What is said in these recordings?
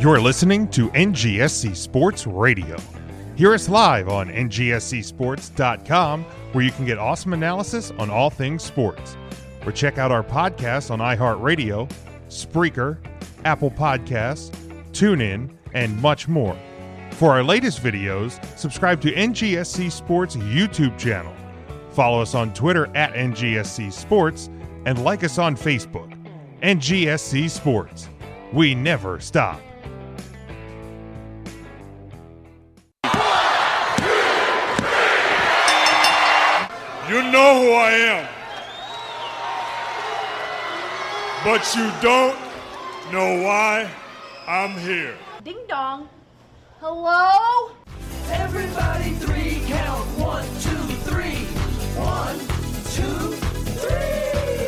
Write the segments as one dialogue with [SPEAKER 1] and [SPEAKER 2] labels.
[SPEAKER 1] You're listening to NGSC Sports Radio. Hear us live on ngscsports.com, where you can get awesome analysis on all things sports. Or check out our podcasts on iHeartRadio, Spreaker, Apple Podcasts, TuneIn, and much more. For our latest videos, subscribe to NGSC Sports YouTube channel. Follow us on Twitter at NGSC Sports and like us on Facebook. NGSC Sports. We never stop.
[SPEAKER 2] You know who I am. But you don't know why I'm here.
[SPEAKER 3] Ding dong. Hello?
[SPEAKER 4] Everybody three count. One, two, three. One, two, three.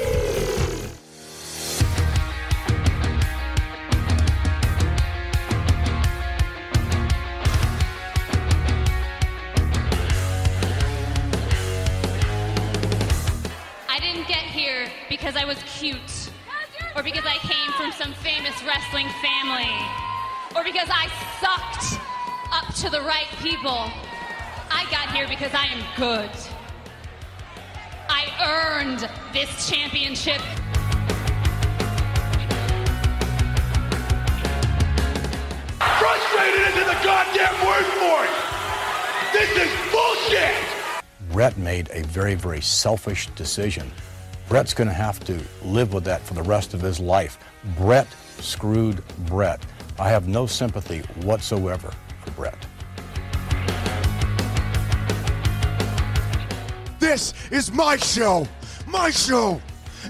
[SPEAKER 5] I didn't get here because I was cute, or because I came from some famous wrestling family, or because I sucked up to the right people. I got here because I am good. I earned this championship.
[SPEAKER 2] Frustrated isn't the goddamn word for it. This is bullshit.
[SPEAKER 6] Brett made a very, very selfish decision. Brett's going to have to live with that for the rest of his life. Brett screwed Brett. I have no sympathy whatsoever for Brett.
[SPEAKER 7] This is my show. My show.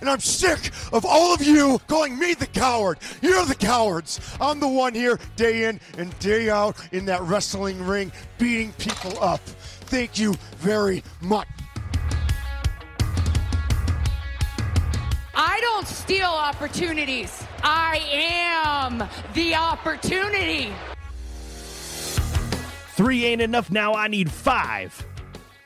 [SPEAKER 7] And I'm sick of all of you calling me the coward. You're the cowards. I'm the one here day in and day out in that wrestling ring beating people up. Thank you very much.
[SPEAKER 8] I don't steal opportunities. I am the opportunity.
[SPEAKER 9] Three ain't enough now. I need five.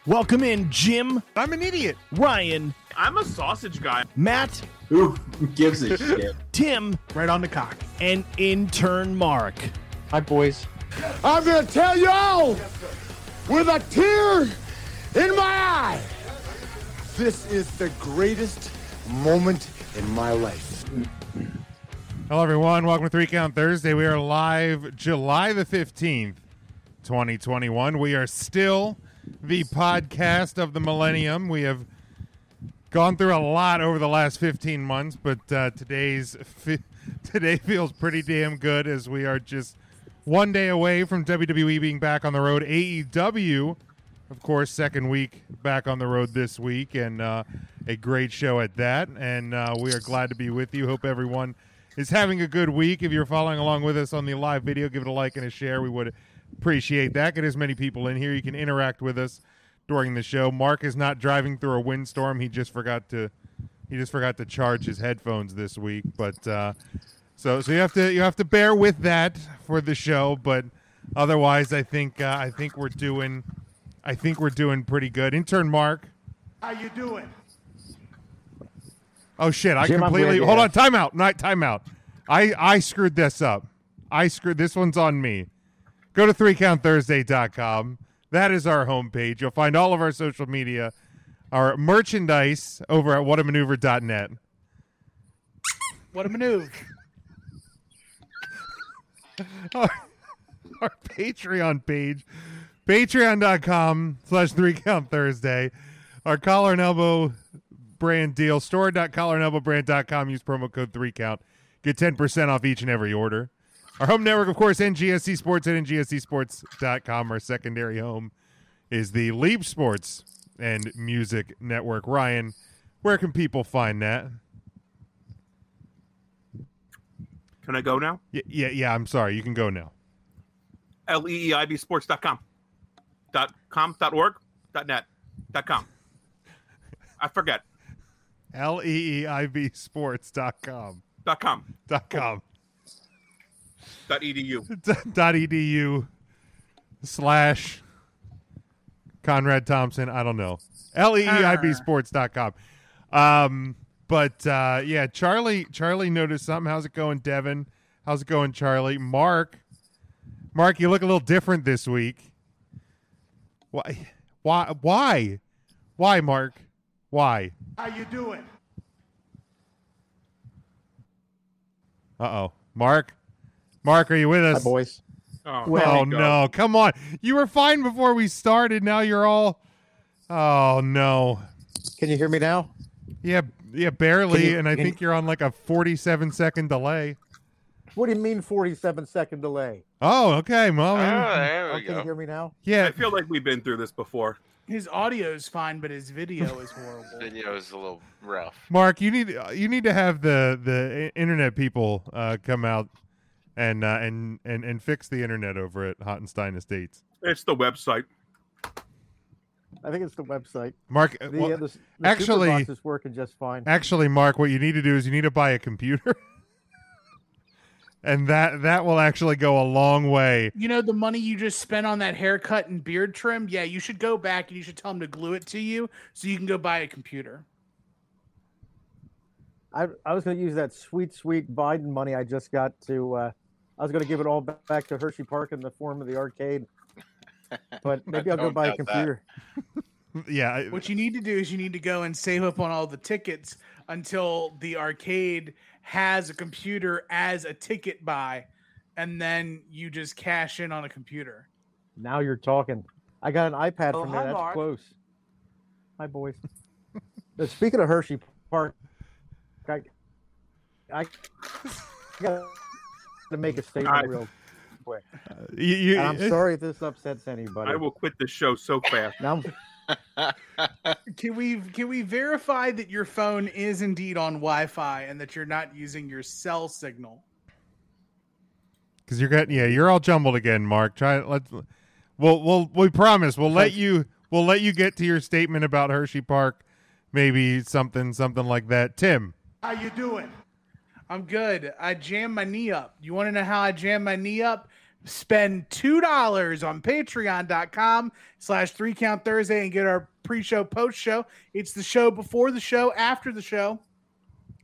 [SPEAKER 9] Welcome in, Jim. I'm an idiot. Ryan.
[SPEAKER 10] I'm a sausage guy.
[SPEAKER 9] Matt.
[SPEAKER 11] Who gives a shit?
[SPEAKER 9] Tim.
[SPEAKER 10] Right on the cock.
[SPEAKER 9] And intern Mark.
[SPEAKER 12] Hi, boys.
[SPEAKER 7] I'm going to tell y'all with a tear in my eye. This is the greatest moment in my life.
[SPEAKER 1] Hello, everyone. Welcome to Three Count Thursday. We are live July the 15th, 2021. We are still the podcast of the millennium. We have gone through a lot over the last 15 months, but uh, today's fe- today feels pretty damn good as we are just one day away from WWE being back on the road. AEW, of course, second week back on the road this week, and uh, a great show at that. And uh, we are glad to be with you. Hope everyone is having a good week. If you're following along with us on the live video, give it a like and a share. We would appreciate that. Get as many people in here. You can interact with us during the show. Mark is not driving through a windstorm. He just forgot to he just forgot to charge his headphones this week. But uh, so so you have to you have to bear with that for the show. But otherwise, I think uh, I think we're doing I think we're doing pretty good. Intern Mark.
[SPEAKER 2] How you doing?
[SPEAKER 1] Oh shit! I
[SPEAKER 12] Jim, I'm
[SPEAKER 1] completely
[SPEAKER 12] glad you
[SPEAKER 1] hold on.
[SPEAKER 12] asked.
[SPEAKER 1] Timeout. Not timeout. I I screwed this up. I screwed this one's on me. Go to threecounthursday.com. That is our homepage. You'll find all of our social media, our merchandise over at whatamaneuver.net.
[SPEAKER 10] What a maneuver.
[SPEAKER 1] our, our Patreon page, patreon.com slash three count Thursday. Our collar and elbow brand deal, store.collarandelbowbrand.com. Use promo code three count. Get 10% off each and every order. Our home network, of course, NGSC Sports at ngscsports.com. Our secondary home is the Leap Sports and Music Network. Ryan, where can people find that?
[SPEAKER 10] Can I go now?
[SPEAKER 1] Yeah, yeah, yeah I'm sorry. You can go now.
[SPEAKER 10] E Leeibsports.com. Dot com, dot org, dot net, dot com. I forget.
[SPEAKER 1] L E E I B sports.com.
[SPEAKER 10] Dot com,
[SPEAKER 1] Dot com.
[SPEAKER 10] dot E edu.
[SPEAKER 1] dot edu slash Conrad Thompson. I don't know. L E E I B sports.com. uh, Um, but uh, yeah, Charlie Charlie noticed something. How's it going, Devin? How's it going, Charlie? Mark, Mark, you look a little different this week. Why? Why? Why? Why, Mark? Why?
[SPEAKER 12] How you doing?
[SPEAKER 1] Uh oh, Mark. Mark, are you with us, boys?
[SPEAKER 10] Oh,
[SPEAKER 1] oh no! Come on, you were fine before we started. Now you're all. Oh no!
[SPEAKER 13] Can you hear me now?
[SPEAKER 1] Yeah, yeah, barely.
[SPEAKER 13] Can you-
[SPEAKER 1] and I
[SPEAKER 13] can
[SPEAKER 1] think you're on like a 47 second delay.
[SPEAKER 13] What do you mean 47 second delay?
[SPEAKER 1] Oh, okay, well,
[SPEAKER 13] Oh, Can you hear me now?
[SPEAKER 1] Yeah.
[SPEAKER 10] I feel like we've been through this before.
[SPEAKER 12] His audio is fine, but his video is horrible.
[SPEAKER 14] Video is a little rough.
[SPEAKER 1] Mark, you need uh, you need to have the the i- internet people uh, come out and uh, and and and fix the internet over at Hottenstein Estates.
[SPEAKER 10] It's the website.
[SPEAKER 13] I think it's the website.
[SPEAKER 1] Mark, uh,
[SPEAKER 13] the,
[SPEAKER 1] well,
[SPEAKER 13] uh, the s- the
[SPEAKER 1] actually-
[SPEAKER 13] Superbox is working just fine.
[SPEAKER 1] Actually, Mark, what you need to do is you need to buy a computer. and that that will actually go a long way.
[SPEAKER 12] You know the money you just spent on that haircut and beard trim? Yeah, you should go back and you should tell him to glue it to you so you can go buy a computer.
[SPEAKER 13] I, I was going to use that sweet, sweet Biden money I just got to. Uh, I was going to give it all ba- back to Hershey Park in the form of the arcade. But maybe I'll go
[SPEAKER 12] don't
[SPEAKER 13] buy a
[SPEAKER 12] doubt that.
[SPEAKER 13] computer.
[SPEAKER 1] Yeah.
[SPEAKER 12] What you need to do is you need to go and save up on all the tickets until the arcade has a computer as a ticket buy, and then you just cash in on a computer.
[SPEAKER 13] Now you're talking. I got an iPad
[SPEAKER 12] Oh,
[SPEAKER 13] from
[SPEAKER 12] hi,
[SPEAKER 13] there. That's
[SPEAKER 12] Mark.
[SPEAKER 13] close. Hi, boys. But speaking of Hershey Park, I, I got to make a statement
[SPEAKER 10] Alright.
[SPEAKER 13] real quick.
[SPEAKER 1] you- you- eh.
[SPEAKER 13] And I'm sorry if this upsets anybody.
[SPEAKER 10] I will quit this show so fast.
[SPEAKER 13] Now,
[SPEAKER 12] Can we can we verify that your phone is indeed on Wi-Fi and that you're not using your cell signal?
[SPEAKER 1] Because you're getting yeah, you're all jumbled again, Mark. Try let's we'll we'll we promise we'll let you we'll let you get to your statement about Hershey Park, maybe something something like that. Tim.
[SPEAKER 12] How you doing? I'm good. I jammed my knee up. You want to know how I jammed my knee up? Spend two dollars on patreon.com slash three count Thursday and get our pre-show post show. It's the show before the show, after the show.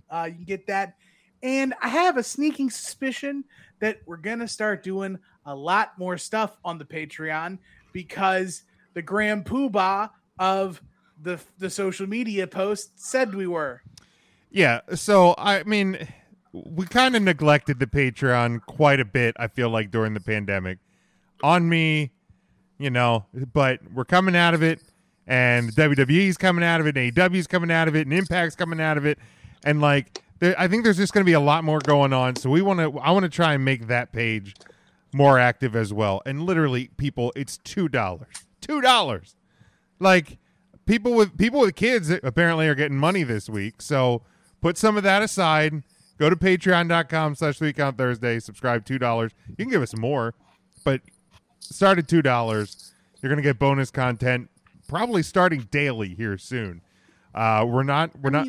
[SPEAKER 12] Uh, you can get that. And I have a sneaking suspicion that we're going to start doing a lot more stuff on the Patreon because the grand poobah of the, the social media post said we were.
[SPEAKER 1] Yeah, so I mean, we kind of neglected the Patreon quite a bit. I feel like during the pandemic, on me, you know. But we're coming out of it, and WWE's coming out of it, and AEW's coming out of it, and Impact's coming out of it, and like there, I think there's just going to be a lot more going on. So we want to, I want to try and make that page more active as well. And literally, people, it's two dollars, two dollars like people with people with kids apparently are getting money this week so put some of that aside go to patreon.com slash three count thursday subscribe two dollars you can give us more but start at two dollars you're gonna get bonus content probably starting daily here soon uh we're not we're not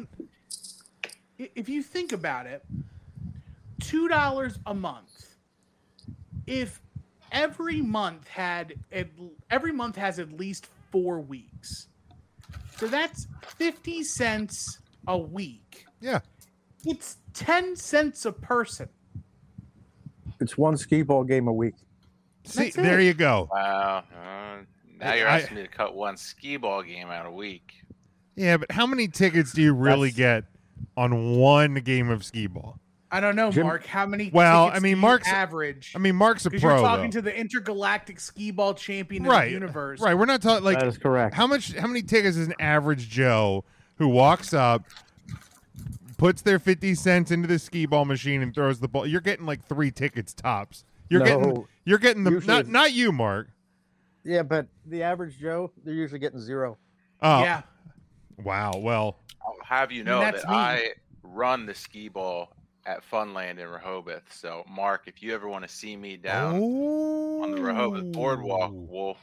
[SPEAKER 12] i- if you think about it, two dollars a month. If every month had at- every month has at least four weeks, so that's fifty cents a week.
[SPEAKER 1] Yeah,
[SPEAKER 12] it's ten cents a person.
[SPEAKER 13] it's one skee ball game a week.
[SPEAKER 1] See,
[SPEAKER 12] That's there it. you
[SPEAKER 1] go.
[SPEAKER 14] Wow. Uh, now you're
[SPEAKER 1] I-
[SPEAKER 14] asking me to cut one skee ball game out a week.
[SPEAKER 1] yeah but how many tickets do you really get on one game of skee ball
[SPEAKER 12] I don't know,
[SPEAKER 1] Jim-
[SPEAKER 12] Mark. How many?
[SPEAKER 1] Well,
[SPEAKER 12] tickets
[SPEAKER 1] I
[SPEAKER 12] do
[SPEAKER 1] mean,
[SPEAKER 12] you
[SPEAKER 1] Mark's-
[SPEAKER 12] average.
[SPEAKER 1] I mean, Mark's a
[SPEAKER 12] 'Cause
[SPEAKER 1] pro,
[SPEAKER 12] You're talking
[SPEAKER 1] though.
[SPEAKER 12] to the intergalactic skee ball champion of
[SPEAKER 1] right
[SPEAKER 12] the universe.
[SPEAKER 1] right we're not talking like
[SPEAKER 13] That is correct.
[SPEAKER 1] how much how many tickets is an average joe who walks up puts their 50 cents into the skee ball machine and throws the ball you're getting like three tickets tops you're getting
[SPEAKER 13] No.
[SPEAKER 1] you're getting the
[SPEAKER 13] Usually
[SPEAKER 1] not
[SPEAKER 13] it's-
[SPEAKER 1] not you mark
[SPEAKER 13] Yeah, but the average Joe, they're usually getting zero.
[SPEAKER 1] oh wow well
[SPEAKER 14] I'll have you know
[SPEAKER 13] That's
[SPEAKER 14] that
[SPEAKER 13] me.
[SPEAKER 14] I run the skee ball at Funland in Rehoboth. So, Mark, if you ever want to see me down on the Rehoboth boardwalk, well,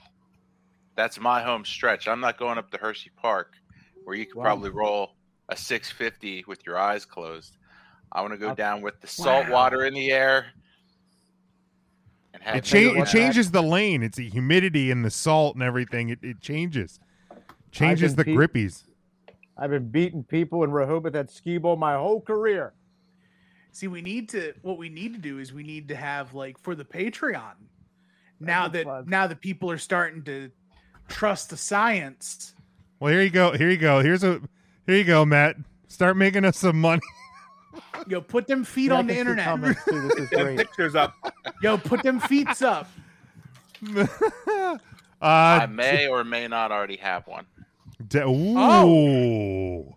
[SPEAKER 14] that's my home stretch. I'm not going up to Hershey Park where you could
[SPEAKER 13] Wow.
[SPEAKER 14] probably roll a 650 with your eyes closed. I want to go
[SPEAKER 13] Up-
[SPEAKER 14] down with the salt
[SPEAKER 13] Wow.
[SPEAKER 14] water in the air. And have
[SPEAKER 1] it, cha- it
[SPEAKER 14] everyone-
[SPEAKER 1] changes the lane it's the humidity and the salt and everything it, it changes changes the
[SPEAKER 13] been pe-
[SPEAKER 1] grippies
[SPEAKER 13] I've been beating people in Rehoboth at skee ball my whole career.
[SPEAKER 12] See, we need to what we need to do is we need to have like for the Patreon. Now that now that people are starting to trust the science,
[SPEAKER 1] Well, here you go. Here you go. Here's a. Here you go, Matt. Start making us some money.
[SPEAKER 12] yo, put them feet
[SPEAKER 1] Yeah, I
[SPEAKER 12] on
[SPEAKER 1] can
[SPEAKER 12] the
[SPEAKER 1] see
[SPEAKER 12] internet.
[SPEAKER 1] comments, too. This is Get great.
[SPEAKER 10] pictures up.
[SPEAKER 12] Yo, put them feets up.
[SPEAKER 1] Uh,
[SPEAKER 14] I may or may not already have one.
[SPEAKER 1] De-
[SPEAKER 12] Oh.
[SPEAKER 1] Ooh.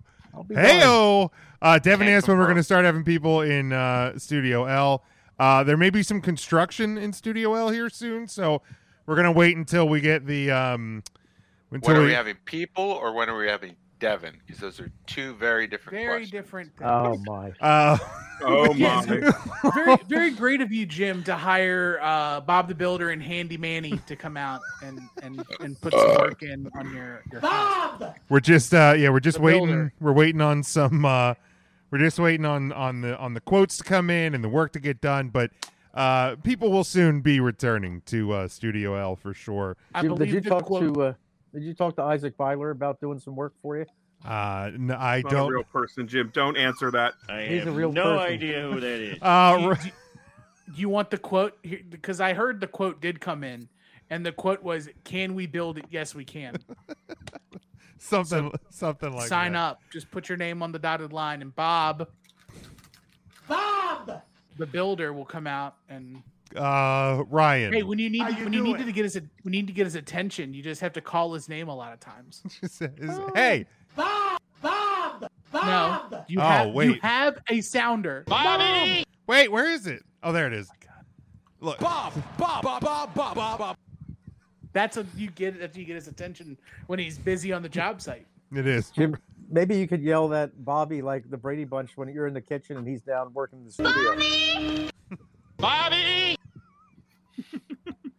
[SPEAKER 1] Heyo. Uh, Devin asked when we're going to start having people in uh, Studio L. Uh, there may be some construction in Studio L here soon, so we're going to wait until we get the. Um, until
[SPEAKER 14] When are
[SPEAKER 1] we,
[SPEAKER 14] we having people or when are we having Devin? Because those are two very different
[SPEAKER 12] Very
[SPEAKER 14] questions.
[SPEAKER 12] different.
[SPEAKER 13] Oh my.
[SPEAKER 1] Uh,
[SPEAKER 14] Oh,
[SPEAKER 12] Yes.
[SPEAKER 14] my.
[SPEAKER 12] very, very great of you, Jim, to hire uh, Bob the Builder and Handy Manny to come out and and, and put some work in on your your house.
[SPEAKER 1] We're just uh yeah, we're just
[SPEAKER 12] The
[SPEAKER 1] waiting.
[SPEAKER 12] builder.
[SPEAKER 1] We're waiting on some uh we're just waiting on on the on the quotes to come in and the work to get done, but uh people will soon be returning to uh Studio L for sure.
[SPEAKER 13] Jim, did you talk to uh, Did you talk to Isaac Byler about doing some work for you?
[SPEAKER 1] uh no, I
[SPEAKER 10] Not a
[SPEAKER 1] don't
[SPEAKER 10] real person, Jim. Don't answer that.
[SPEAKER 1] I
[SPEAKER 13] He's a real
[SPEAKER 12] no
[SPEAKER 13] person.
[SPEAKER 12] idea who that is.
[SPEAKER 1] Uh,
[SPEAKER 12] Do you-
[SPEAKER 1] r-
[SPEAKER 12] do you- you want the quote because I heard the quote did come in, and the quote was, "Can we build it? Yes, we can."
[SPEAKER 1] something something like
[SPEAKER 12] Sign
[SPEAKER 1] that.
[SPEAKER 12] up. Just put your name on the dotted line, and Bob, Bob, the builder will come out and.
[SPEAKER 1] Uh Ryan.
[SPEAKER 12] Hey, when you need
[SPEAKER 15] How you
[SPEAKER 12] when you
[SPEAKER 15] doing?
[SPEAKER 12] need to get his we need to get his attention, you just have to call his name a lot of times.
[SPEAKER 1] hey.
[SPEAKER 12] No, you
[SPEAKER 1] Oh,
[SPEAKER 12] have you
[SPEAKER 1] wait.
[SPEAKER 12] have a sounder.
[SPEAKER 1] Bobby! Wait, where is it? Oh, there it is. Look.
[SPEAKER 12] Bob, Bob, Bob, Bob, Bob, Bob, Bob. That's what you get. That's what you get his attention when he's busy on the job site.
[SPEAKER 1] It is.
[SPEAKER 13] Jim, maybe you could yell that Bobby like the Brady Bunch when you're in the kitchen and he's down working in the studio.
[SPEAKER 2] Bobby!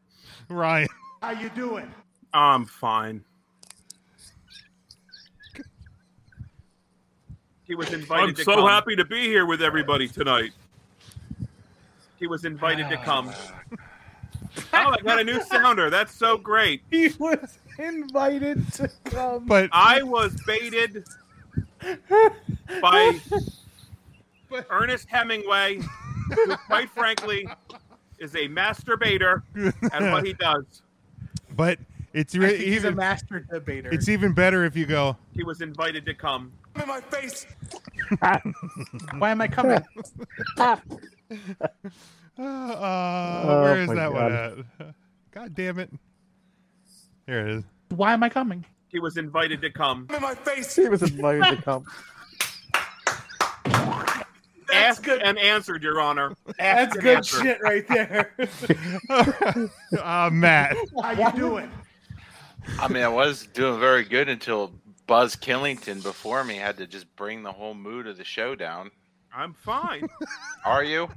[SPEAKER 1] Ryan.
[SPEAKER 2] How you doing?
[SPEAKER 10] I'm fine. He was invited. I'm
[SPEAKER 14] to
[SPEAKER 10] so
[SPEAKER 14] come.
[SPEAKER 10] happy to be here with everybody tonight. He was invited to come. Oh, I got a new sounder. That's so great.
[SPEAKER 12] He was invited to come.
[SPEAKER 1] But
[SPEAKER 10] I was baited by Ernest Hemingway, who, quite frankly, is a masturbator at what he does.
[SPEAKER 1] But it's
[SPEAKER 12] I
[SPEAKER 1] re-
[SPEAKER 12] think he's a
[SPEAKER 1] even
[SPEAKER 12] master debater.
[SPEAKER 1] it's even better if you go
[SPEAKER 10] He was invited to come.
[SPEAKER 12] in my face. Why am I coming?
[SPEAKER 1] uh,
[SPEAKER 12] Oh,
[SPEAKER 1] where is
[SPEAKER 12] my
[SPEAKER 1] that
[SPEAKER 12] God.
[SPEAKER 1] one at? God damn it. Here it is.
[SPEAKER 12] Why am I coming?
[SPEAKER 10] He was invited to come. In my face.
[SPEAKER 13] He was invited to come.
[SPEAKER 10] Asked and answered, Your Honor.
[SPEAKER 12] That's
[SPEAKER 10] and
[SPEAKER 12] good
[SPEAKER 10] answered.
[SPEAKER 12] shit right there.
[SPEAKER 1] uh, Matt.
[SPEAKER 12] How you doing?
[SPEAKER 14] I mean, I was doing very good until Buzz Killington before me had to just bring the whole mood of the show down.
[SPEAKER 10] I'm fine.
[SPEAKER 14] Are you?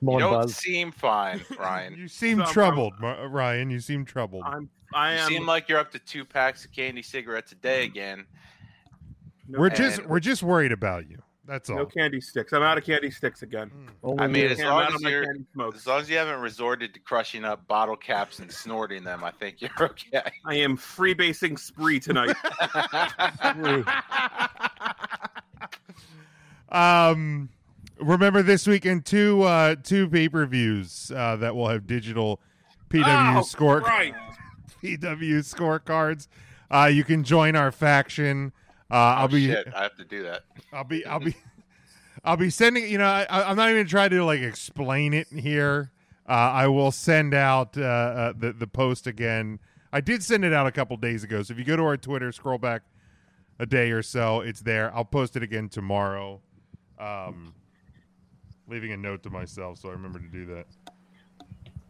[SPEAKER 13] Come
[SPEAKER 14] you
[SPEAKER 13] on,
[SPEAKER 14] don't
[SPEAKER 13] Buzz.
[SPEAKER 14] seem fine, Ryan.
[SPEAKER 1] You seem troubled, Mar- Ryan. You seem troubled.
[SPEAKER 10] I'm, I
[SPEAKER 14] You
[SPEAKER 10] am.
[SPEAKER 14] seem like you're up to two packs of candy cigarettes a day again.
[SPEAKER 1] we're just
[SPEAKER 14] And-
[SPEAKER 1] we're just worried about you. That's all.
[SPEAKER 10] No candy sticks. I'm out of candy sticks again.
[SPEAKER 12] Oh,
[SPEAKER 14] I mean, as
[SPEAKER 10] I'm
[SPEAKER 14] long
[SPEAKER 10] out of
[SPEAKER 14] as,
[SPEAKER 10] my
[SPEAKER 14] you're,
[SPEAKER 10] candy smokes.
[SPEAKER 14] as long as you haven't resorted to crushing up bottle caps and snorting them, I think you're okay.
[SPEAKER 10] I am freebasing spree tonight.
[SPEAKER 1] Um, remember this weekend two uh, two pay per views uh, that will have digital PW
[SPEAKER 10] Oh,
[SPEAKER 1] score
[SPEAKER 10] Christ.
[SPEAKER 1] PW scorecards. Uh, you can join our faction. Uh, I'll be
[SPEAKER 14] Oh, Shit, I have to do that.
[SPEAKER 1] I'll be I'll be I'll be sending. You know, I, I'm not even trying to like explain it here. Uh, I will send out uh, uh, the the post again. I did send it out a couple days ago. So if you go to our Twitter, scroll back a day or so, it's there. I'll post it again tomorrow. Um, leaving a note to myself so I remember to do that.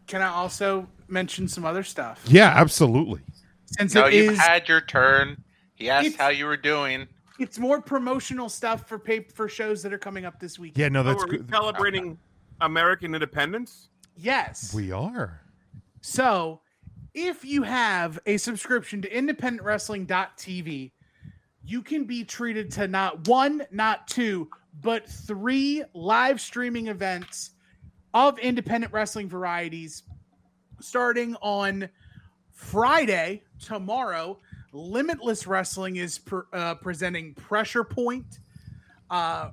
[SPEAKER 12] Can I also mention some other stuff?
[SPEAKER 1] Yeah, absolutely.
[SPEAKER 12] Since
[SPEAKER 14] no,
[SPEAKER 12] it
[SPEAKER 14] you've
[SPEAKER 12] is-
[SPEAKER 14] had your turn. He asked
[SPEAKER 12] It's-
[SPEAKER 14] how you were doing.
[SPEAKER 12] It's more promotional stuff for pay- for shows that are coming up this weekend.
[SPEAKER 1] Yeah, no, that's
[SPEAKER 10] oh, are we
[SPEAKER 1] good.
[SPEAKER 10] celebrating American independence?
[SPEAKER 12] Yes.
[SPEAKER 1] We are.
[SPEAKER 12] So, if you have a subscription to independentwrestling.tv, you can be treated to not one, not two, but three live streaming events of independent wrestling varieties starting on Friday, tomorrow. Limitless Wrestling is pr uh, presenting Pressure Point. Uh,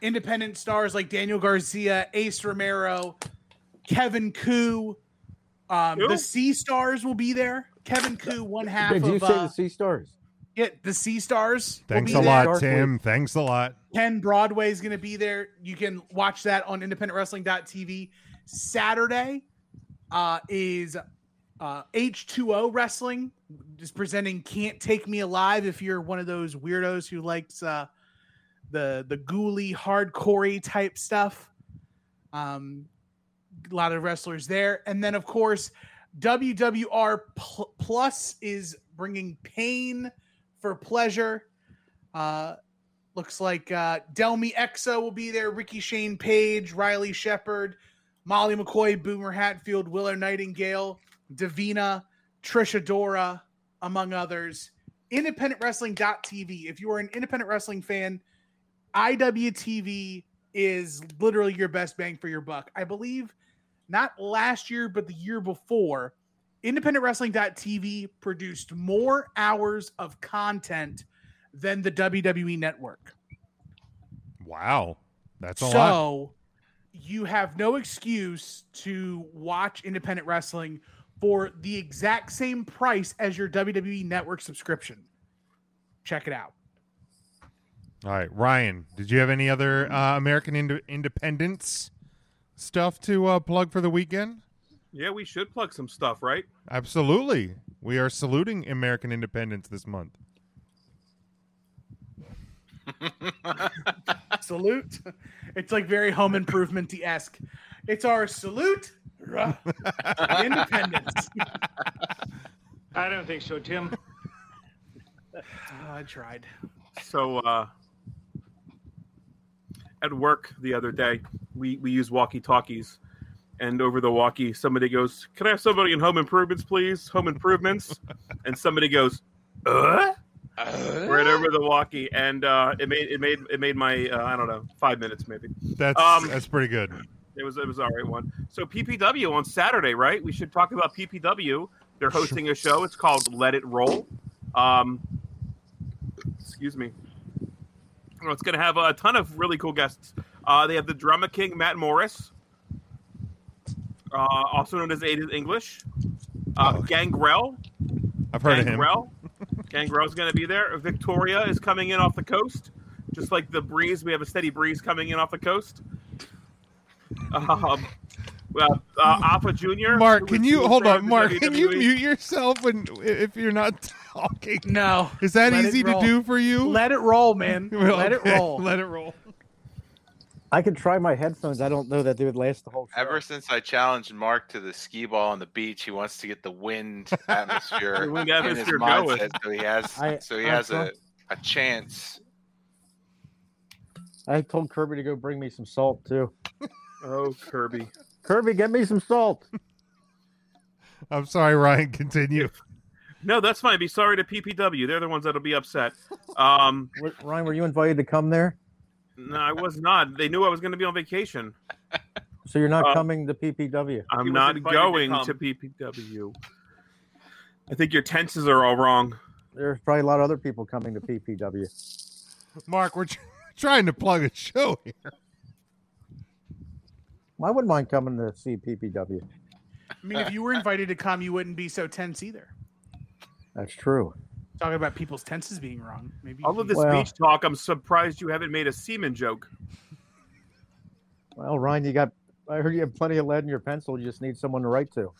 [SPEAKER 12] independent stars like Daniel Garcia, Ace Romero, Kevin Koo. Um,
[SPEAKER 13] Who?
[SPEAKER 12] the Sea Stars will be there. Kevin Koo, one half
[SPEAKER 13] Did
[SPEAKER 12] of
[SPEAKER 13] you say
[SPEAKER 12] uh,
[SPEAKER 13] the Sea Stars?
[SPEAKER 12] yeah, the Sea Stars. will
[SPEAKER 1] Thanks
[SPEAKER 12] be
[SPEAKER 1] a
[SPEAKER 12] there.
[SPEAKER 1] lot, Tim. Thanks a lot.
[SPEAKER 12] Ken Broadway is going to be there. You can watch that on independentwrestling.tv. Saturday uh, is uh, H2O Wrestling is presenting Can't Take Me Alive if you're one of those weirdos who likes uh, the the ghouly hardcorey type stuff. Um, a lot of wrestlers there, and then of course WWR pl- Plus is bringing Pain for Pleasure. Uh, looks like uh, Delmi Exo will be there. Ricky Shane Page, Riley Shepard, Molly McCoy, Boomer Hatfield, Willow Nightingale, Davina, Trisha Dora, among others. IndependentWrestling.tv. If you are an independent wrestling fan, IWTV is literally your best bang for your buck. I believe not last year, but the year before, independentwrestling.tv produced more hours of content than the WWE network.
[SPEAKER 1] Wow. That's a
[SPEAKER 12] so
[SPEAKER 1] lot.
[SPEAKER 12] you have no excuse to watch independent wrestling for the exact same price as your WWE network subscription. Check it out.
[SPEAKER 1] All right, Ryan, did you have any other uh, American Ind- Independence stuff to uh, plug for the weekend?
[SPEAKER 10] Yeah, we should plug some stuff, right?
[SPEAKER 1] Absolutely. We are saluting American Independence this month.
[SPEAKER 12] salute. It's like very home improvement esque. It's our salute ruh, independence.
[SPEAKER 15] I don't think so, Tim.
[SPEAKER 12] Oh, I tried.
[SPEAKER 10] So uh, at work the other day, we, we use walkie talkies. And over the walkie, somebody goes, Can I have somebody in home improvements, please? Home improvements. and somebody goes, uh? Right over the walkie, and uh, it made it made it made my uh, I don't know five minutes maybe.
[SPEAKER 1] That's
[SPEAKER 10] Um,
[SPEAKER 1] that's pretty good.
[SPEAKER 10] It was it was all right one. So PPW on Saturday, right? We should talk about PPW. They're hosting a show. It's called Let It Roll. Um, excuse me. Well, it's going to have a ton of really cool guests. Uh, they have the drama king Matt Morris, uh, also known as Aiden English, uh, Gangrel.
[SPEAKER 1] I've heard of him.
[SPEAKER 10] Gangrel. Gangrel's going to be there. Victoria is coming in off the coast, just like the breeze. We have a steady breeze coming in off the coast. Um, well, uh, Alpha Junior.
[SPEAKER 1] Mark, can you hold on? Mark, can
[SPEAKER 10] E.
[SPEAKER 1] you mute yourself when if you're not talking?
[SPEAKER 12] No.
[SPEAKER 1] Is that
[SPEAKER 12] Let it
[SPEAKER 1] easy to
[SPEAKER 12] roll.
[SPEAKER 1] do for you?
[SPEAKER 12] Let it roll, man.
[SPEAKER 1] Well,
[SPEAKER 12] Let it
[SPEAKER 1] okay.
[SPEAKER 12] roll.
[SPEAKER 1] Let it roll.
[SPEAKER 13] I could try my headphones. I don't know that they would last the whole.
[SPEAKER 14] Ever since I challenged Mark to the skee ball on the beach, he wants to get the wind atmosphere,
[SPEAKER 10] The wind
[SPEAKER 14] in his
[SPEAKER 10] atmosphere
[SPEAKER 14] mindset,
[SPEAKER 10] going.
[SPEAKER 14] so he has
[SPEAKER 13] I-
[SPEAKER 14] so he
[SPEAKER 13] I
[SPEAKER 14] has
[SPEAKER 13] saw-
[SPEAKER 14] a, a chance.
[SPEAKER 13] I told Kirby to go bring me some salt too.
[SPEAKER 10] Oh, Kirby.
[SPEAKER 13] Kirby, get me some salt.
[SPEAKER 1] I'm sorry, Ryan. Continue.
[SPEAKER 10] No, that's fine. Be sorry to PPW. They're the ones that'll be upset. Um,
[SPEAKER 13] What, Ryan, were you invited to come there?
[SPEAKER 10] no, I was not. They knew I was going to be on vacation.
[SPEAKER 13] So you're not
[SPEAKER 10] Uh,
[SPEAKER 13] coming to PPW.
[SPEAKER 10] I'm not going to, PPW. I think your tenses are all wrong.
[SPEAKER 13] There's probably a lot of other people coming to PPW.
[SPEAKER 1] Mark, we're tr- trying to plug a show here.
[SPEAKER 13] I wouldn't mind coming to see PPW.
[SPEAKER 12] I mean, if you were invited to come, you wouldn't be so tense either.
[SPEAKER 13] That's true.
[SPEAKER 12] Talking about people's tenses being wrong. Maybe
[SPEAKER 10] All of this
[SPEAKER 13] Well-
[SPEAKER 10] beach talk, I'm surprised you haven't made a semen joke.
[SPEAKER 13] Well, Ryan, you got. I heard you have plenty of lead in your pencil. You just need someone to write to.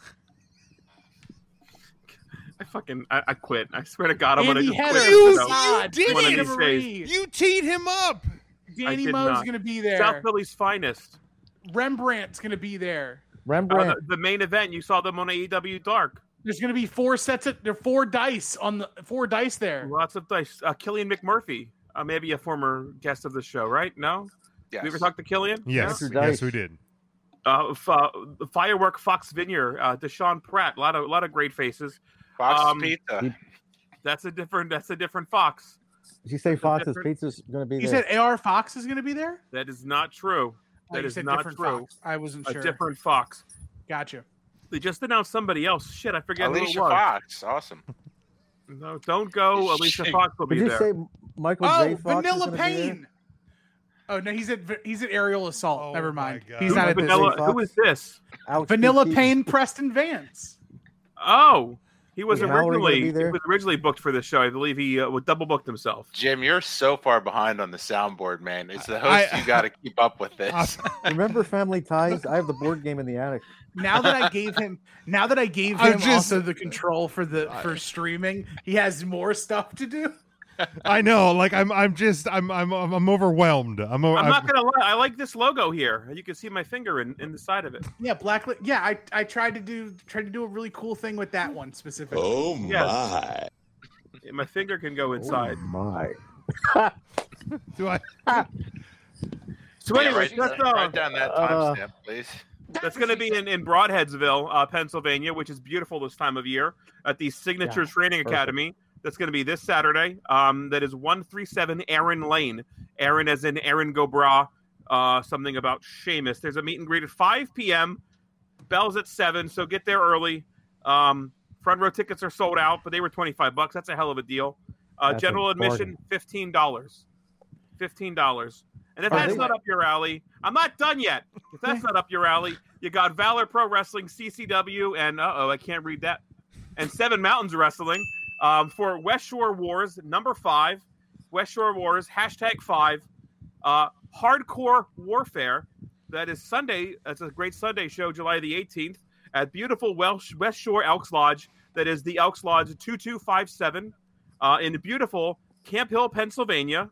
[SPEAKER 10] I fucking I, I quit. I swear to God, I'm gonna
[SPEAKER 12] Andy
[SPEAKER 10] just
[SPEAKER 12] Heather,
[SPEAKER 10] quit.
[SPEAKER 12] you
[SPEAKER 10] So,
[SPEAKER 12] did
[SPEAKER 10] one of
[SPEAKER 12] it!
[SPEAKER 10] these days.
[SPEAKER 1] You teed him up.
[SPEAKER 10] I
[SPEAKER 12] Danny
[SPEAKER 10] did
[SPEAKER 12] Moe's
[SPEAKER 10] not.
[SPEAKER 12] going to be there.
[SPEAKER 10] South Philly's finest.
[SPEAKER 12] Rembrandt's going to be there.
[SPEAKER 10] Uh, the, the main event. You saw them on AEW Dark.
[SPEAKER 12] There's going to be four sets of there are four dice on the four dice there.
[SPEAKER 10] Lots of dice. Uh, Killian McMurphy, uh, maybe a former guest of the show, right? No.
[SPEAKER 14] Yes.
[SPEAKER 10] We ever talked to Killian?
[SPEAKER 1] Yes,
[SPEAKER 10] No?
[SPEAKER 1] yes, we did.
[SPEAKER 10] uh, f- uh, firework Fox Vineyard, uh, Deshaun Pratt, a lot of lot of great faces.
[SPEAKER 14] Fox
[SPEAKER 10] um,
[SPEAKER 14] Pizza.
[SPEAKER 10] That's a different. That's a different Fox.
[SPEAKER 13] Did you say Fox's
[SPEAKER 10] different-
[SPEAKER 13] Pizza's going to be
[SPEAKER 10] You
[SPEAKER 13] there?
[SPEAKER 10] said-
[SPEAKER 12] AR Fox is going to be there.
[SPEAKER 10] That is not true.
[SPEAKER 12] Oh,
[SPEAKER 10] That
[SPEAKER 12] you
[SPEAKER 10] is
[SPEAKER 12] said
[SPEAKER 10] not
[SPEAKER 12] different
[SPEAKER 10] true.
[SPEAKER 12] Fox. I wasn't
[SPEAKER 10] a
[SPEAKER 12] sure.
[SPEAKER 10] different Fox.
[SPEAKER 12] Gotcha.
[SPEAKER 10] They just announced somebody else. Shit, I forget who
[SPEAKER 14] Alicia
[SPEAKER 10] it was.
[SPEAKER 14] Fox, awesome.
[SPEAKER 10] No, don't go. Alicia
[SPEAKER 14] Shame.
[SPEAKER 10] Fox will be
[SPEAKER 13] Did you
[SPEAKER 10] there.
[SPEAKER 13] say Michael
[SPEAKER 12] oh,
[SPEAKER 13] J. Fox is
[SPEAKER 12] Vanilla
[SPEAKER 13] gonna be there?
[SPEAKER 12] Payne. Oh no, he's at he's at aerial assault. Never mind.
[SPEAKER 10] God.
[SPEAKER 12] He's
[SPEAKER 10] Who's
[SPEAKER 12] not at
[SPEAKER 10] Vanilla-
[SPEAKER 12] Disney.
[SPEAKER 10] who is this? Alex
[SPEAKER 12] Vanilla
[SPEAKER 10] Peake.
[SPEAKER 12] Payne Preston Vance.
[SPEAKER 10] Oh, he was
[SPEAKER 12] Yeah, how are we gonna
[SPEAKER 10] originally
[SPEAKER 12] be
[SPEAKER 10] he
[SPEAKER 12] there?
[SPEAKER 10] was originally booked for this show. I believe he uh, double booked himself.
[SPEAKER 14] Jim, you're so far behind on the soundboard, man. It's the host you got to keep up with this.
[SPEAKER 13] Remember Family Ties? I have the board game in the attic.
[SPEAKER 12] Now that I gave him, now that I gave
[SPEAKER 13] I'm
[SPEAKER 12] him
[SPEAKER 13] just-
[SPEAKER 12] also the control for the for streaming, he has more stuff to do.
[SPEAKER 1] I know. Like I'm, I'm just, I'm, I'm, I'm I'm overwhelmed. I'm, o-
[SPEAKER 10] I'm not
[SPEAKER 12] Uh,
[SPEAKER 10] gonna lie, I like this logo here. You can see my finger in, in the side of it.
[SPEAKER 12] Yeah, black. Li- yeah, I I tried to do tried to do a really cool thing with that one specifically.
[SPEAKER 10] Yes. Yeah, My finger can
[SPEAKER 12] Oh.
[SPEAKER 10] go inside.
[SPEAKER 13] Oh, my.
[SPEAKER 1] Do I?
[SPEAKER 10] So,
[SPEAKER 14] Yeah,
[SPEAKER 10] anyways,
[SPEAKER 14] write,
[SPEAKER 10] that's, uh,
[SPEAKER 14] write down that timestamp, please.
[SPEAKER 10] That's going to be in, in Broadheadsville, uh, Pennsylvania, which is beautiful this time of year at the Signature
[SPEAKER 14] Yeah,
[SPEAKER 10] Training
[SPEAKER 14] perfect.
[SPEAKER 10] Academy. That's going to be this Saturday. Um, that is 137 Aaron Lane. Aaron as in Aaron Gobra, uh, something about Seamus. There's a meet and greet at 5 p.m. Bell's at 7, so get there early. Um, front row tickets are sold out, but they were 25 bucks. That's a hell of a deal. Uh,
[SPEAKER 14] That's a
[SPEAKER 10] general admission, $15. $15. And if
[SPEAKER 14] Are
[SPEAKER 10] that's
[SPEAKER 14] they-
[SPEAKER 10] not up your alley, I'm not done yet. If that's not up your alley, you got Valor Pro Wrestling, CCW, and uh oh, I can't read that. And Seven Mountains Wrestling um, for West Shore Wars number five, West Shore Wars hashtag five, uh, Hardcore Warfare. That is Sunday. That's a great Sunday show, July the 18th at beautiful Welsh West Shore Elks Lodge. That is the Elks Lodge 2257 uh, in beautiful Camp Hill, Pennsylvania.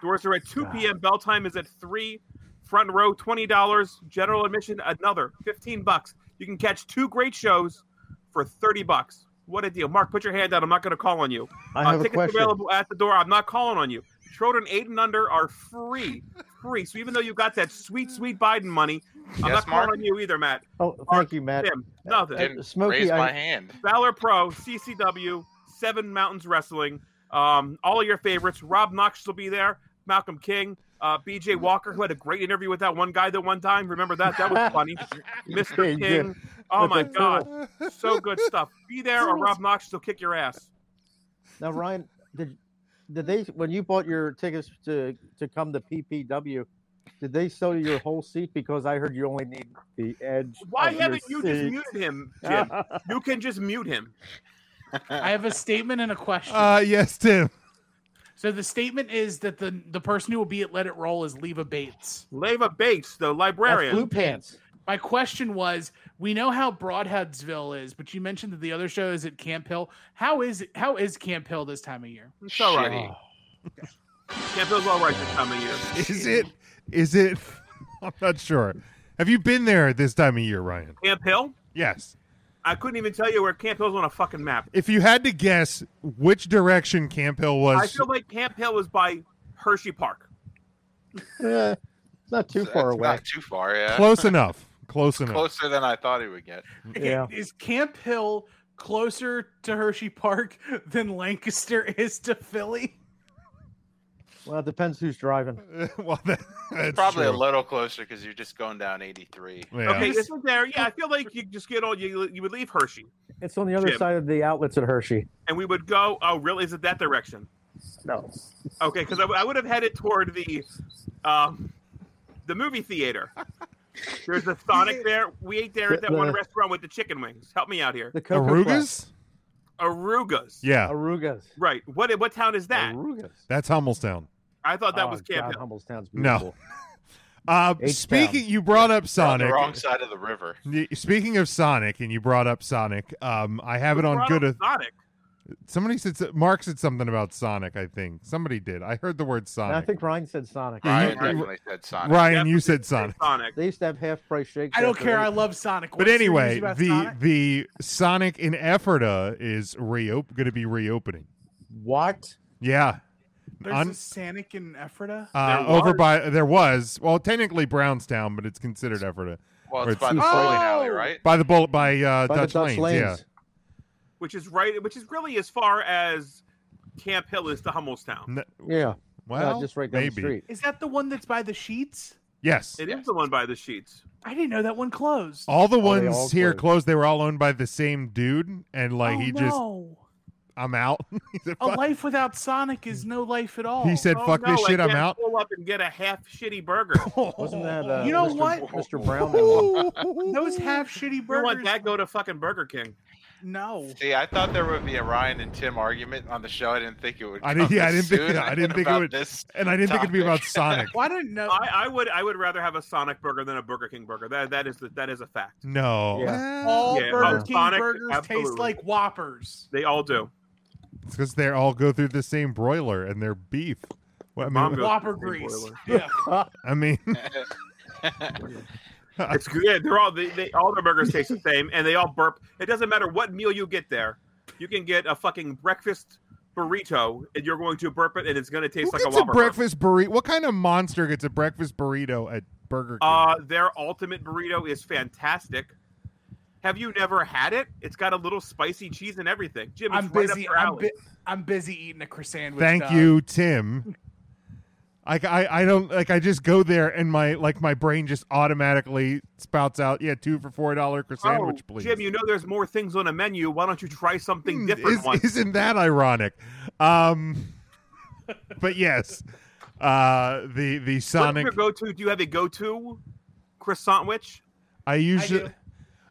[SPEAKER 10] Doors are at 2 p.m. Bell time is at 3. Front row, $20. General admission, another 15 bucks. You can catch two great shows for 30 bucks. What a deal. Mark, put your hand down. I'm not going to call on you.
[SPEAKER 13] I have a
[SPEAKER 10] Uh, tickets
[SPEAKER 13] question.
[SPEAKER 10] available at the door. I'm not calling on you. Children 8 and under are free. Free. So even though you got that sweet, sweet Biden money, I'm not
[SPEAKER 13] Yes,
[SPEAKER 10] calling
[SPEAKER 13] Mark?
[SPEAKER 10] on you either, Matt.
[SPEAKER 13] Oh, thank you, Matt.
[SPEAKER 10] Tim, nothing.
[SPEAKER 13] Didn't Smokey, raise I- my
[SPEAKER 14] hand.
[SPEAKER 10] Valor Pro, CCW, Seven Mountains Wrestling, um, all of your favorites. Rob Knox will be there. Malcolm King, uh, B.J. Walker, who had a great interview with that one guy that one time. Remember that? That was funny.
[SPEAKER 13] Yeah,
[SPEAKER 10] Mr.
[SPEAKER 13] he
[SPEAKER 10] King.
[SPEAKER 13] did.
[SPEAKER 10] Oh
[SPEAKER 13] With
[SPEAKER 10] my
[SPEAKER 13] the
[SPEAKER 10] God, so good stuff. Be there, or Rob Knox will kick your ass.
[SPEAKER 13] Now, Ryan, did did they when you bought your tickets to to come to PPW? Did they sell you your whole seat? Because I heard you only need the edge.
[SPEAKER 10] Why
[SPEAKER 13] of your
[SPEAKER 10] haven't you just
[SPEAKER 13] seat.
[SPEAKER 10] muted him, Jim? you can just mute him.
[SPEAKER 12] I have a statement and a question.
[SPEAKER 1] Uh, yes, Tim.
[SPEAKER 12] So the statement is that the the person who will be at Let It Roll is Leva Bates.
[SPEAKER 10] Leva Bates, the librarian. Blue
[SPEAKER 12] Pants. My question was: We know how Broadheadsville is, but you mentioned that the other show is at Camp Hill. How is it, how is Camp Hill this time of year?
[SPEAKER 10] It's all right. Can't feel well right this time of year.
[SPEAKER 1] Is it? Is it? I'm not sure. Have you been there at this time of year, Ryan?
[SPEAKER 10] Camp Hill?
[SPEAKER 1] Yes.
[SPEAKER 10] I couldn't even tell you where Camp Hill's on a fucking map.
[SPEAKER 1] If you had to guess which direction Camp Hill
[SPEAKER 10] I
[SPEAKER 1] was,
[SPEAKER 10] feel like Camp Hill is by Hershey Park.
[SPEAKER 13] Eh, it's not too far
[SPEAKER 14] It's
[SPEAKER 13] away.
[SPEAKER 14] not too far, yeah.
[SPEAKER 1] close enough. Close enough.
[SPEAKER 14] Closer than I thought he would get.
[SPEAKER 12] Okay, Is Camp Hill closer to Hershey Park than Lancaster is to Philly?
[SPEAKER 13] Well, it depends who's driving.
[SPEAKER 1] well, that's
[SPEAKER 14] Probably
[SPEAKER 13] true.
[SPEAKER 14] a little closer because you're just going down 83.
[SPEAKER 10] Okay, this is there. Yeah, I feel like you just get on. You, you would leave Hershey,
[SPEAKER 13] It's on the other
[SPEAKER 10] Jim.
[SPEAKER 13] side of the outlets at Hershey.
[SPEAKER 10] and we would go. Oh, really? Is it that direction?
[SPEAKER 13] No.
[SPEAKER 10] Okay, because I, w- I would have headed toward the, um, the movie theater. There's a Sonic there. We ate there at
[SPEAKER 13] The-
[SPEAKER 10] that one
[SPEAKER 13] the-
[SPEAKER 10] restaurant with the chicken wings. Help me out here.
[SPEAKER 13] The Cocoa Arugas?
[SPEAKER 10] Arugas.
[SPEAKER 1] yeah,
[SPEAKER 13] Arugas.
[SPEAKER 10] Right. What what town is that?
[SPEAKER 1] that's Hummelstown.
[SPEAKER 10] I thought that
[SPEAKER 13] Oh,
[SPEAKER 10] was Camp
[SPEAKER 13] God,
[SPEAKER 10] Hill.
[SPEAKER 13] Humblestown's
[SPEAKER 1] No. Uh,
[SPEAKER 13] H-Town.
[SPEAKER 1] speaking, you brought up
[SPEAKER 14] You're on
[SPEAKER 1] Sonic.
[SPEAKER 14] the wrong side of the river.
[SPEAKER 1] Y- Speaking of Sonic, and you brought up Sonic, um, I have it on
[SPEAKER 14] brought
[SPEAKER 1] good.
[SPEAKER 14] up
[SPEAKER 1] au-
[SPEAKER 10] Sonic?
[SPEAKER 1] Somebody said so- Mark said something about Sonic. I think somebody did. I heard the word
[SPEAKER 13] And I
[SPEAKER 1] Sonic.
[SPEAKER 13] think Ryan said Sonic.
[SPEAKER 1] Yeah, you- Ryan definitely said Sonic. Ryan, you said Sonic.
[SPEAKER 13] They used to have half price shakes.
[SPEAKER 12] I don't
[SPEAKER 13] after
[SPEAKER 12] care.
[SPEAKER 13] they-
[SPEAKER 12] I love Sonic.
[SPEAKER 1] But
[SPEAKER 12] What's
[SPEAKER 1] anyway,
[SPEAKER 12] news about
[SPEAKER 1] the
[SPEAKER 12] Sonic?
[SPEAKER 1] the Sonic in Ephrata is reop going to be reopening.
[SPEAKER 13] What?
[SPEAKER 1] Yeah,
[SPEAKER 12] there's
[SPEAKER 1] On-
[SPEAKER 12] a Sonic in Ephrata.
[SPEAKER 1] uh, over by there was well technically Brownstown, but it's considered Ephrata.
[SPEAKER 14] Well,
[SPEAKER 1] Or
[SPEAKER 14] it's by the bowling alley,
[SPEAKER 1] Oh!
[SPEAKER 14] right?
[SPEAKER 1] By the bullet by uh,
[SPEAKER 13] By the
[SPEAKER 1] Dutch, Lanes,
[SPEAKER 13] Dutch Lanes.
[SPEAKER 10] which is right, which is really as far as Camp Hill is to Hummelstown.
[SPEAKER 1] yeah.
[SPEAKER 13] Yeah. uh,
[SPEAKER 1] Well,
[SPEAKER 13] just right down the
[SPEAKER 1] maybe.
[SPEAKER 13] street.
[SPEAKER 12] Is that the one that's by the sheets?
[SPEAKER 1] Yes.
[SPEAKER 10] It is the one by the sheets.
[SPEAKER 12] I didn't know that one closed.
[SPEAKER 1] All the
[SPEAKER 12] one Oh,
[SPEAKER 1] ones here closed. They were all owned by the same dude, and like he just I'm out. He said,
[SPEAKER 12] A
[SPEAKER 1] "Fuck."
[SPEAKER 12] life without Sonic is no life at all.
[SPEAKER 1] He said, "Fuck this
[SPEAKER 10] Oh, I
[SPEAKER 1] shit, I'm
[SPEAKER 10] can't
[SPEAKER 1] out."
[SPEAKER 10] Pull up and get a half shitty burger.
[SPEAKER 13] Wasn't that uh,
[SPEAKER 12] You know
[SPEAKER 13] Mr.
[SPEAKER 12] what?
[SPEAKER 13] Mr. Brown?
[SPEAKER 12] Those half shitty
[SPEAKER 10] You want
[SPEAKER 12] burgers.
[SPEAKER 10] that? Go to fucking Burger King.
[SPEAKER 12] No.
[SPEAKER 14] See, I thought there would be a Ryan and Tim argument on the show. I didn't think it would.
[SPEAKER 1] I didn't.
[SPEAKER 14] come
[SPEAKER 1] Yeah, I
[SPEAKER 14] this
[SPEAKER 1] didn't think.
[SPEAKER 14] soon.
[SPEAKER 1] yeah, I didn't think it
[SPEAKER 14] about
[SPEAKER 1] would.
[SPEAKER 14] This
[SPEAKER 1] And I didn't think it'd be about Sonic.
[SPEAKER 12] I didn't know.
[SPEAKER 10] I, would. I would rather have a Sonic burger than a Burger King burger. That that is the, that is a fact.
[SPEAKER 1] No.
[SPEAKER 12] All
[SPEAKER 10] Yeah,
[SPEAKER 12] Burger
[SPEAKER 10] oh,
[SPEAKER 12] King
[SPEAKER 10] Sonic,
[SPEAKER 12] burgers taste
[SPEAKER 10] absolutely.
[SPEAKER 12] like Whoppers.
[SPEAKER 10] They all do.
[SPEAKER 1] It's because they all go through the same broiler and they're beef. Well, I mean,
[SPEAKER 10] Mom goes
[SPEAKER 12] Whopper
[SPEAKER 10] through the same
[SPEAKER 12] grease.
[SPEAKER 10] boiler.
[SPEAKER 12] Yeah.
[SPEAKER 1] I mean,
[SPEAKER 10] it's good. Yeah, They're all they, they all their burgers taste the same, and they all burp. It doesn't matter what meal you get there. You can get a fucking breakfast burrito, and you're going to burp it, and it's going to taste
[SPEAKER 1] who
[SPEAKER 10] like a
[SPEAKER 1] gets a,
[SPEAKER 10] Whopper. burger.
[SPEAKER 1] breakfast burrito? What kind of monster gets a breakfast burrito at Burger King?
[SPEAKER 10] Uh, their ultimate burrito is fantastic. Have you never had it? It's got a little spicy cheese and everything. Jim, it's
[SPEAKER 12] I'm
[SPEAKER 10] right
[SPEAKER 12] busy.
[SPEAKER 10] up your
[SPEAKER 12] I'm,
[SPEAKER 10] alley.
[SPEAKER 12] bu- I'm busy eating a croissant. with,
[SPEAKER 1] Thank
[SPEAKER 12] uh,
[SPEAKER 1] you, Tim. I, I, I don't like I just go there and my like my brain just automatically spouts out yeah two for four dollar sandwich
[SPEAKER 10] oh,
[SPEAKER 1] please Hmm,
[SPEAKER 10] Jim, you know there's more things on a menu. Why don't you try something different
[SPEAKER 1] Is,
[SPEAKER 10] once?
[SPEAKER 1] isn't that ironic? Um, but yes, uh, the the
[SPEAKER 10] What's
[SPEAKER 1] Sonic
[SPEAKER 10] your go-to? Do you have a go-to croissant witch?
[SPEAKER 1] I usually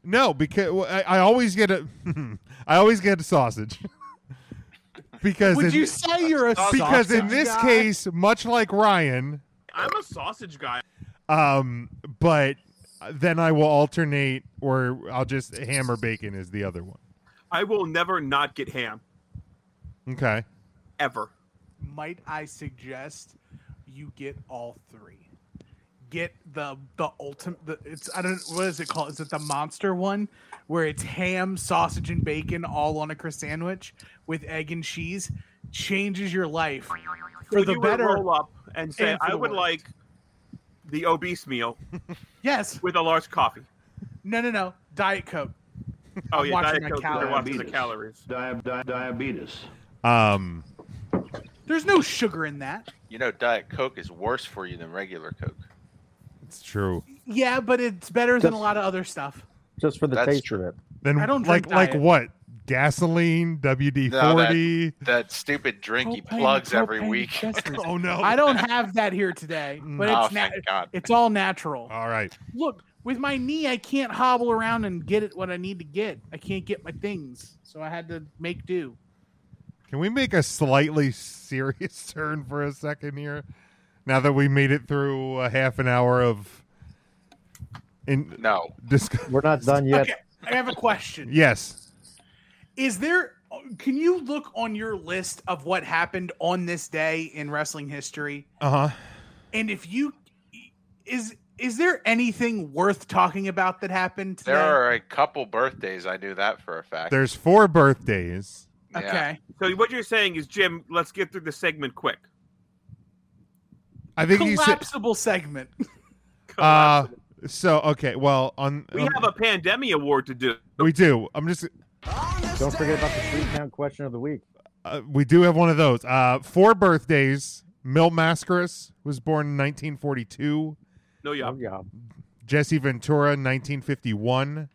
[SPEAKER 1] no because well, I, I always get a I always get a sausage because
[SPEAKER 12] Would
[SPEAKER 1] in-
[SPEAKER 12] you say you're a
[SPEAKER 1] because in
[SPEAKER 12] sausage
[SPEAKER 1] this
[SPEAKER 12] guy?
[SPEAKER 1] case, much like Ryan,
[SPEAKER 10] I'm a sausage guy.
[SPEAKER 1] um, but then I will alternate or I'll just ham or bacon is the other one.
[SPEAKER 10] I will never not get ham
[SPEAKER 1] Okay,
[SPEAKER 10] ever.
[SPEAKER 12] might I suggest you get all three? Get the the ultimate. The, it's I don't what is it called? Is it the monster one where it's ham, sausage, and bacon all on a croissant sandwich with egg and cheese? Changes your life for
[SPEAKER 10] So
[SPEAKER 12] the
[SPEAKER 10] you would
[SPEAKER 12] better.
[SPEAKER 10] roll up and say,
[SPEAKER 12] and for
[SPEAKER 10] "I
[SPEAKER 12] the
[SPEAKER 10] would
[SPEAKER 12] worse."
[SPEAKER 10] like the obese meal."
[SPEAKER 12] yes.
[SPEAKER 10] With a large coffee.
[SPEAKER 12] No, no, no. Diet coke.
[SPEAKER 10] Oh
[SPEAKER 12] I'm
[SPEAKER 10] yeah,
[SPEAKER 12] watching
[SPEAKER 10] diet
[SPEAKER 12] my
[SPEAKER 10] coke. They're watching the
[SPEAKER 12] calories.
[SPEAKER 10] calories.
[SPEAKER 11] diabetes.
[SPEAKER 1] um,
[SPEAKER 12] There's no sugar in that.
[SPEAKER 14] You know, Diet Coke is worse for you than regular Coke.
[SPEAKER 1] it's true.
[SPEAKER 12] Yeah, but it's better than a lot of other stuff.
[SPEAKER 13] Just for the
[SPEAKER 14] That's
[SPEAKER 13] taste of it.
[SPEAKER 1] Then
[SPEAKER 12] I don't
[SPEAKER 1] like
[SPEAKER 12] drink
[SPEAKER 1] like
[SPEAKER 12] diet.
[SPEAKER 1] what gasoline WD
[SPEAKER 14] No, that-
[SPEAKER 1] forty.
[SPEAKER 14] That stupid drink he
[SPEAKER 12] Propane,
[SPEAKER 14] plugs every
[SPEAKER 12] propane
[SPEAKER 14] week.
[SPEAKER 12] accessories.
[SPEAKER 1] Oh, no. Mm.
[SPEAKER 12] I don't have that here today, but
[SPEAKER 14] Oh,
[SPEAKER 12] it's
[SPEAKER 14] thank
[SPEAKER 12] nat-
[SPEAKER 14] God.
[SPEAKER 12] it's all natural.
[SPEAKER 1] All right.
[SPEAKER 12] Look, with my knee, I can't hobble around and get it what I need to get. I can't get my things, so I had to make do.
[SPEAKER 1] Can we make a slightly serious turn for a second here? Now that we made it through a half an hour of in
[SPEAKER 14] no,
[SPEAKER 1] we're
[SPEAKER 13] not done yet.
[SPEAKER 12] Okay, I have a question.
[SPEAKER 1] Yes,
[SPEAKER 12] Is there? Can you look on your list of what happened on this day in wrestling history?
[SPEAKER 1] uh huh.
[SPEAKER 12] And if you is is there anything worth talking about that happened today?
[SPEAKER 14] There are a couple birthdays. I knew that for a fact.
[SPEAKER 1] There's four birthdays.
[SPEAKER 14] Yeah.
[SPEAKER 10] So what you're saying is, Jim, let's get through the segment quick.
[SPEAKER 1] I think you said
[SPEAKER 12] collapsible segment.
[SPEAKER 1] uh so okay. Well, on um,
[SPEAKER 10] We
[SPEAKER 12] Um,
[SPEAKER 10] have a pandemic award to do.
[SPEAKER 1] we do. I'm just
[SPEAKER 13] Don't forget about the street town question of the week.
[SPEAKER 1] uh, we do have one of those. Uh, four birthdays. Mil Mascaris was born in 1942.
[SPEAKER 10] No, yeah.
[SPEAKER 13] Oh,
[SPEAKER 12] um,
[SPEAKER 1] Jesse Ventura, 1951.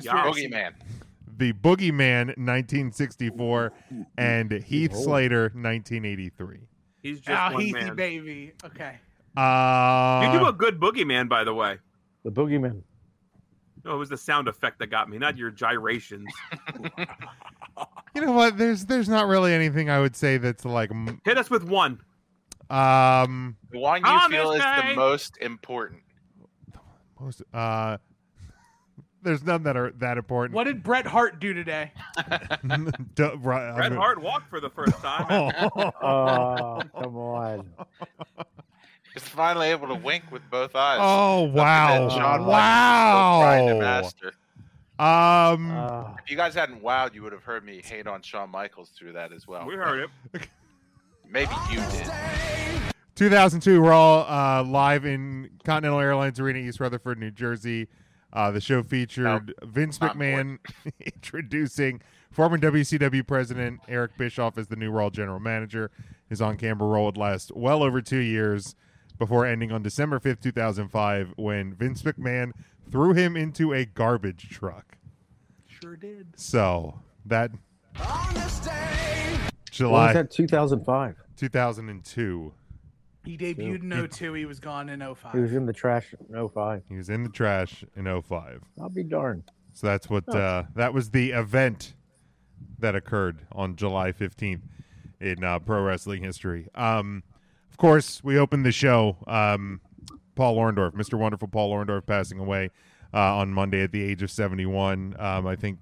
[SPEAKER 14] Yogi man.
[SPEAKER 1] The Boogeyman, 1964, and Heath
[SPEAKER 14] Oh.
[SPEAKER 1] Slater, 1983.
[SPEAKER 10] He's just
[SPEAKER 12] Ah,
[SPEAKER 10] one
[SPEAKER 12] Heathy
[SPEAKER 10] man.
[SPEAKER 12] baby. Okay.
[SPEAKER 1] Uh,
[SPEAKER 10] you do a good boogeyman, by the way.
[SPEAKER 13] The boogeyman.
[SPEAKER 10] No, it was the sound effect that got me, not your gyrations.
[SPEAKER 1] you know what? There's there's not really anything I would say that's like m-
[SPEAKER 10] Hit us with one.
[SPEAKER 1] um
[SPEAKER 14] The one you
[SPEAKER 10] Thomas
[SPEAKER 14] feel is
[SPEAKER 10] Day.
[SPEAKER 14] the most important.
[SPEAKER 1] most uh there's none that are that important.
[SPEAKER 12] What did Bret Hart do today?
[SPEAKER 1] Duh, right,
[SPEAKER 10] Bret
[SPEAKER 1] I'm-
[SPEAKER 10] Hart walked for the first time.
[SPEAKER 13] Oh, come on.
[SPEAKER 14] He's finally able to wink with both eyes.
[SPEAKER 1] Oh
[SPEAKER 14] Up to
[SPEAKER 1] wow!
[SPEAKER 14] that John Michaels,
[SPEAKER 1] wow!
[SPEAKER 14] Brian the Master.
[SPEAKER 1] Um,
[SPEAKER 14] Uh,
[SPEAKER 13] Ah.
[SPEAKER 14] If you guys hadn't wowed, you would have heard me hate on Shawn Michaels through that as
[SPEAKER 12] Oh.
[SPEAKER 14] well.
[SPEAKER 10] We heard
[SPEAKER 1] it.
[SPEAKER 14] Maybe you did.
[SPEAKER 1] 2002 Raw uh, live in Continental Airlines Arena, East Rutherford, New Jersey. Uh, the show featured
[SPEAKER 13] Oh,
[SPEAKER 1] Vince
[SPEAKER 14] not
[SPEAKER 1] McMahon introducing former WCW president Eric Bischoff as the new Raw general manager. His on camera role would last well over two years before ending on December 5th, 2005, when Vince McMahon threw him into a garbage truck.
[SPEAKER 12] Sure did.
[SPEAKER 1] So that July.
[SPEAKER 13] was that 2005?
[SPEAKER 1] 2002.
[SPEAKER 12] He debuted in 02. He was gone in 05.
[SPEAKER 13] He was in the trash in 05.
[SPEAKER 1] He was in the trash in 05.
[SPEAKER 13] I'll be darned.
[SPEAKER 1] So that's what
[SPEAKER 13] Oh.
[SPEAKER 1] uh, that was the event that occurred on July 15th in uh, pro wrestling history. Um, of course, we opened the show. Um, Paul Orndorff, Mr. Wonderful Paul Orndorff, passing away uh, on Monday at the age of 71. Um, I think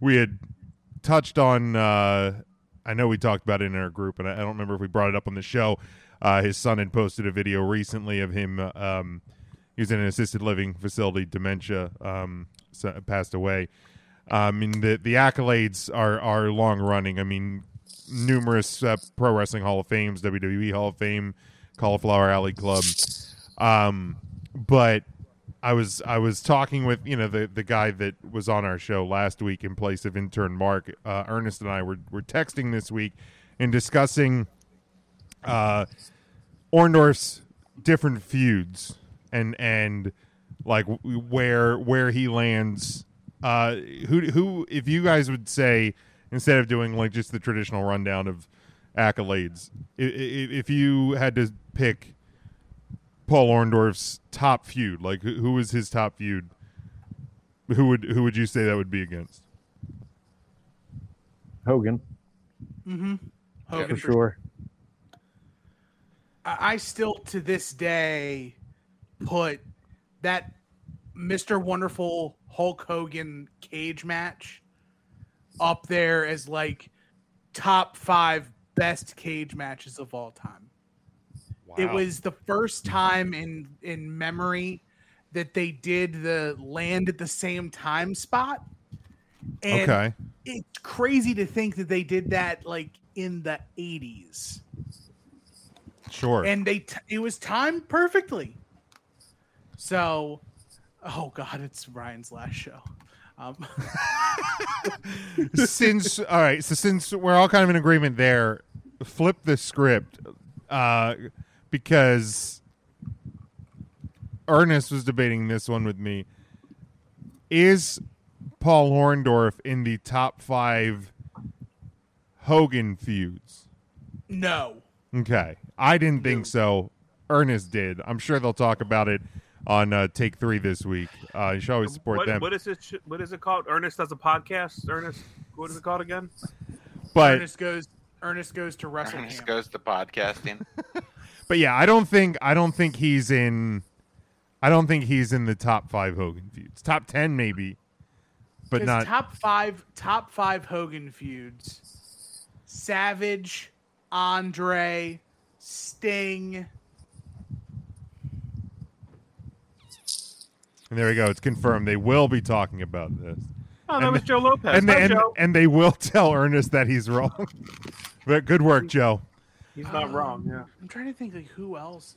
[SPEAKER 1] we had touched on. Uh, I know we talked about it in our group, and I I don't remember if we brought it up on the show. Uh, his son had posted a video recently of him. uh, Um, he was in an assisted living facility, dementia, um, so, passed away. I mean, the the accolades are are long running. I mean, numerous uh, pro wrestling Hall of Fames, WWE Hall of Fame, Cauliflower Alley Club. Um, but I was I was talking with you know the the guy that was on our show last week in place of intern Mark. Uh, Ernest and I were were texting this week and discussing uh, Orndorff's different feuds and and like w- where where he lands. Uh, who who if you guys would say instead of doing like just the traditional rundown of accolades, i- i- if you had to pick Paul Orndorff's top feud, like who who was his top feud? Who would who would you say that would be against?
[SPEAKER 13] Hogan,
[SPEAKER 12] Mm-hmm.
[SPEAKER 13] for
[SPEAKER 12] Hogan
[SPEAKER 13] sure.
[SPEAKER 12] I, I still to this day put that Mr. Wonderful Hulk Hogan cage match up there as like top five best cage matches of all time. It
[SPEAKER 4] Wow.
[SPEAKER 12] was the first time in in memory that they did the land at the same time spot. And
[SPEAKER 1] Okay.
[SPEAKER 12] it's crazy to think that they did that like in the 80s
[SPEAKER 1] Sure.
[SPEAKER 12] and they t- it was timed perfectly. So, oh god, it's Ryan's last show. Um,
[SPEAKER 1] since all right, so since we're all kind of in agreement there, flip the script uh, because Ernest was debating this one with me. Is Paul Horndorf in the top five Hogan feuds?
[SPEAKER 12] no,
[SPEAKER 1] Okay. I didn't think so. Ernest did. I'm sure they'll talk about it on uh, Take Three this week. Uh, you should always support
[SPEAKER 10] What,
[SPEAKER 1] them.
[SPEAKER 10] what is it? sh- What is it called? Ernest has a podcast. Ernest, what is it called again?
[SPEAKER 1] but
[SPEAKER 12] Ernest goes. Ernest goes to wrestle.
[SPEAKER 14] Ernest goes to podcasting.
[SPEAKER 1] but yeah, I don't think I don't think he's in. I don't think he's in the top five Hogan feuds. Top ten maybe, but
[SPEAKER 12] His
[SPEAKER 1] not.
[SPEAKER 12] top five. Top five Hogan feuds: Savage, Andre, Sting.
[SPEAKER 1] and there we go. It's confirmed. They will be talking about this.
[SPEAKER 10] Oh, that
[SPEAKER 1] And-
[SPEAKER 10] was Joe Lopez.
[SPEAKER 1] And, they-
[SPEAKER 10] Hi,
[SPEAKER 1] and,
[SPEAKER 10] Joe.
[SPEAKER 1] and they will tell Ernest that he's wrong. but good work, Joe.
[SPEAKER 10] He's not wrong. Yeah.
[SPEAKER 12] I'm trying to think like who else.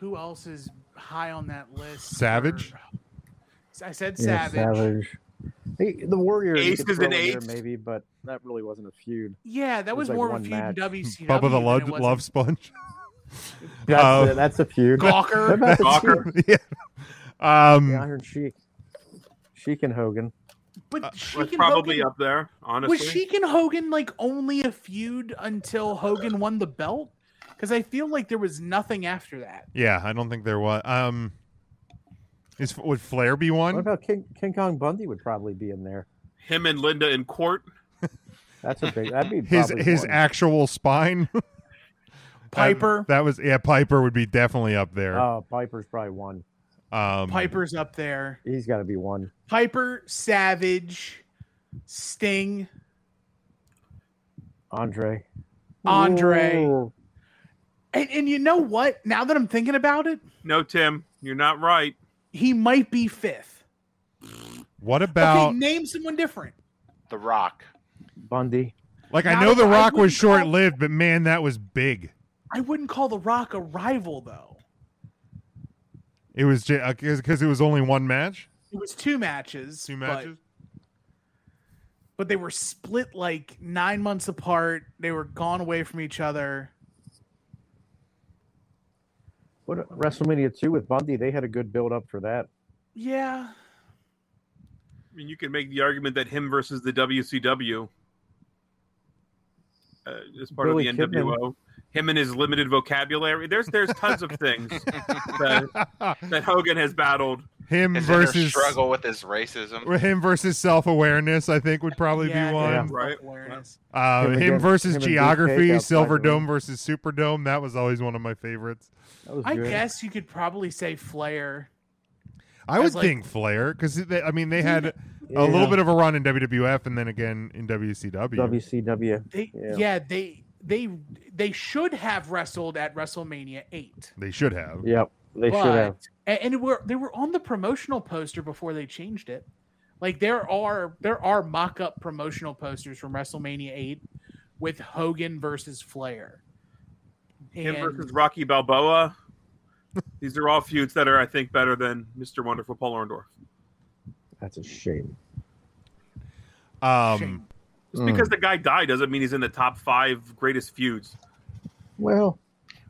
[SPEAKER 12] Who else is high on that list?
[SPEAKER 1] Savage.
[SPEAKER 12] I said
[SPEAKER 13] Yeah,
[SPEAKER 12] Savage.
[SPEAKER 13] Savage. Hey, the Warrior. you
[SPEAKER 12] Ace
[SPEAKER 13] could
[SPEAKER 12] is
[SPEAKER 13] throw
[SPEAKER 12] an
[SPEAKER 13] in there
[SPEAKER 12] ace.
[SPEAKER 13] Maybe, but that really wasn't a feud.
[SPEAKER 12] Yeah, that
[SPEAKER 13] It
[SPEAKER 12] was
[SPEAKER 13] like
[SPEAKER 12] more of a
[SPEAKER 13] one
[SPEAKER 12] feud in
[SPEAKER 13] match.
[SPEAKER 12] WCW
[SPEAKER 1] Bubba the
[SPEAKER 12] than it
[SPEAKER 1] love,
[SPEAKER 12] was-
[SPEAKER 1] love sponge.
[SPEAKER 13] That's,
[SPEAKER 1] Um,
[SPEAKER 13] a, that's a feud.
[SPEAKER 12] Gawker.
[SPEAKER 13] What about the
[SPEAKER 1] Gawker.
[SPEAKER 13] feud?
[SPEAKER 1] yeah. Um,
[SPEAKER 13] the Iron Sheik. Sheik and Hogan.
[SPEAKER 12] But
[SPEAKER 10] Was
[SPEAKER 12] Sheik and
[SPEAKER 10] probably
[SPEAKER 12] Hogan,
[SPEAKER 10] up there. Honestly,
[SPEAKER 12] was Sheik and Hogan like only a feud until Hogan won the belt? Because I feel like there was nothing after that.
[SPEAKER 1] Yeah, I don't think there was. Um, is would Flair be
[SPEAKER 13] What
[SPEAKER 1] one?
[SPEAKER 13] about King, King Kong Bundy would probably be in there.
[SPEAKER 10] him and Linda in court.
[SPEAKER 13] That's a big. That'd be
[SPEAKER 1] His
[SPEAKER 13] probably
[SPEAKER 1] his
[SPEAKER 13] one.
[SPEAKER 1] actual spine. That-
[SPEAKER 12] Piper.
[SPEAKER 1] That, was yeah. Piper would be definitely up there.
[SPEAKER 13] Oh, Piper's probably one.
[SPEAKER 1] um,
[SPEAKER 12] Piper's up there.
[SPEAKER 13] He's got to be one.
[SPEAKER 12] Piper, Savage, Sting,
[SPEAKER 13] Andre.
[SPEAKER 12] Andre.
[SPEAKER 13] Ooh.
[SPEAKER 12] And, and you know what? Now that I'm thinking about it,
[SPEAKER 10] No, Tim, you're not right.
[SPEAKER 12] he might be fifth.
[SPEAKER 1] What about
[SPEAKER 12] okay, name someone different.
[SPEAKER 14] The Rock.
[SPEAKER 13] Bundy?
[SPEAKER 1] like I
[SPEAKER 12] Not
[SPEAKER 1] know
[SPEAKER 12] if
[SPEAKER 1] The
[SPEAKER 12] I
[SPEAKER 1] Rock was
[SPEAKER 12] wouldn't call-
[SPEAKER 1] short lived, but man, that was big.
[SPEAKER 12] I wouldn't call The Rock a rival though.
[SPEAKER 1] It was because it was only one match.
[SPEAKER 12] It was two matches. Two
[SPEAKER 1] matches?
[SPEAKER 12] But, they were split like nine months apart. They were gone away from each other.
[SPEAKER 13] What WrestleMania two with Bundy? They had a good build up for that.
[SPEAKER 12] Yeah.
[SPEAKER 10] I mean, you can make the argument that him versus the WCW uh, as part
[SPEAKER 16] Billy
[SPEAKER 10] of the NWO. Him and his limited vocabulary. There's there's tons of things that, that Hogan has battled.
[SPEAKER 1] Him
[SPEAKER 10] His inner
[SPEAKER 1] versus
[SPEAKER 10] struggle
[SPEAKER 14] with his racism.
[SPEAKER 1] Him versus self awareness, I think, would probably be one.
[SPEAKER 10] Right.
[SPEAKER 1] Uh,
[SPEAKER 13] Him
[SPEAKER 1] him,
[SPEAKER 13] against-
[SPEAKER 1] versus
[SPEAKER 13] him and Beefcake
[SPEAKER 1] geography,
[SPEAKER 13] outside the
[SPEAKER 1] Silverdome versus Superdome. That was always one of my favorites.
[SPEAKER 12] I guess you could probably say Flair.
[SPEAKER 1] I would
[SPEAKER 12] as, like-
[SPEAKER 1] think Flair because I mean they had a
[SPEAKER 12] Yeah.
[SPEAKER 1] little bit of a run in WWF and then again in WCW.
[SPEAKER 13] WCW.
[SPEAKER 12] They, yeah. they they they should have wrestled at WrestleMania eight.
[SPEAKER 1] They should have.
[SPEAKER 13] Yep, they should
[SPEAKER 12] But-
[SPEAKER 13] have.
[SPEAKER 12] a- And, were they were on the promotional poster before they changed it. Like there are there are mock up promotional posters from WrestleMania eight with Hogan versus Flair.
[SPEAKER 10] Him
[SPEAKER 12] And-
[SPEAKER 10] versus Rocky Balboa. These are all feuds that are, I think, better than Mr. Wonderful Paul Orndorff.
[SPEAKER 13] That's a shame.
[SPEAKER 1] Um,
[SPEAKER 10] Just because the guy died doesn't mean he's in the top five greatest feuds.
[SPEAKER 13] Well,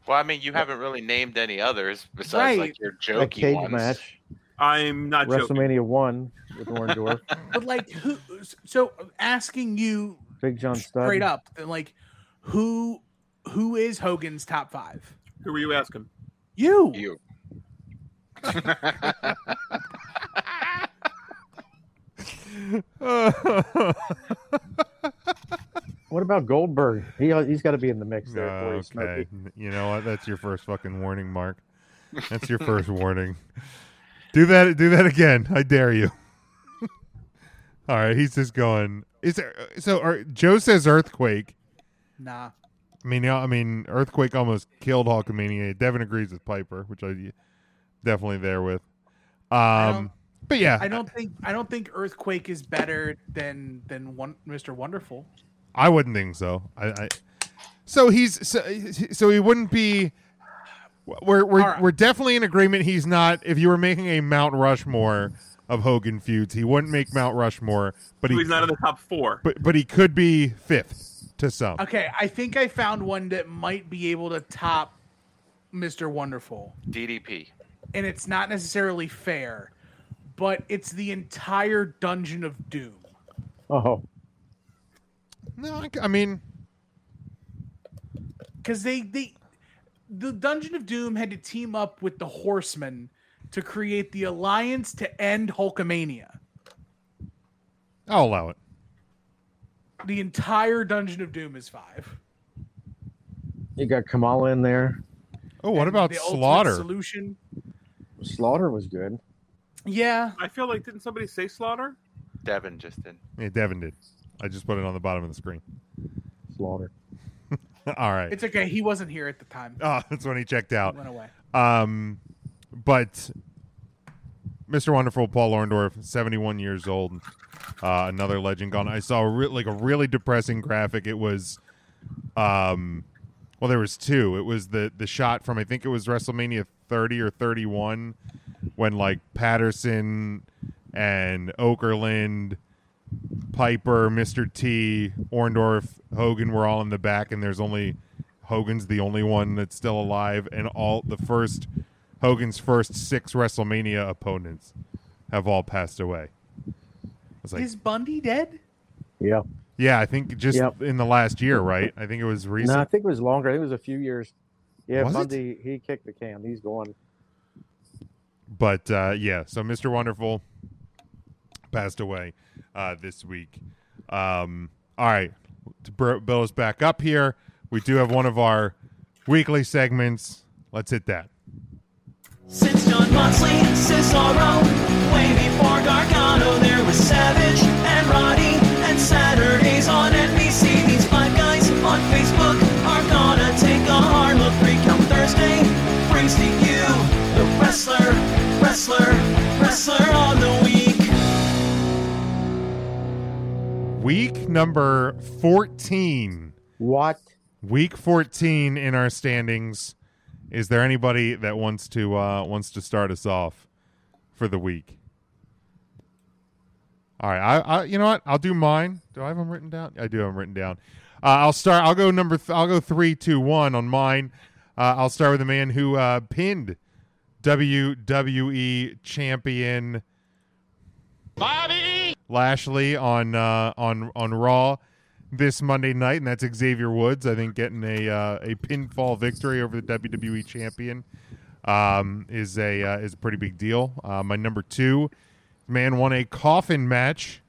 [SPEAKER 14] Well, I mean, you haven't really named any others besides like your
[SPEAKER 13] that
[SPEAKER 14] jokey
[SPEAKER 13] cage
[SPEAKER 14] ones.
[SPEAKER 13] match,
[SPEAKER 10] I'm not
[SPEAKER 13] WrestleMania one with Orndorff,
[SPEAKER 12] but like who? So asking you
[SPEAKER 13] Big John Studd.
[SPEAKER 12] straight up, and like who who is Hogan's top five?
[SPEAKER 10] Who were you asking?
[SPEAKER 12] You.
[SPEAKER 14] You.
[SPEAKER 1] Um,
[SPEAKER 13] What about Goldberg? He uh, he's got to be in the mix there. for you,
[SPEAKER 1] Oh, okay,
[SPEAKER 13] Smokey.
[SPEAKER 1] you know what? That's your first fucking warning, Mark. That's your first warning. Do that. Do that again. I dare you. All right, he's just going. Is there? So are, Joe says earthquake.
[SPEAKER 12] Nah.
[SPEAKER 1] I mean, yeah, I mean, earthquake almost killed Hulkamania. Devin agrees with Piper, which I definitely there with. Um, but yeah,
[SPEAKER 12] I don't think I don't think Earthquake is better than than one Mr. Wonderful.
[SPEAKER 1] I wouldn't think so. I, I so he's so, so he wouldn't be. We're we're
[SPEAKER 12] All right.
[SPEAKER 1] we're definitely in agreement. He's not. If you were making a Mount Rushmore of Hogan feuds, he wouldn't make Mount Rushmore, but
[SPEAKER 10] So
[SPEAKER 1] he
[SPEAKER 10] he's not in the top four.
[SPEAKER 1] but but he could be fifth to some.
[SPEAKER 12] Okay, I think I found one that might be able to top Mr. Wonderful,
[SPEAKER 14] DDP.
[SPEAKER 12] and it's not necessarily fair, but it's the entire Dungeon of Doom.
[SPEAKER 13] Oh,
[SPEAKER 1] No, I, I mean,
[SPEAKER 12] because they they the Dungeon of Doom had to team up with the Horsemen to create the alliance to end Hulkamania.
[SPEAKER 1] I'll allow it.
[SPEAKER 12] The entire Dungeon of Doom is five.
[SPEAKER 13] you got Kamala in there.
[SPEAKER 1] Oh, what about
[SPEAKER 12] The ultimate Solution.
[SPEAKER 13] Slaughter was good.
[SPEAKER 12] Yeah.
[SPEAKER 10] I feel like didn't somebody say Slaughter?
[SPEAKER 14] Devin just did.
[SPEAKER 1] Yeah, Devin did. I just put it on the bottom of the screen.
[SPEAKER 13] Slaughter.
[SPEAKER 1] All right.
[SPEAKER 12] It's okay. He wasn't here at the time.
[SPEAKER 1] Oh, that's when he checked out.
[SPEAKER 12] He went away.
[SPEAKER 1] Um, but Mr. Wonderful, Paul Orndorff, seventy-one years old, uh, another legend gone. I saw a re- like a really depressing graphic. It was, um, well, there was two. It was the the shot from I think it was WrestleMania thirty or thirty-one when like Patterson and Okerlund. Piper, Mr. T, Orndorff, Hogan were all in the back, and there's only Hogan's the only one that's still alive, and all the first Hogan's first six WrestleMania opponents have all passed away. I was like,
[SPEAKER 12] Is Bundy dead?
[SPEAKER 13] Yeah.
[SPEAKER 1] yeah, I think just
[SPEAKER 13] Yep.
[SPEAKER 1] in the last year, right? I think it was recent.
[SPEAKER 13] No, I think it was longer. I think it was a few years. Yeah,
[SPEAKER 1] Was it?
[SPEAKER 13] Bundy, he kicked the can. He's gone.
[SPEAKER 1] But uh, yeah, so Mr. Wonderful passed away uh, this week. Um, all right, to br- build us back up here, we do have one of our weekly segments. Let's hit that.
[SPEAKER 4] Since John Moxley, Cesaro, way before Gargano, there was Savage and Roddy and Saturdays on NBC. These five guys on Facebook are gonna take a hard look. Free Count Thursday brings to you the wrestler, wrestler, wrestler on the week.
[SPEAKER 1] Week number 14.
[SPEAKER 13] What?
[SPEAKER 1] Week 14 in our standings. Is there anybody that wants to uh wants to start us off for the week? All right, I, I you know what? I'll do mine. Do I have them written down? I do have them written down. Uh, I'll start. I'll go number. Th- I'll go three, two, one on mine. Uh, I'll start with the man who uh, pinned WWE champion Bobby Lashley on uh, on on Raw. this Monday night, and that's Xavier Woods. I think getting a uh, a pinfall victory over the WWE champion um, is a uh, is a pretty big deal. Uh, my number two man won a coffin match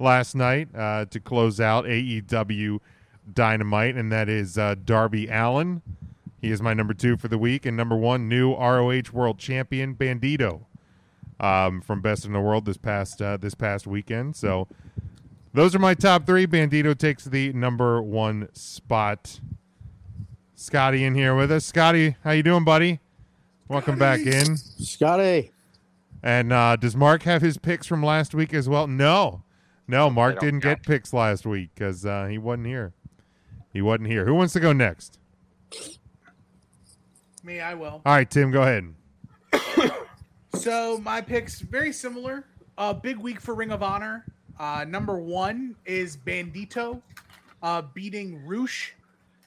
[SPEAKER 1] last night uh, to close out AEW Dynamite, and that is uh, Darby Allen. He is my number two for the week, and number one, new ROH World Champion Bandito um, from Best in the World this past uh, this past weekend. So those are my top three. Bandito takes the number one spot. Scotty in here with us. Scotty, how you doing, buddy? Welcome back in,
[SPEAKER 13] Scotty.
[SPEAKER 1] And uh, does Mark have his picks from last week as well? No, no, Mark
[SPEAKER 13] don't
[SPEAKER 1] didn't get picks last week because uh, he wasn't here. He wasn't here. Who wants to go next?
[SPEAKER 12] Me, I will.
[SPEAKER 1] All right, Tim, go ahead.
[SPEAKER 12] So my picks very similar. Uh, big week for Ring of Honor. Uh, number one is Bandito uh, beating Roosh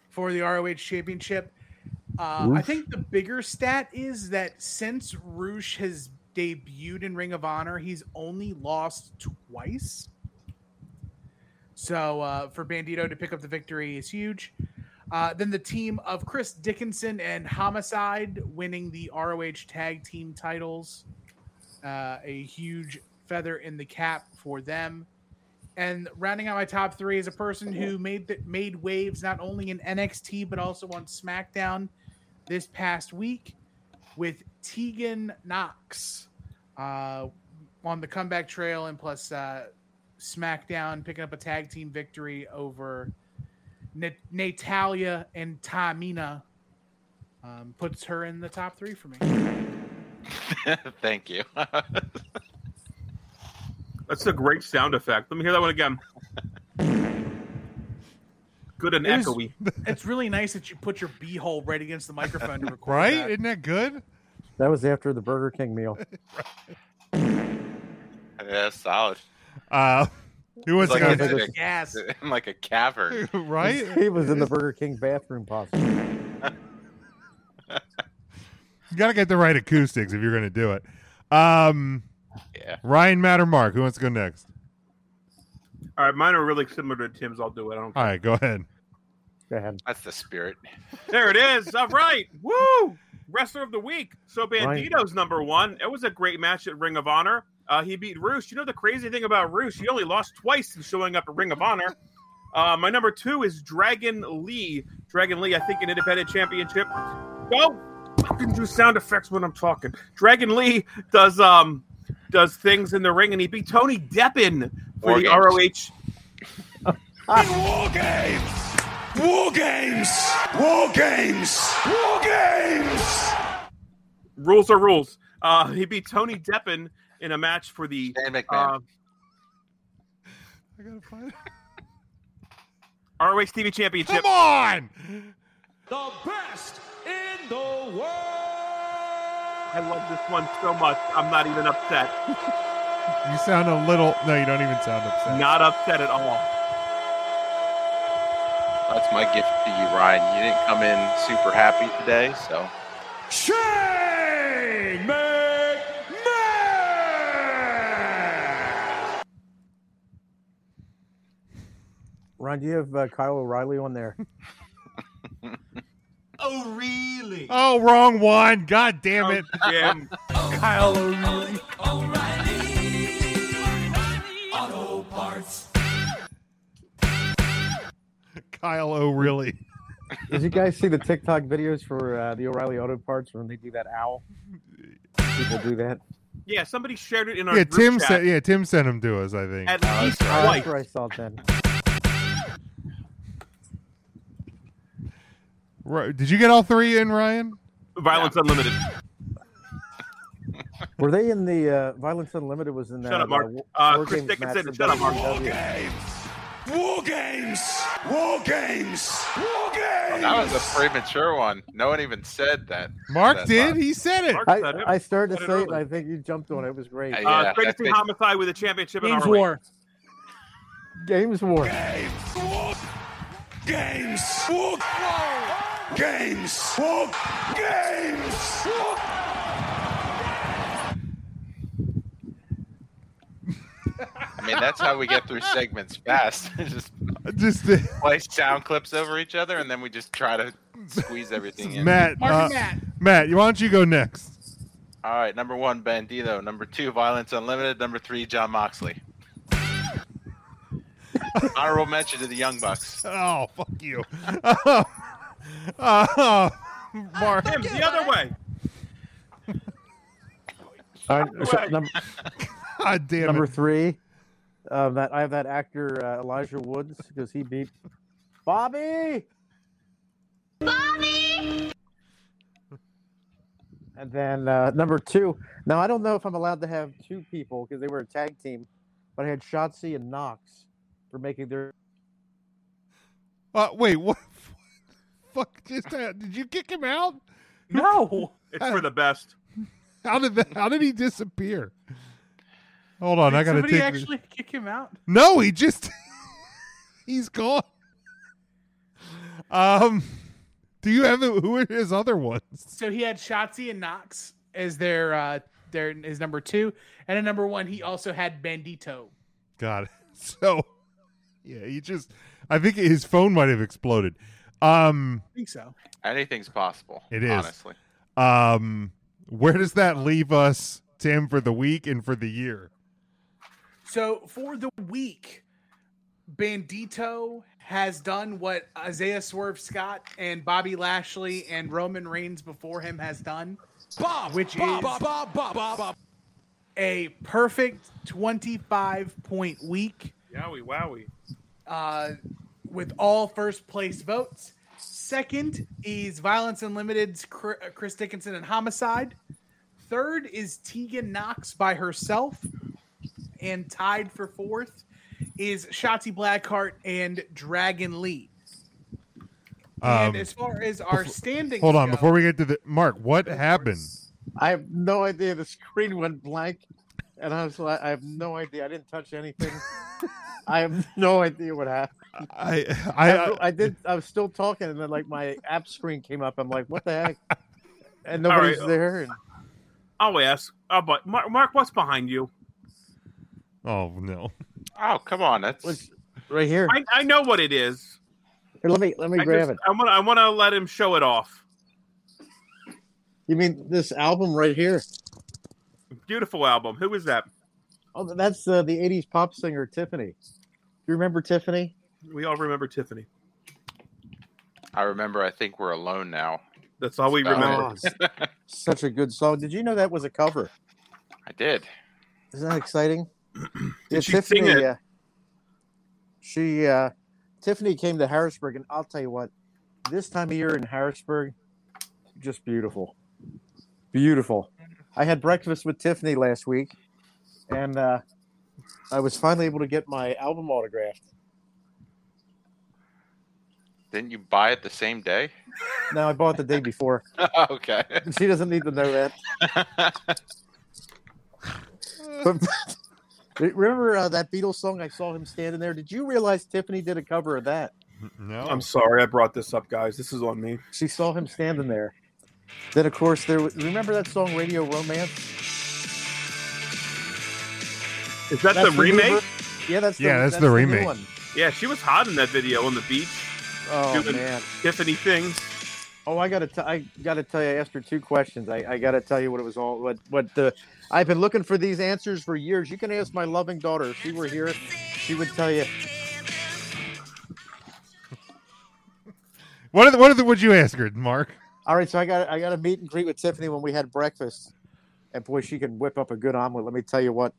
[SPEAKER 12] for the ROH Championship. Uh, I
[SPEAKER 16] Roosh.
[SPEAKER 12] think the bigger stat is that since Roosh has debuted in Ring of Honor, he's only lost twice. So uh, for Bandito to pick up the victory is huge. Uh, then the team of Chris Dickinson and Homicide winning the ROH tag team titles. Uh, a huge feather in the cap for them. And rounding out my top three is a person who made the, made waves not only in NXT but also on SmackDown this past week with Tegan Knox uh, on the comeback trail and plus uh, SmackDown picking up a tag team victory over Na- Natalia and Tamina. Um, puts her in the top three for me.
[SPEAKER 14] Thank you.
[SPEAKER 10] That's a great sound effect. Let me hear that one again. Good and
[SPEAKER 12] It was-
[SPEAKER 10] echoey.
[SPEAKER 12] It's really nice that you put your beehole right against the microphone to record.
[SPEAKER 1] Right?
[SPEAKER 12] that.
[SPEAKER 1] Isn't that good?
[SPEAKER 13] That was after the Burger King meal.
[SPEAKER 14] yeah, solid.
[SPEAKER 1] Uh, who wants
[SPEAKER 14] It's
[SPEAKER 1] to go
[SPEAKER 14] like,
[SPEAKER 1] next?
[SPEAKER 14] in a,
[SPEAKER 12] gas.
[SPEAKER 14] like a cavern.
[SPEAKER 13] he was in the Burger King bathroom, possibly.
[SPEAKER 1] You got to get the right acoustics if you're going to do it. Um,
[SPEAKER 14] yeah.
[SPEAKER 1] Ryan, Matt, or Mark? Who wants to go next?
[SPEAKER 10] All right, mine are really similar to Tim's. I'll do it. I don't care.
[SPEAKER 1] All right, go ahead.
[SPEAKER 13] Go ahead.
[SPEAKER 14] That's the spirit.
[SPEAKER 10] There it is. All right. Woo! Wrestler of the week. So
[SPEAKER 14] Right.
[SPEAKER 10] Bandito's number one. It was a great match at Ring of Honor. Uh, he beat Roosh. You know the crazy thing about Roosh? He only lost twice in showing up at Ring of Honor. Uh, my number two is Dragon Lee. Dragon Lee, I think, an independent championship. Go fucking do sound effects when I'm talking. Dragon Lee does um does things in the ring, and he beat Tony Deppin for
[SPEAKER 14] War
[SPEAKER 10] the
[SPEAKER 14] games.
[SPEAKER 10] ROH
[SPEAKER 2] War games! War games! War games! War games!
[SPEAKER 10] rules are rules. Uh, he beat Tony Deppin in a match for the. Uh,
[SPEAKER 1] I gotta find.
[SPEAKER 10] ROH TV Championship.
[SPEAKER 1] Come on!
[SPEAKER 10] The best in the world. I love this one so much. I'm not even upset.
[SPEAKER 1] You sound a little. No, you don't even sound upset.
[SPEAKER 10] Not upset at all.
[SPEAKER 14] That's my gift to you, Ryan. You didn't come in super happy today, so
[SPEAKER 2] Shane McMahon!
[SPEAKER 13] Ron, do you have uh, Kyle O'Reilly on there?
[SPEAKER 2] Oh, really?
[SPEAKER 1] Oh, wrong one. God damn it.
[SPEAKER 10] Damn.
[SPEAKER 2] Kyle O'Reilly.
[SPEAKER 4] Auto parts.
[SPEAKER 1] Kyle O'Reilly.
[SPEAKER 13] Did you guys see the TikTok videos for uh, the O'Reilly Auto Parts when they do that owl? People do that.
[SPEAKER 10] Yeah, somebody shared it in our
[SPEAKER 1] Yeah,
[SPEAKER 10] group
[SPEAKER 1] Tim
[SPEAKER 10] chat.
[SPEAKER 1] sent. Yeah, Tim sent him to us. I think.
[SPEAKER 10] At least
[SPEAKER 13] Oh, that's
[SPEAKER 10] twice.
[SPEAKER 13] where I saw it then.
[SPEAKER 1] Right. Did you get all three in, Ryan?
[SPEAKER 10] Violence Unlimited. Uh,
[SPEAKER 13] Were they in the uh, Violence Unlimited? Was in that?
[SPEAKER 10] Shut up, Mark.
[SPEAKER 13] Uh, War-
[SPEAKER 10] Uh,
[SPEAKER 13] War
[SPEAKER 10] Chris
[SPEAKER 13] Games
[SPEAKER 10] Dickinson.
[SPEAKER 13] match
[SPEAKER 10] Shut up,
[SPEAKER 13] in E.
[SPEAKER 10] Mark.
[SPEAKER 13] WCW?
[SPEAKER 2] War games! War games! War
[SPEAKER 14] Well,
[SPEAKER 2] games!
[SPEAKER 14] that was a premature one. No one even said that. that time.
[SPEAKER 1] said it.
[SPEAKER 13] I, I started
[SPEAKER 10] Said
[SPEAKER 13] to
[SPEAKER 10] it
[SPEAKER 13] say it, and
[SPEAKER 10] early.
[SPEAKER 13] I think you jumped on it. It was great.
[SPEAKER 14] Uh,
[SPEAKER 10] Uh,
[SPEAKER 14] yeah,
[SPEAKER 10] great
[SPEAKER 14] that's
[SPEAKER 10] to see
[SPEAKER 14] it.
[SPEAKER 10] Homicide with a championship in
[SPEAKER 13] Games
[SPEAKER 10] ROH.
[SPEAKER 13] War. Games War.
[SPEAKER 2] Games! War games! War games! War
[SPEAKER 14] I mean, that's how we get through segments fast. just
[SPEAKER 1] Just
[SPEAKER 14] play sound clips over each other, and then we just try to squeeze everything in.
[SPEAKER 1] Matt, uh, Matt, why don't you go next?
[SPEAKER 14] All right, number one, Bandito. Number two, Violence Unlimited. Number three, John Moxley. Honorable mention to the Young Bucks.
[SPEAKER 1] Oh, fuck you. Oh, oh, Mark.
[SPEAKER 10] Tim, the other way.
[SPEAKER 13] All right, so number,
[SPEAKER 1] God damn
[SPEAKER 13] number
[SPEAKER 1] it.
[SPEAKER 13] three, um, that I have that actor uh, Elijah Woods because he beat Bobby,
[SPEAKER 2] Bobby!
[SPEAKER 13] and then uh, number two. Now I don't know if I'm allowed to have two people because they were a tag team, but I had Shotzi and Knox for making their.
[SPEAKER 1] Uh, wait, what? Fuck! Just, uh, did you kick him out?
[SPEAKER 13] No.
[SPEAKER 10] It's for the best.
[SPEAKER 1] How did that, how did he disappear? Hold on, I gotta Oh,
[SPEAKER 12] Somebody
[SPEAKER 1] take. this-
[SPEAKER 12] actually kick him out.
[SPEAKER 1] No, he just he's gone. Um, do you have the, who are his other ones?
[SPEAKER 12] So he had Shotzi and Knox as their uh their his number two, and at number one he also had Bandito.
[SPEAKER 1] God. So yeah, he just I think his phone might have exploded. Um,
[SPEAKER 12] I think so.
[SPEAKER 14] Anything's possible.
[SPEAKER 1] it is
[SPEAKER 14] honestly.
[SPEAKER 1] Um, where does that leave us, Tim, for the week and for the year?
[SPEAKER 12] So for the week, Bandito has done what Isaiah Swerve Scott and Bobby Lashley and Roman Reigns before him has done, which is a perfect twenty-five point week.
[SPEAKER 10] Yowie, wowie.
[SPEAKER 12] uh, with all first place votes. Second is Violence Unlimited's Chr- uh, Chris Dickinson and Homicide. Third is Tegan Knox by herself. And tied for fourth is Shotzi Blackheart and Dragon Lee.
[SPEAKER 1] Um,
[SPEAKER 12] And as far as our
[SPEAKER 1] befo-
[SPEAKER 12] standings,
[SPEAKER 1] hold on
[SPEAKER 12] go-
[SPEAKER 1] before we get to the Mark. What happened?
[SPEAKER 13] I have no idea. The screen went blank, and I was like, I have no idea. I didn't touch anything. I have no idea what happened.
[SPEAKER 1] I I,
[SPEAKER 10] uh,
[SPEAKER 13] I, did. I was still talking, and then like my app screen came up. I'm like, what the heck? And
[SPEAKER 10] All right.
[SPEAKER 13] nobody's there. And
[SPEAKER 10] I'll ask. Uh, but Mark, Mark, what's behind you?
[SPEAKER 1] Oh no!
[SPEAKER 14] Oh, come on. That's
[SPEAKER 13] right here.
[SPEAKER 10] I, I know what it is.
[SPEAKER 13] Here, let me let me
[SPEAKER 10] I
[SPEAKER 13] grab
[SPEAKER 10] just-
[SPEAKER 13] it.
[SPEAKER 10] I want. I want to let him show it off.
[SPEAKER 13] You mean this album right here?
[SPEAKER 10] Beautiful album. Who is that?
[SPEAKER 13] Oh, that's uh, the '80s pop singer Tiffany. You remember Tiffany?
[SPEAKER 10] We all remember Tiffany.
[SPEAKER 14] I remember. I think we're alone now.
[SPEAKER 10] That's all we
[SPEAKER 13] Oh.
[SPEAKER 14] About
[SPEAKER 10] remember.
[SPEAKER 14] it.
[SPEAKER 13] Such a good song. Did you know that was a cover?
[SPEAKER 14] I did.
[SPEAKER 13] Isn't that exciting? Yeah,
[SPEAKER 14] she sing it?
[SPEAKER 13] uh, she uh, Tiffany came to Harrisburg, and I'll tell you what, this time of year in Harrisburg, just beautiful, beautiful. I had breakfast with Tiffany last week, and uh, I was finally able to get my album autographed.
[SPEAKER 14] Didn't you buy it the same day?
[SPEAKER 13] No, I bought it the day before.
[SPEAKER 14] okay.
[SPEAKER 13] She doesn't need to know that. but, remember uh, that Beatles song? I saw him standing there. Did you realize Tiffany did a cover of that?
[SPEAKER 1] No.
[SPEAKER 10] I'm sorry I brought this up, guys. This is on me.
[SPEAKER 13] She saw him standing there. Then, of course, there. Was, remember that song "Radio Romance"?
[SPEAKER 10] Is that the
[SPEAKER 13] That's the new
[SPEAKER 10] remake?
[SPEAKER 13] Yeah, that's
[SPEAKER 1] Yeah, that's the
[SPEAKER 13] new
[SPEAKER 1] remake.
[SPEAKER 13] one.
[SPEAKER 10] Yeah, she was hot in that video on the beach.
[SPEAKER 13] Oh,
[SPEAKER 10] doing
[SPEAKER 13] man.
[SPEAKER 10] Tiffany things.
[SPEAKER 13] Oh, I gotta, t- I gotta tell you. I asked her two questions. I, I gotta tell you what it was all. What, what the? I've been looking for these answers for years. You can ask my loving daughter if she were here. She would tell you.
[SPEAKER 1] What are the, what are the, would you ask her, Mark?
[SPEAKER 13] All right, so I got, I got a meet and greet with Tiffany when we had breakfast, and boy, she can whip up a good omelet. Let me tell you what.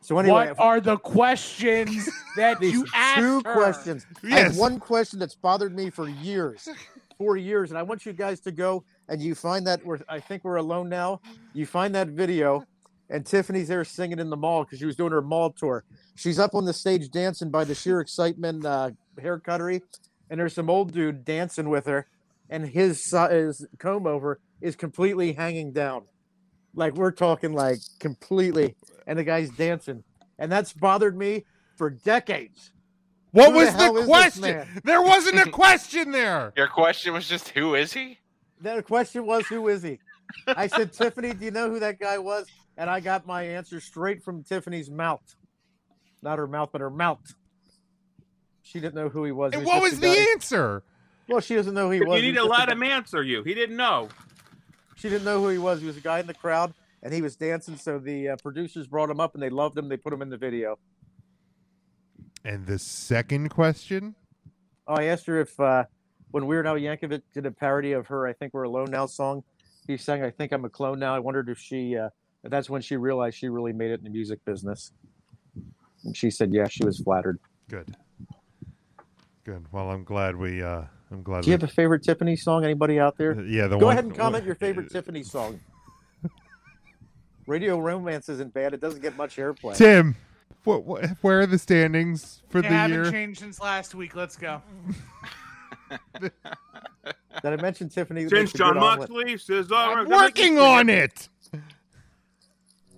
[SPEAKER 13] So anyway,
[SPEAKER 12] what are the questions that you asked
[SPEAKER 13] two
[SPEAKER 12] her?
[SPEAKER 13] questions. I have
[SPEAKER 12] Yes.
[SPEAKER 13] one question that's bothered me for years, for years, and I want you guys to go and you find that we're. I think we're alone now. You find that video, and Tiffany's there singing in the mall because she was doing her mall tour. She's up on the stage dancing by the sheer excitement, uh, hair cuttery, and there's some old dude dancing with her, and his si- his comb over is completely hanging down. Like we're talking like completely, and the guy's dancing, and that's bothered me for decades.
[SPEAKER 1] What
[SPEAKER 13] Who
[SPEAKER 1] was
[SPEAKER 13] hell
[SPEAKER 1] the
[SPEAKER 13] is this
[SPEAKER 1] question?
[SPEAKER 13] man?
[SPEAKER 1] There wasn't a question there.
[SPEAKER 14] Your question was just who is he?
[SPEAKER 13] The question was, who is he? I said, Tiffany, do you know who that guy was? And I got my answer straight from Tiffany's mouth. Not her mouth, but her mouth. She didn't know who he was. He
[SPEAKER 1] And what
[SPEAKER 13] just
[SPEAKER 1] was
[SPEAKER 13] a
[SPEAKER 1] the
[SPEAKER 13] guy-
[SPEAKER 1] answer?
[SPEAKER 13] Well, she doesn't know who he was.
[SPEAKER 10] you
[SPEAKER 13] He
[SPEAKER 10] need
[SPEAKER 13] was
[SPEAKER 10] to
[SPEAKER 13] just a
[SPEAKER 10] let
[SPEAKER 13] guy-
[SPEAKER 10] him answer you. He didn't know.
[SPEAKER 13] She didn't know who he was. He was a guy in the crowd, and he was dancing. So the uh, producers brought him up, and they loved him. They put him in the video.
[SPEAKER 1] And the second question?
[SPEAKER 13] Oh, I asked her if uh, when Weird Al Yankovic did a parody of her "I Think We're Alone Now" song, he sang "I Think I'm a Clone Now." I wondered if she. Uh, if that's when she realized she really made it in the music business. And she said, "Yeah, she was flattered."
[SPEAKER 1] Good. Good. Well, I'm glad we. Uh, I'm glad.
[SPEAKER 13] Do you
[SPEAKER 1] we-
[SPEAKER 13] have a favorite Tiffany song? Anybody out there?
[SPEAKER 1] Uh, yeah, the
[SPEAKER 13] Go
[SPEAKER 1] one-
[SPEAKER 13] ahead and comment your favorite Tiffany song. Radio Romance isn't bad. It doesn't get much airplay.
[SPEAKER 1] Tim, what, what, where are the standings for
[SPEAKER 12] they
[SPEAKER 1] the
[SPEAKER 12] haven't
[SPEAKER 1] year?
[SPEAKER 12] changed since last week. Let's go.
[SPEAKER 13] Did I mention Tiffany? that
[SPEAKER 10] Since
[SPEAKER 13] makes a
[SPEAKER 10] John
[SPEAKER 13] good omelet?
[SPEAKER 10] Moxley, Cesaro,
[SPEAKER 1] Working on it.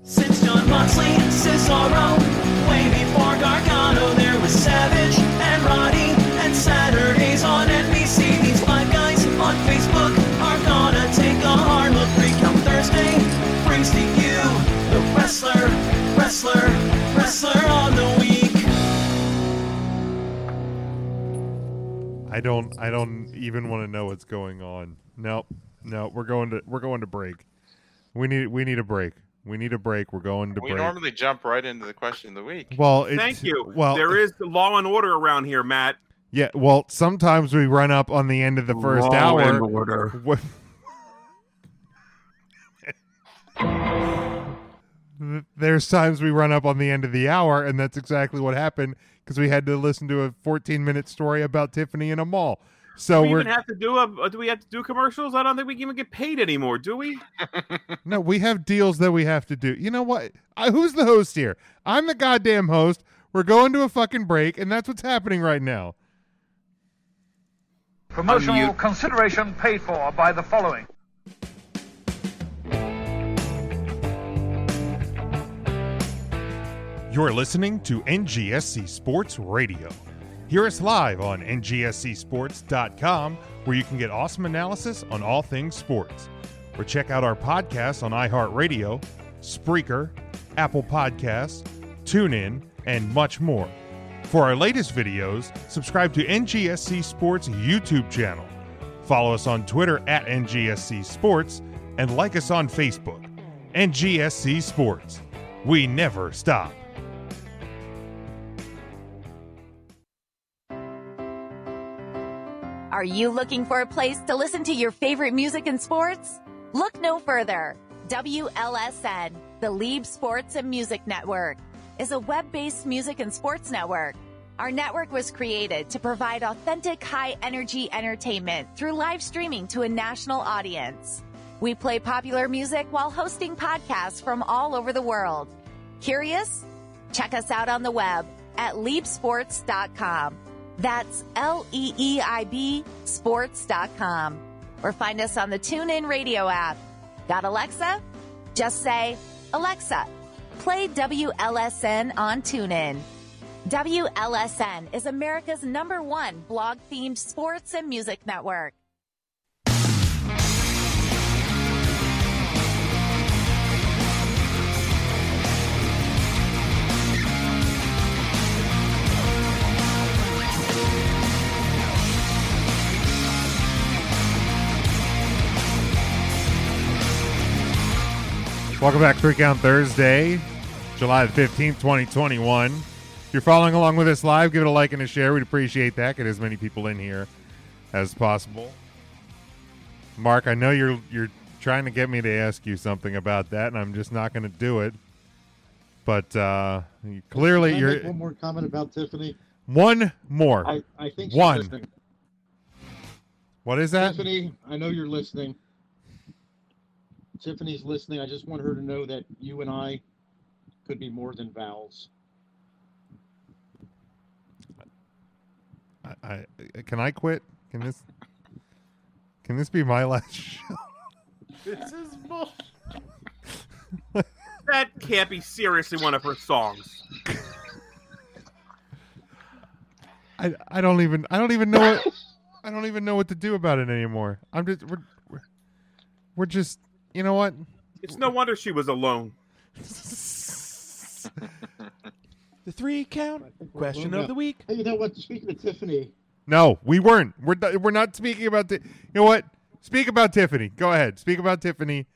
[SPEAKER 4] Since John Moxley and Cesaro, way before Gargano, there was Savage and Roddy and Saturdays on NBC. These five guys on Facebook are gonna take a hard look. Recount Thursday brings to you the wrestler, wrestler, wrestler on the week.
[SPEAKER 1] I don't. I don't even want to know what's going on. No, no. We're going to. We're going to break. We need. We need a break. We need a break. We're going to
[SPEAKER 14] We
[SPEAKER 1] break.
[SPEAKER 14] normally jump right into the question of the week.
[SPEAKER 1] Well, it-
[SPEAKER 10] Thank you.
[SPEAKER 1] well-
[SPEAKER 10] there is the law and order around here, Matt.
[SPEAKER 1] yeah. Well, sometimes we run up on the end of the first
[SPEAKER 10] Law
[SPEAKER 1] hour.
[SPEAKER 10] and order.
[SPEAKER 1] What- There's times we run up on the end of the hour, and that's exactly what happened because we had to listen to a 14 minute story about Tiffany in a mall. So
[SPEAKER 10] do we
[SPEAKER 1] are
[SPEAKER 10] even have to do a? uh, Do we have to do commercials? I don't think we can even get paid anymore, do we?
[SPEAKER 1] No, we have deals that we have to do. You know what? I, who's the host here? I'm the goddamn host. We're going to a fucking break, and that's what's happening right now.
[SPEAKER 16] Promotional consideration paid for by the following.
[SPEAKER 1] You're listening to NGSC Sports Radio. Hear us live on ngscsports.com, where you can get awesome analysis on all things sports. Or check out our podcasts on iHeartRadio, Spreaker, Apple Podcasts, TuneIn, and much more. For our latest videos, subscribe to NGSC Sports YouTube channel. Follow us on Twitter at NGSC Sports and like us on Facebook. NGSC Sports. We never stop.
[SPEAKER 17] Are you looking for a place to listen to your favorite music and sports? Look no further. WLSN, the Lieb Sports and Music Network, is a web based music and sports network. Our network was created to provide authentic high energy entertainment through live streaming to a national audience. We play popular music while hosting podcasts from all over the world. Curious? Check us out on the web at leapsports.com. That's L E E I B sports.com. Or find us on the TuneIn Radio app. Got Alexa? Just say, Alexa, play WLSN on TuneIn. WLSN is America's number one blog themed sports and music network.
[SPEAKER 1] Welcome back, Three Count Thursday, July the 15th, 2021. If you're following along with us live, give it a like and a share. We'd appreciate that. Get as many people in here as possible. Mark, I know you're you're trying to get me to ask you something about that, and I'm just not going to do it. But uh, clearly,
[SPEAKER 18] Can I
[SPEAKER 1] you're
[SPEAKER 18] make one more comment about Tiffany.
[SPEAKER 1] one more.
[SPEAKER 18] I, I think she's
[SPEAKER 1] one.
[SPEAKER 18] listening.
[SPEAKER 1] What is that?
[SPEAKER 18] Tiffany, I know you're listening. Tiffany's listening. I just want her to know that you and I could be more than vowels.
[SPEAKER 1] I, I can I quit? Can this can this be my last show?
[SPEAKER 12] This is bull.
[SPEAKER 10] That can't be seriously one of her songs.
[SPEAKER 1] I, I don't even I don't even know what I don't even know what to do about it anymore. I'm just we're we're, we're just you know what
[SPEAKER 10] It's no wonder she was alone.
[SPEAKER 19] The three count question of the week.
[SPEAKER 18] Hey, you know what? Speaking of Tiffany,
[SPEAKER 1] No, we weren't. We're do- we're not speaking about the. You know what? Speak about Tiffany. Go ahead. Speak about Tiffany.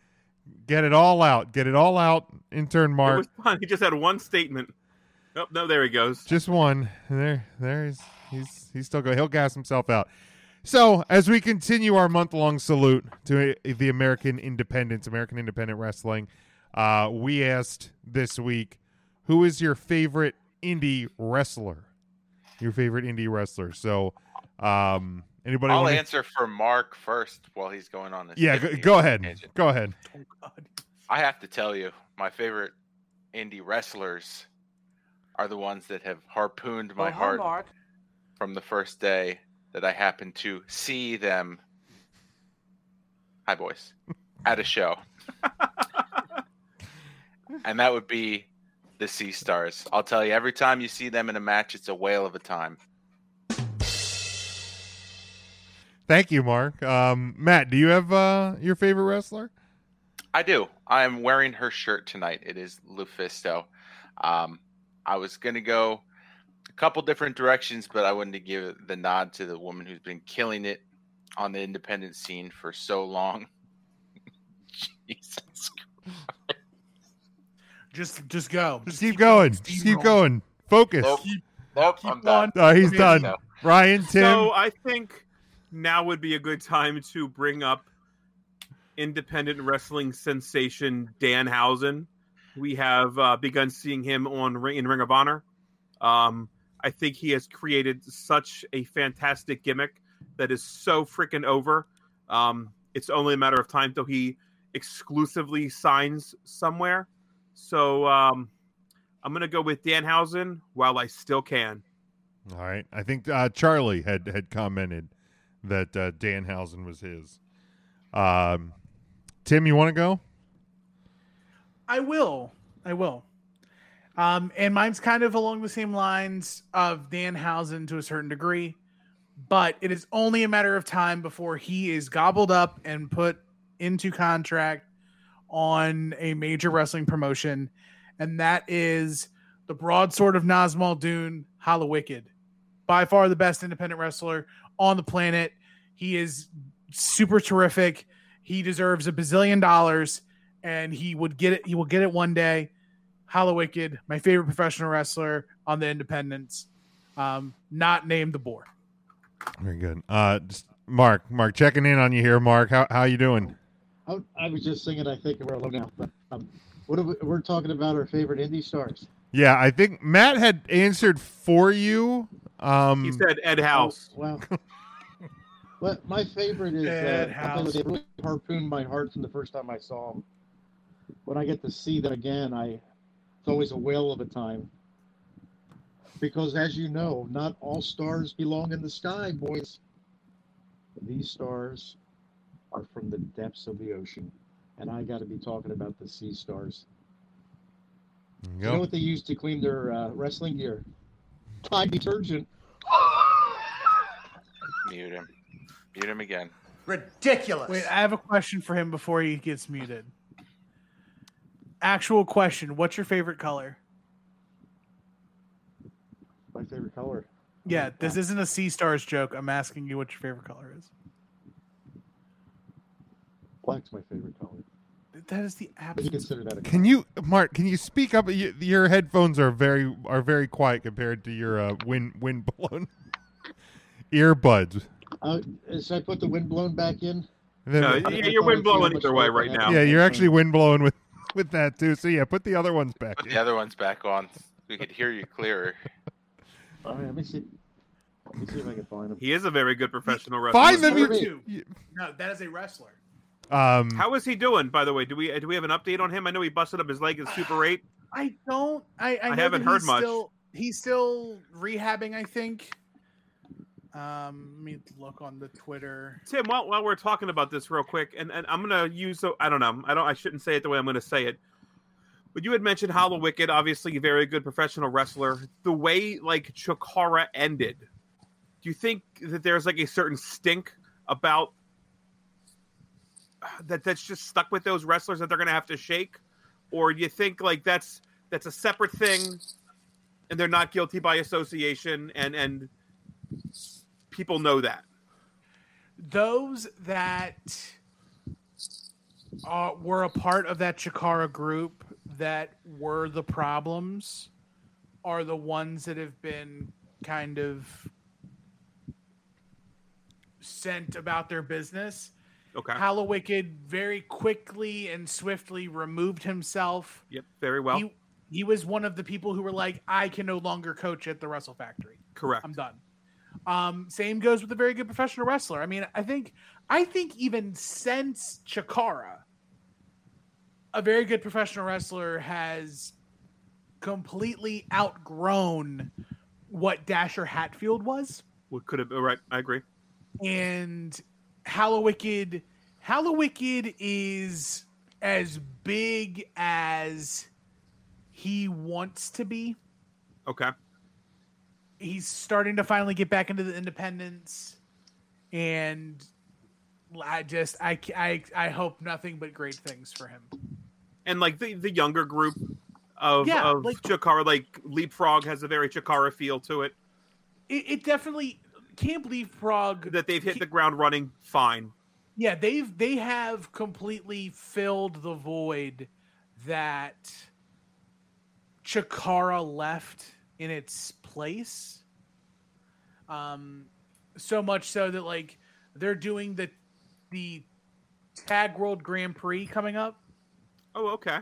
[SPEAKER 1] Get it all out. Get it all out. Intern
[SPEAKER 10] It
[SPEAKER 1] Mark,
[SPEAKER 10] was fun. He just had one statement. Nope, no, there he goes.
[SPEAKER 1] just one. And There, there he's he's he's still going. He'll gas himself out. So as we continue our month long salute to uh, the American Independence, American Independent Wrestling, uh, we asked this week, who is your favorite indie wrestler? Your favorite indie wrestler. So, um, anybody?
[SPEAKER 14] I'll
[SPEAKER 1] wanna-
[SPEAKER 14] answer for Mark first while he's going on this.
[SPEAKER 1] Yeah, go,
[SPEAKER 14] Tiffany
[SPEAKER 1] go ahead.
[SPEAKER 14] tangent.
[SPEAKER 1] Go ahead.
[SPEAKER 14] I have to tell you, my favorite indie wrestlers are the ones that have harpooned my
[SPEAKER 20] Oh, hi,
[SPEAKER 14] heart
[SPEAKER 20] Mark.
[SPEAKER 14] from the first day that I happened to see them. Hi, boys, at a show, and that would be the Sea Stars. I'll tell you, every time you see them in a match, it's a whale of a time.
[SPEAKER 1] Thank you, Mark. Um, Matt, do you have uh, your favorite wrestler?
[SPEAKER 14] I do. I am wearing her shirt tonight. It is Lufisto. Um, I was gonna go a couple different directions, but I wanted to give the nod to the woman who's been killing it on the independent scene for so long. Jesus.
[SPEAKER 12] Just just go.
[SPEAKER 1] Just keep going. Just keep going. Focus.
[SPEAKER 14] Nope. Nope, I'm done.
[SPEAKER 1] No, he's done. Ryan, Tim.
[SPEAKER 10] So I think now would be a good time to bring up independent wrestling sensation Dan Housen. We have uh, begun seeing him on Ring, in Ring of Honor. Um, I think he has created such a fantastic gimmick that is so freaking over. Um, it's only a matter of time till he exclusively signs somewhere. So um, I'm going to go with Dan Housen while I still can.
[SPEAKER 1] All right. I think uh, Charlie had had commented that uh, Danhausen was his. Um, Tim, you want to go?
[SPEAKER 12] I will. I will. Um, and mine's kind of along the same lines of Danhausen to a certain degree, but it is only a matter of time before he is gobbled up and put into contract on a major wrestling promotion, and that is the broadsword of Nas Muldoon, Hollow Wicked. By far the best independent wrestler on the planet. He is super terrific. He deserves a bazillion dollars, and he would get it. He will get it one day. Hollow Wicked, my favorite professional wrestler on the independents, um, not named the boar.
[SPEAKER 1] Very good. Uh, just Mark, Mark, checking in on you here. Mark, how how you doing?
[SPEAKER 18] I, Oh, I was just singing. I think we're alone now. But um, what are we, we're talking about our favorite indie stars.
[SPEAKER 1] Yeah, I think Matt had answered for you. Um,
[SPEAKER 10] He said Ed House.
[SPEAKER 18] Wow. Well, my favorite is
[SPEAKER 10] Dead
[SPEAKER 18] uh, I think
[SPEAKER 10] house.
[SPEAKER 18] they really harpooned my heart from the first time I saw them. When I get to see them again, I it's always a whale of a time. Because as you know, not all stars belong in the sky, boys. These stars are from the depths of the ocean, and I got to be talking about the sea stars.
[SPEAKER 1] You
[SPEAKER 18] You know what they use to clean their uh, wrestling gear? Tide detergent.
[SPEAKER 14] Mute him. Mute him again.
[SPEAKER 12] Ridiculous. Wait, I have a question for him before he gets muted. Actual question: What's your favorite color?
[SPEAKER 18] My favorite color.
[SPEAKER 12] Yeah, this isn't a Sea Stars joke. I'm asking you what your favorite color is.
[SPEAKER 18] Black's my favorite color.
[SPEAKER 12] That is the
[SPEAKER 18] Would you
[SPEAKER 12] absolute.
[SPEAKER 18] consider that a
[SPEAKER 1] Can you, Mark? Can you speak up? You, your headphones are very are very quiet compared to your uh, wind wind blown earbuds.
[SPEAKER 18] Uh, should I put the wind blown back in?
[SPEAKER 1] No,
[SPEAKER 10] yeah, you're wind blowing either way right now.
[SPEAKER 1] Yeah, you're actually wind blowing with with that too. So yeah, put the other ones back.
[SPEAKER 14] Put the other ones back on. We could hear you clearer.
[SPEAKER 18] All right, Oh, let me see. Let me see if I can find him.
[SPEAKER 10] He is a very good professional wrestler.
[SPEAKER 1] Find them, you're-
[SPEAKER 12] No, that is a wrestler.
[SPEAKER 1] Um,
[SPEAKER 10] How is he doing, by the way? Do we do we have an update on him? I know he busted up his leg in Super Eight.
[SPEAKER 12] I don't. I I,
[SPEAKER 10] I
[SPEAKER 12] know
[SPEAKER 10] haven't
[SPEAKER 12] that
[SPEAKER 10] heard
[SPEAKER 12] he's
[SPEAKER 10] much.
[SPEAKER 12] Still, he's still rehabbing, I think. Um, let me look on the Twitter.
[SPEAKER 10] Tim, while, while we're talking about this real quick, and, and I'm gonna use so I don't know, I don't I shouldn't say it the way I'm gonna say it. But you had mentioned Hollow Wicked, obviously a very good professional wrestler. The way like Chikara ended, do you think that there's like a certain stink about uh, that that's just stuck with those wrestlers that they're gonna have to shake? Or do you think like that's that's a separate thing and they're not guilty by association, and and people know that.
[SPEAKER 12] those that uh, were a part of that Chikara group that were the problems are the ones that have been kind of sent about their business.
[SPEAKER 10] Okay.
[SPEAKER 12] Hallowicked very quickly and swiftly removed himself.
[SPEAKER 10] Yep, very well.
[SPEAKER 12] He, he was one of the people who were like, I can no longer coach at the Wrestle Factory.
[SPEAKER 10] Correct.
[SPEAKER 12] I'm done. Um, same goes with a very good professional wrestler. I mean, I think I think even since Chikara, a very good professional wrestler has completely outgrown what Dasher Hatfield was.
[SPEAKER 10] What could have been oh, right? I agree.
[SPEAKER 12] And Hallowicked Hallowicked is as big as he wants to be
[SPEAKER 10] Okay.
[SPEAKER 12] he's starting to finally get back into the independence and i just i i, I hope nothing but great things for him
[SPEAKER 10] and like the, the younger group of,
[SPEAKER 12] Yeah,
[SPEAKER 10] of
[SPEAKER 12] like-
[SPEAKER 10] Chikara, like Leapfrog has a very Chikara feel to it.
[SPEAKER 12] it, it definitely can't believe Prague
[SPEAKER 10] that they've hit the ground running fine.
[SPEAKER 12] yeah they've they have completely filled the void that chikara left in its place um so much so that like they're doing the the tag world grand prix coming up
[SPEAKER 10] oh okay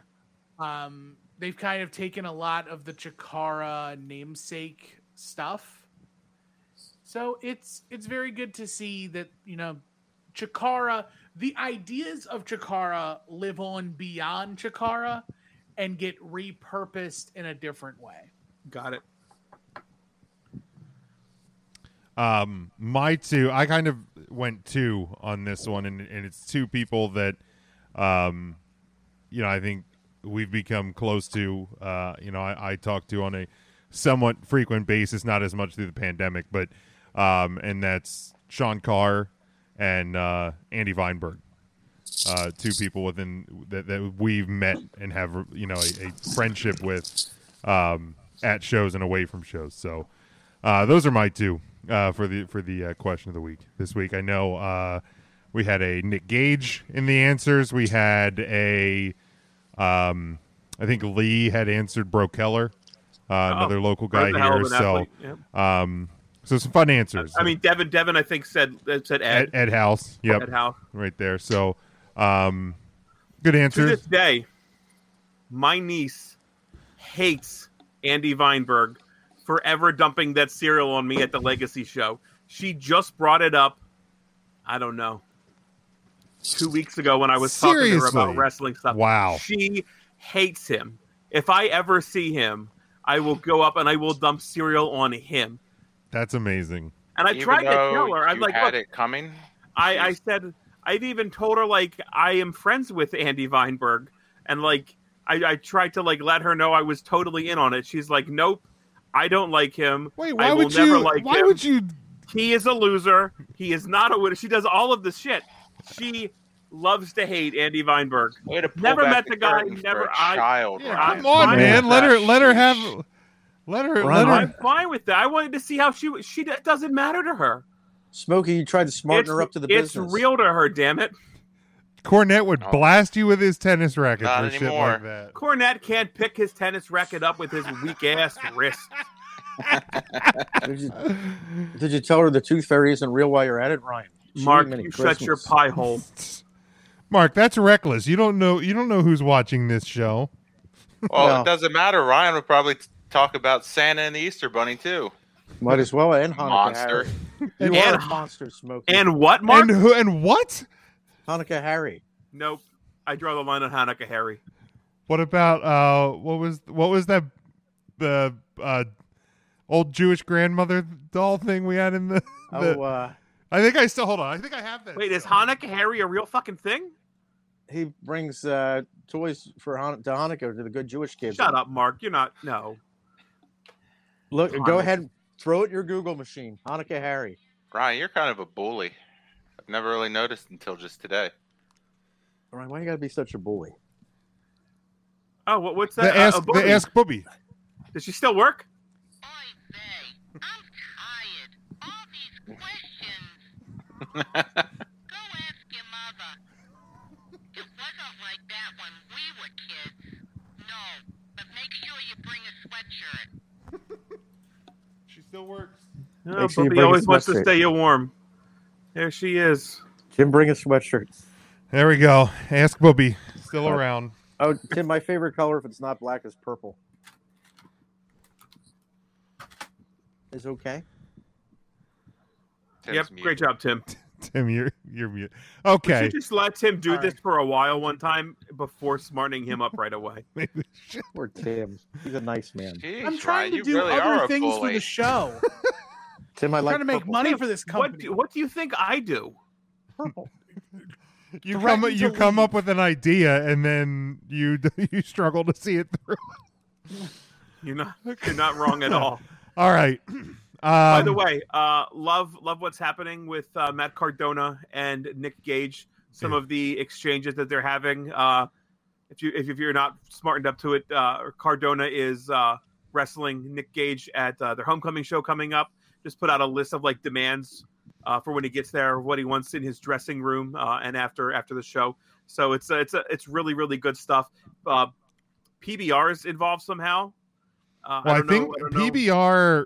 [SPEAKER 12] um they've kind of taken a lot of the chikara namesake stuff so it's it's very good to see that you know Chikara, the ideas of Chikara live on beyond Chikara and get repurposed in a different way.
[SPEAKER 10] Got it.
[SPEAKER 1] Um, my two, I kind of went two on this one, and, and it's two people that, um, you know, I think we've become close to. Uh, you know, I, I talk to on a somewhat frequent basis, not as much through the pandemic, but, um, and that's Sean Carr and uh, Andy Weinberg. Uh, two people within that, that we've met and have you know a, a friendship with um, at shows and away from shows. So uh, those are my two uh, for the for the uh, question of the week this week. I know uh, we had a Nick Gage in the answers. We had a um, I think Lee had answered Bro Keller, uh,
[SPEAKER 10] Oh,
[SPEAKER 1] another local
[SPEAKER 10] Bro's
[SPEAKER 1] guy
[SPEAKER 10] a hell of
[SPEAKER 1] here.
[SPEAKER 10] an
[SPEAKER 1] So
[SPEAKER 10] athlete,
[SPEAKER 1] um, so some fun answers.
[SPEAKER 10] I mean, Devin, Devin, I think said uh, said Ed.
[SPEAKER 1] Ed, Ed House, yep,
[SPEAKER 10] Ed House.
[SPEAKER 1] right there. So um, good
[SPEAKER 10] To
[SPEAKER 1] answers.
[SPEAKER 10] this day, my niece hates Andy Weinberg forever dumping that cereal on me at the Legacy show. She just brought it up. I don't know. Two weeks ago, when I was talking to her
[SPEAKER 1] Seriously?
[SPEAKER 10] about wrestling stuff,
[SPEAKER 1] Wow.
[SPEAKER 10] she hates him. If I ever see him, I will go up and I will dump cereal on him.
[SPEAKER 1] That's amazing.
[SPEAKER 10] And I
[SPEAKER 14] Even
[SPEAKER 10] tried to tell
[SPEAKER 14] though
[SPEAKER 10] her, I'm
[SPEAKER 14] you
[SPEAKER 10] like,
[SPEAKER 14] had
[SPEAKER 10] look,
[SPEAKER 14] it coming.
[SPEAKER 10] I, I said, I've even told her like I am friends with Andy Weinberg, and like I, I tried to like let her know I was totally in on it. She's like, nope, I don't like him. Wait,
[SPEAKER 1] why
[SPEAKER 10] I will
[SPEAKER 1] would
[SPEAKER 10] never
[SPEAKER 1] you-
[SPEAKER 10] Like
[SPEAKER 1] why
[SPEAKER 10] him.
[SPEAKER 1] would you?
[SPEAKER 10] He is a loser. He is not a winner. She does all of this shit. She loves to hate Andy Weinberg. never
[SPEAKER 14] back
[SPEAKER 10] met
[SPEAKER 14] the
[SPEAKER 10] the guy.
[SPEAKER 14] curtain for
[SPEAKER 10] Never.
[SPEAKER 14] a
[SPEAKER 10] I,
[SPEAKER 14] child, Yeah,
[SPEAKER 1] Come on, man. Let her let her have let her let her
[SPEAKER 10] I'm fine with that. I wanted to see how she. was- She it doesn't matter to her.
[SPEAKER 13] Smokey, you tried to smarten
[SPEAKER 10] it's,
[SPEAKER 13] her up to the
[SPEAKER 10] it's
[SPEAKER 13] business.
[SPEAKER 10] real to her. Damn it.
[SPEAKER 1] Cornette would
[SPEAKER 10] Oh.
[SPEAKER 13] No.
[SPEAKER 1] blast you with his tennis racket
[SPEAKER 14] Not
[SPEAKER 1] for
[SPEAKER 14] anymore.
[SPEAKER 1] shit like that.
[SPEAKER 10] Cornette can't pick his tennis racket up with his weak ass wrist.
[SPEAKER 13] Did you, did you tell her the tooth fairy isn't real while you're at it, Ryan? She
[SPEAKER 10] Mark,
[SPEAKER 13] didn't mean
[SPEAKER 10] you
[SPEAKER 13] any
[SPEAKER 10] shut your
[SPEAKER 13] Christmas.
[SPEAKER 10] pie hole.
[SPEAKER 1] Mark, that's reckless. You don't know you don't know who's watching this show.
[SPEAKER 14] Well,
[SPEAKER 13] No.
[SPEAKER 14] it doesn't matter. Ryan would probably t- talk about Santa and the Easter Bunny too.
[SPEAKER 13] Might as well and Hanukkah.
[SPEAKER 14] Monster.
[SPEAKER 13] Harry.
[SPEAKER 14] And-
[SPEAKER 13] You are a
[SPEAKER 14] and-
[SPEAKER 13] monster, Smokey.
[SPEAKER 10] and what, Mark? And who-
[SPEAKER 1] and what?
[SPEAKER 13] Hanukkah Harry.
[SPEAKER 10] Nope. I draw the line on Hanukkah Harry.
[SPEAKER 1] What about uh what was what was that the uh old Jewish grandmother doll thing we had in the, the
[SPEAKER 13] Oh, uh,
[SPEAKER 1] I think I still hold on. I think I have that.
[SPEAKER 10] Wait, is Hanukkah Harry a real fucking thing?
[SPEAKER 13] he brings uh, toys for Han- to Hanukkah to the good Jewish kids.
[SPEAKER 10] Shut up, Mark. You're not. No.
[SPEAKER 13] Look,
[SPEAKER 10] Hanukkah.
[SPEAKER 13] go ahead, throw it in your Google machine. Hanukkah Harry.
[SPEAKER 14] Ryan, you're kind of a bully. I've never really noticed until just today.
[SPEAKER 13] Ryan, why you gotta be such a bully?
[SPEAKER 10] Oh, what, what's
[SPEAKER 1] The
[SPEAKER 10] that? Uh,
[SPEAKER 1] ask
[SPEAKER 10] a
[SPEAKER 1] the
[SPEAKER 10] bully.
[SPEAKER 1] ask Booby.
[SPEAKER 10] Does she still work?
[SPEAKER 1] She still works.
[SPEAKER 10] No,
[SPEAKER 13] Make sure you
[SPEAKER 10] Bubby
[SPEAKER 13] bring a
[SPEAKER 10] Oh, always wants to
[SPEAKER 13] sweatshirt.
[SPEAKER 10] stay you warm. There she is.
[SPEAKER 13] Jim, bring a sweatshirt.
[SPEAKER 1] There we go. Ask Booby. Still
[SPEAKER 13] Oh.
[SPEAKER 1] around.
[SPEAKER 13] Oh, Tim, my favorite color, if it's not black, is purple. Is okay.
[SPEAKER 10] yep, great job, Tim.
[SPEAKER 1] Tim, you're you're mute.
[SPEAKER 10] We
[SPEAKER 1] Okay.
[SPEAKER 10] should just let Tim do
[SPEAKER 13] All
[SPEAKER 10] this for a while one time before smarting him up right away.
[SPEAKER 13] Poor Tim. He's a nice man.
[SPEAKER 12] I'm trying to do other things for the show.
[SPEAKER 13] Tim, I
[SPEAKER 12] I'm
[SPEAKER 13] like
[SPEAKER 12] trying to make
[SPEAKER 13] purple.
[SPEAKER 12] money for this
[SPEAKER 10] What
[SPEAKER 12] company.
[SPEAKER 10] do, what do you think I do?
[SPEAKER 13] Purple.
[SPEAKER 1] You come
[SPEAKER 10] threatened
[SPEAKER 1] you
[SPEAKER 10] to
[SPEAKER 1] come up with an idea and then you you struggle to see it through.
[SPEAKER 10] You're not you're not wrong at all.
[SPEAKER 1] All right.
[SPEAKER 10] By
[SPEAKER 1] Um,
[SPEAKER 10] the way, uh, love love what's happening with uh, Matt Cardona and Nick Gage. Some of the exchanges that they're having. Uh, if you if, if you're not smartened up to it, uh, Cardona is uh, wrestling Nick Gage at uh, their homecoming show coming up. Just put out a list of like demands uh, for when he gets there, what he wants in his dressing room, uh, and after after the show. So it's uh, it's uh, it's really really good stuff. Uh, PBR is involved somehow. Uh,
[SPEAKER 1] well, I,
[SPEAKER 10] don't know-
[SPEAKER 1] think
[SPEAKER 10] don't know.
[SPEAKER 1] PBR
[SPEAKER 10] Are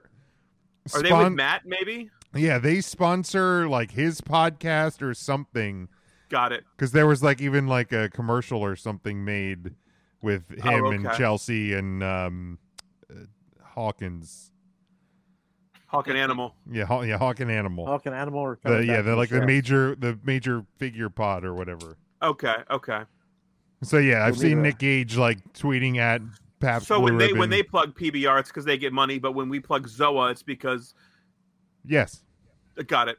[SPEAKER 10] they with
[SPEAKER 1] spon-
[SPEAKER 10] Matt? Maybe.
[SPEAKER 1] Yeah, they sponsor like his podcast or something.
[SPEAKER 10] Got it.
[SPEAKER 1] Because there was like even like a commercial or something made with
[SPEAKER 10] Oh,
[SPEAKER 1] him and
[SPEAKER 10] okay.
[SPEAKER 1] Chelsea and um, uh, Hawkins.
[SPEAKER 10] Hawking animal.
[SPEAKER 1] Yeah, Haw- yeah, Hawking Animal.
[SPEAKER 10] Oh,
[SPEAKER 13] Hawking Animal or
[SPEAKER 1] The, yeah, the like the major the major figure pod or whatever.
[SPEAKER 10] Okay. Okay.
[SPEAKER 1] So yeah, I've
[SPEAKER 10] We'll
[SPEAKER 1] seen
[SPEAKER 10] leave it.
[SPEAKER 1] Nick Gage like tweeting at Paps
[SPEAKER 10] So
[SPEAKER 1] Blue
[SPEAKER 10] when they
[SPEAKER 1] Ribbon.
[SPEAKER 10] when they plug PBR, it's because they get money. But when we plug Zoa, it's because uh,
[SPEAKER 1] yes,
[SPEAKER 10] got it.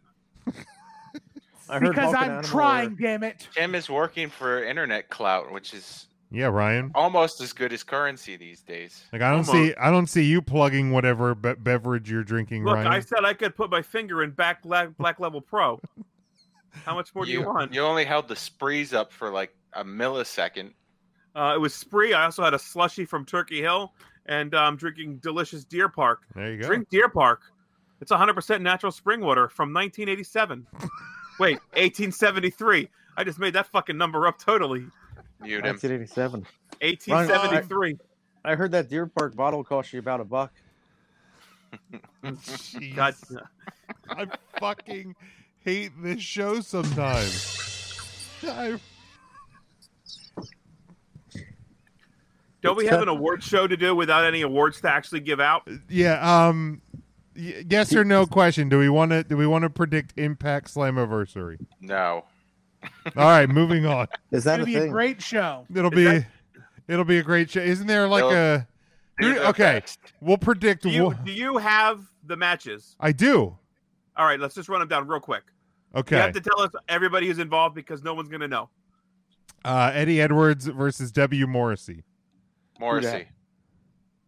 [SPEAKER 13] I
[SPEAKER 12] because I'm trying, damn it.
[SPEAKER 14] Tim is working for internet clout, which is
[SPEAKER 1] yeah, Ryan.
[SPEAKER 14] almost as good as currency these days.
[SPEAKER 1] Like I don't see I don't see you plugging whatever be- beverage you're drinking,
[SPEAKER 10] Look,
[SPEAKER 1] Ryan.
[SPEAKER 10] I said I could put my finger in back black, black level pro. How much more do you want?
[SPEAKER 14] You only held the sprees up for like a millisecond.
[SPEAKER 10] Uh, it was spree. I also had a slushy from Turkey Hill, and I'm drinking delicious Deer Park.
[SPEAKER 1] There you go.
[SPEAKER 10] Drink Deer Park. It's 100% natural spring water from 1987. Wait, 1873. I just made that fucking number up totally.
[SPEAKER 14] Mute
[SPEAKER 13] 1987. Ryan,
[SPEAKER 10] 1873.
[SPEAKER 13] I heard that Deer Park bottle cost you about a buck.
[SPEAKER 10] God,
[SPEAKER 1] I fucking hate this show sometimes. I-
[SPEAKER 10] Don't we
[SPEAKER 1] It's
[SPEAKER 10] have
[SPEAKER 1] a-
[SPEAKER 10] an award show to do without any awards to actually give out?
[SPEAKER 1] yeah. Um. y- yes or no question. Do we want to? Do we want to predict Impact Slammiversary?
[SPEAKER 14] No.
[SPEAKER 1] All right, moving on.
[SPEAKER 13] Is
[SPEAKER 12] It'll be a great show.
[SPEAKER 1] It'll be. It'll be a great show. Isn't there like
[SPEAKER 12] They'll-
[SPEAKER 1] a? Who-
[SPEAKER 12] they're the
[SPEAKER 1] okay, we'll predict.
[SPEAKER 10] Do you,
[SPEAKER 1] wha-
[SPEAKER 10] do you have the matches?
[SPEAKER 1] I do.
[SPEAKER 10] All right, let's just run them down real quick. You
[SPEAKER 1] Okay.
[SPEAKER 10] have to tell us everybody who's involved because no one's going to know.
[SPEAKER 1] Uh, Eddie Edwards versus W. Morrissey.
[SPEAKER 14] Morrissey.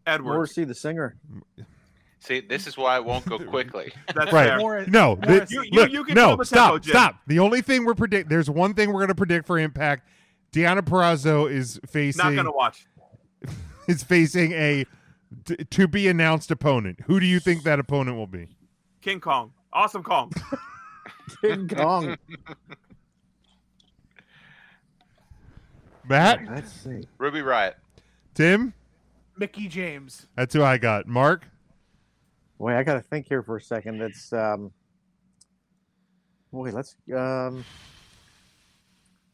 [SPEAKER 10] Edwards.
[SPEAKER 13] Morrissey, the singer.
[SPEAKER 14] See, this is why it won't go quickly.
[SPEAKER 10] That's
[SPEAKER 1] right. No. thi- look, no. Stop. stop. The only thing we're predict. There's one thing we're gonna predict for Impact. Deanna Perrazzo is facing.
[SPEAKER 10] Not going to watch.
[SPEAKER 1] is facing a t- to be announced opponent. Who do you think that opponent will be?
[SPEAKER 10] King Kong. Awesome Kong.
[SPEAKER 13] King Kong.
[SPEAKER 1] Matt,
[SPEAKER 13] Let's see.
[SPEAKER 14] Ruby Riot.
[SPEAKER 1] Tim,
[SPEAKER 12] Mickey James.
[SPEAKER 1] that's who I got. Mark,
[SPEAKER 13] Wait, I gotta think here for a second. It's um. Wait, let's um.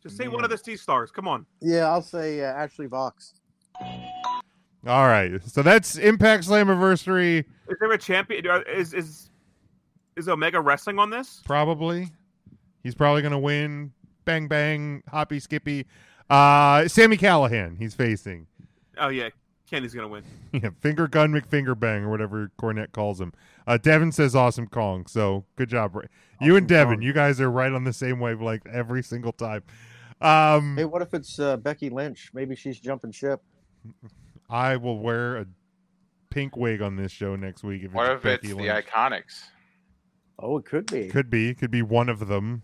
[SPEAKER 10] Just say one of the Sea Stars. Come on.
[SPEAKER 13] Yeah, I'll say uh, Ashley Vox.
[SPEAKER 1] All right, so that's Impact Slammiversary,
[SPEAKER 10] Is there a champion? are- Is is is Omega wrestling on this?
[SPEAKER 1] probably. He's probably gonna win. Bang bang, hoppy skippy. Uh, Sammy Callahan, he's facing.
[SPEAKER 10] Oh yeah, Kenny's gonna win.
[SPEAKER 1] Yeah, finger gun McFinger bang or whatever Cornette calls him. Uh, Devin says awesome Kong, so good job. Ra- you and Devin, you guys are right on the same wavelength every single time. Um,
[SPEAKER 13] Hey, what if it's uh, Becky Lynch? Maybe she's jumping ship.
[SPEAKER 1] I will wear a pink wig on this show next week. If
[SPEAKER 14] What
[SPEAKER 1] it's
[SPEAKER 14] if it's
[SPEAKER 1] Becky
[SPEAKER 14] the
[SPEAKER 1] Lynch.
[SPEAKER 14] Iconics?
[SPEAKER 13] Oh, it could be.
[SPEAKER 1] Could be, could be one of them.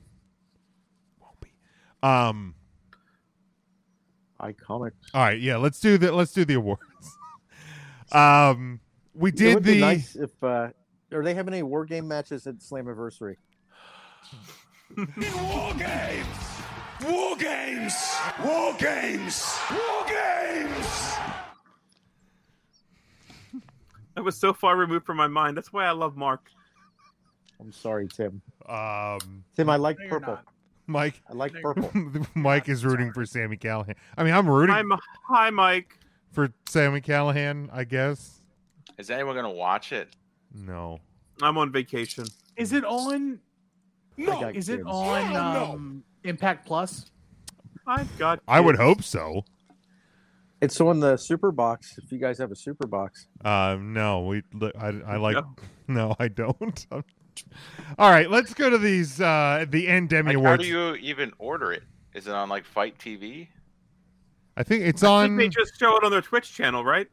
[SPEAKER 1] Won't be. Um.
[SPEAKER 13] Iconic.
[SPEAKER 1] All right, yeah. Let's do the let's do the awards. um. We
[SPEAKER 13] it
[SPEAKER 1] did
[SPEAKER 13] would
[SPEAKER 1] the-
[SPEAKER 13] Be nice if uh, are they having any war game matches at Slammiversary?
[SPEAKER 2] War games! War games! War games! War games!
[SPEAKER 10] That was so far removed from my mind. That's why I love Mark.
[SPEAKER 13] I'm sorry, Tim.
[SPEAKER 1] Um,
[SPEAKER 13] Tim, I like
[SPEAKER 10] No, you're
[SPEAKER 13] purple.
[SPEAKER 1] Mike.
[SPEAKER 13] I like purple.
[SPEAKER 1] Mike is rooting for Sammy Callahan. I mean, I'm rooting
[SPEAKER 10] I'm, hi, Mike.
[SPEAKER 1] for Sammy Callahan, I guess.
[SPEAKER 14] Is anyone gonna watch it?
[SPEAKER 1] No.
[SPEAKER 10] I'm on vacation.
[SPEAKER 12] Is it on? No.
[SPEAKER 10] got
[SPEAKER 12] Is it
[SPEAKER 10] kids.
[SPEAKER 12] on
[SPEAKER 10] Hell no.
[SPEAKER 12] um, Impact Plus?
[SPEAKER 10] I've got.
[SPEAKER 1] I would hope so.
[SPEAKER 13] It's on the super box. If you guys have a super box,
[SPEAKER 1] Um, no, we. li- I, I like.
[SPEAKER 13] No.
[SPEAKER 1] No, I don't. I'm- All right, let's go to these uh the end Emmy
[SPEAKER 14] Like, how
[SPEAKER 1] awards.
[SPEAKER 14] do you even order it? Is it on like Fight TV?
[SPEAKER 1] I think it's
[SPEAKER 10] I
[SPEAKER 1] on.
[SPEAKER 10] think they just show it on their Twitch channel, right?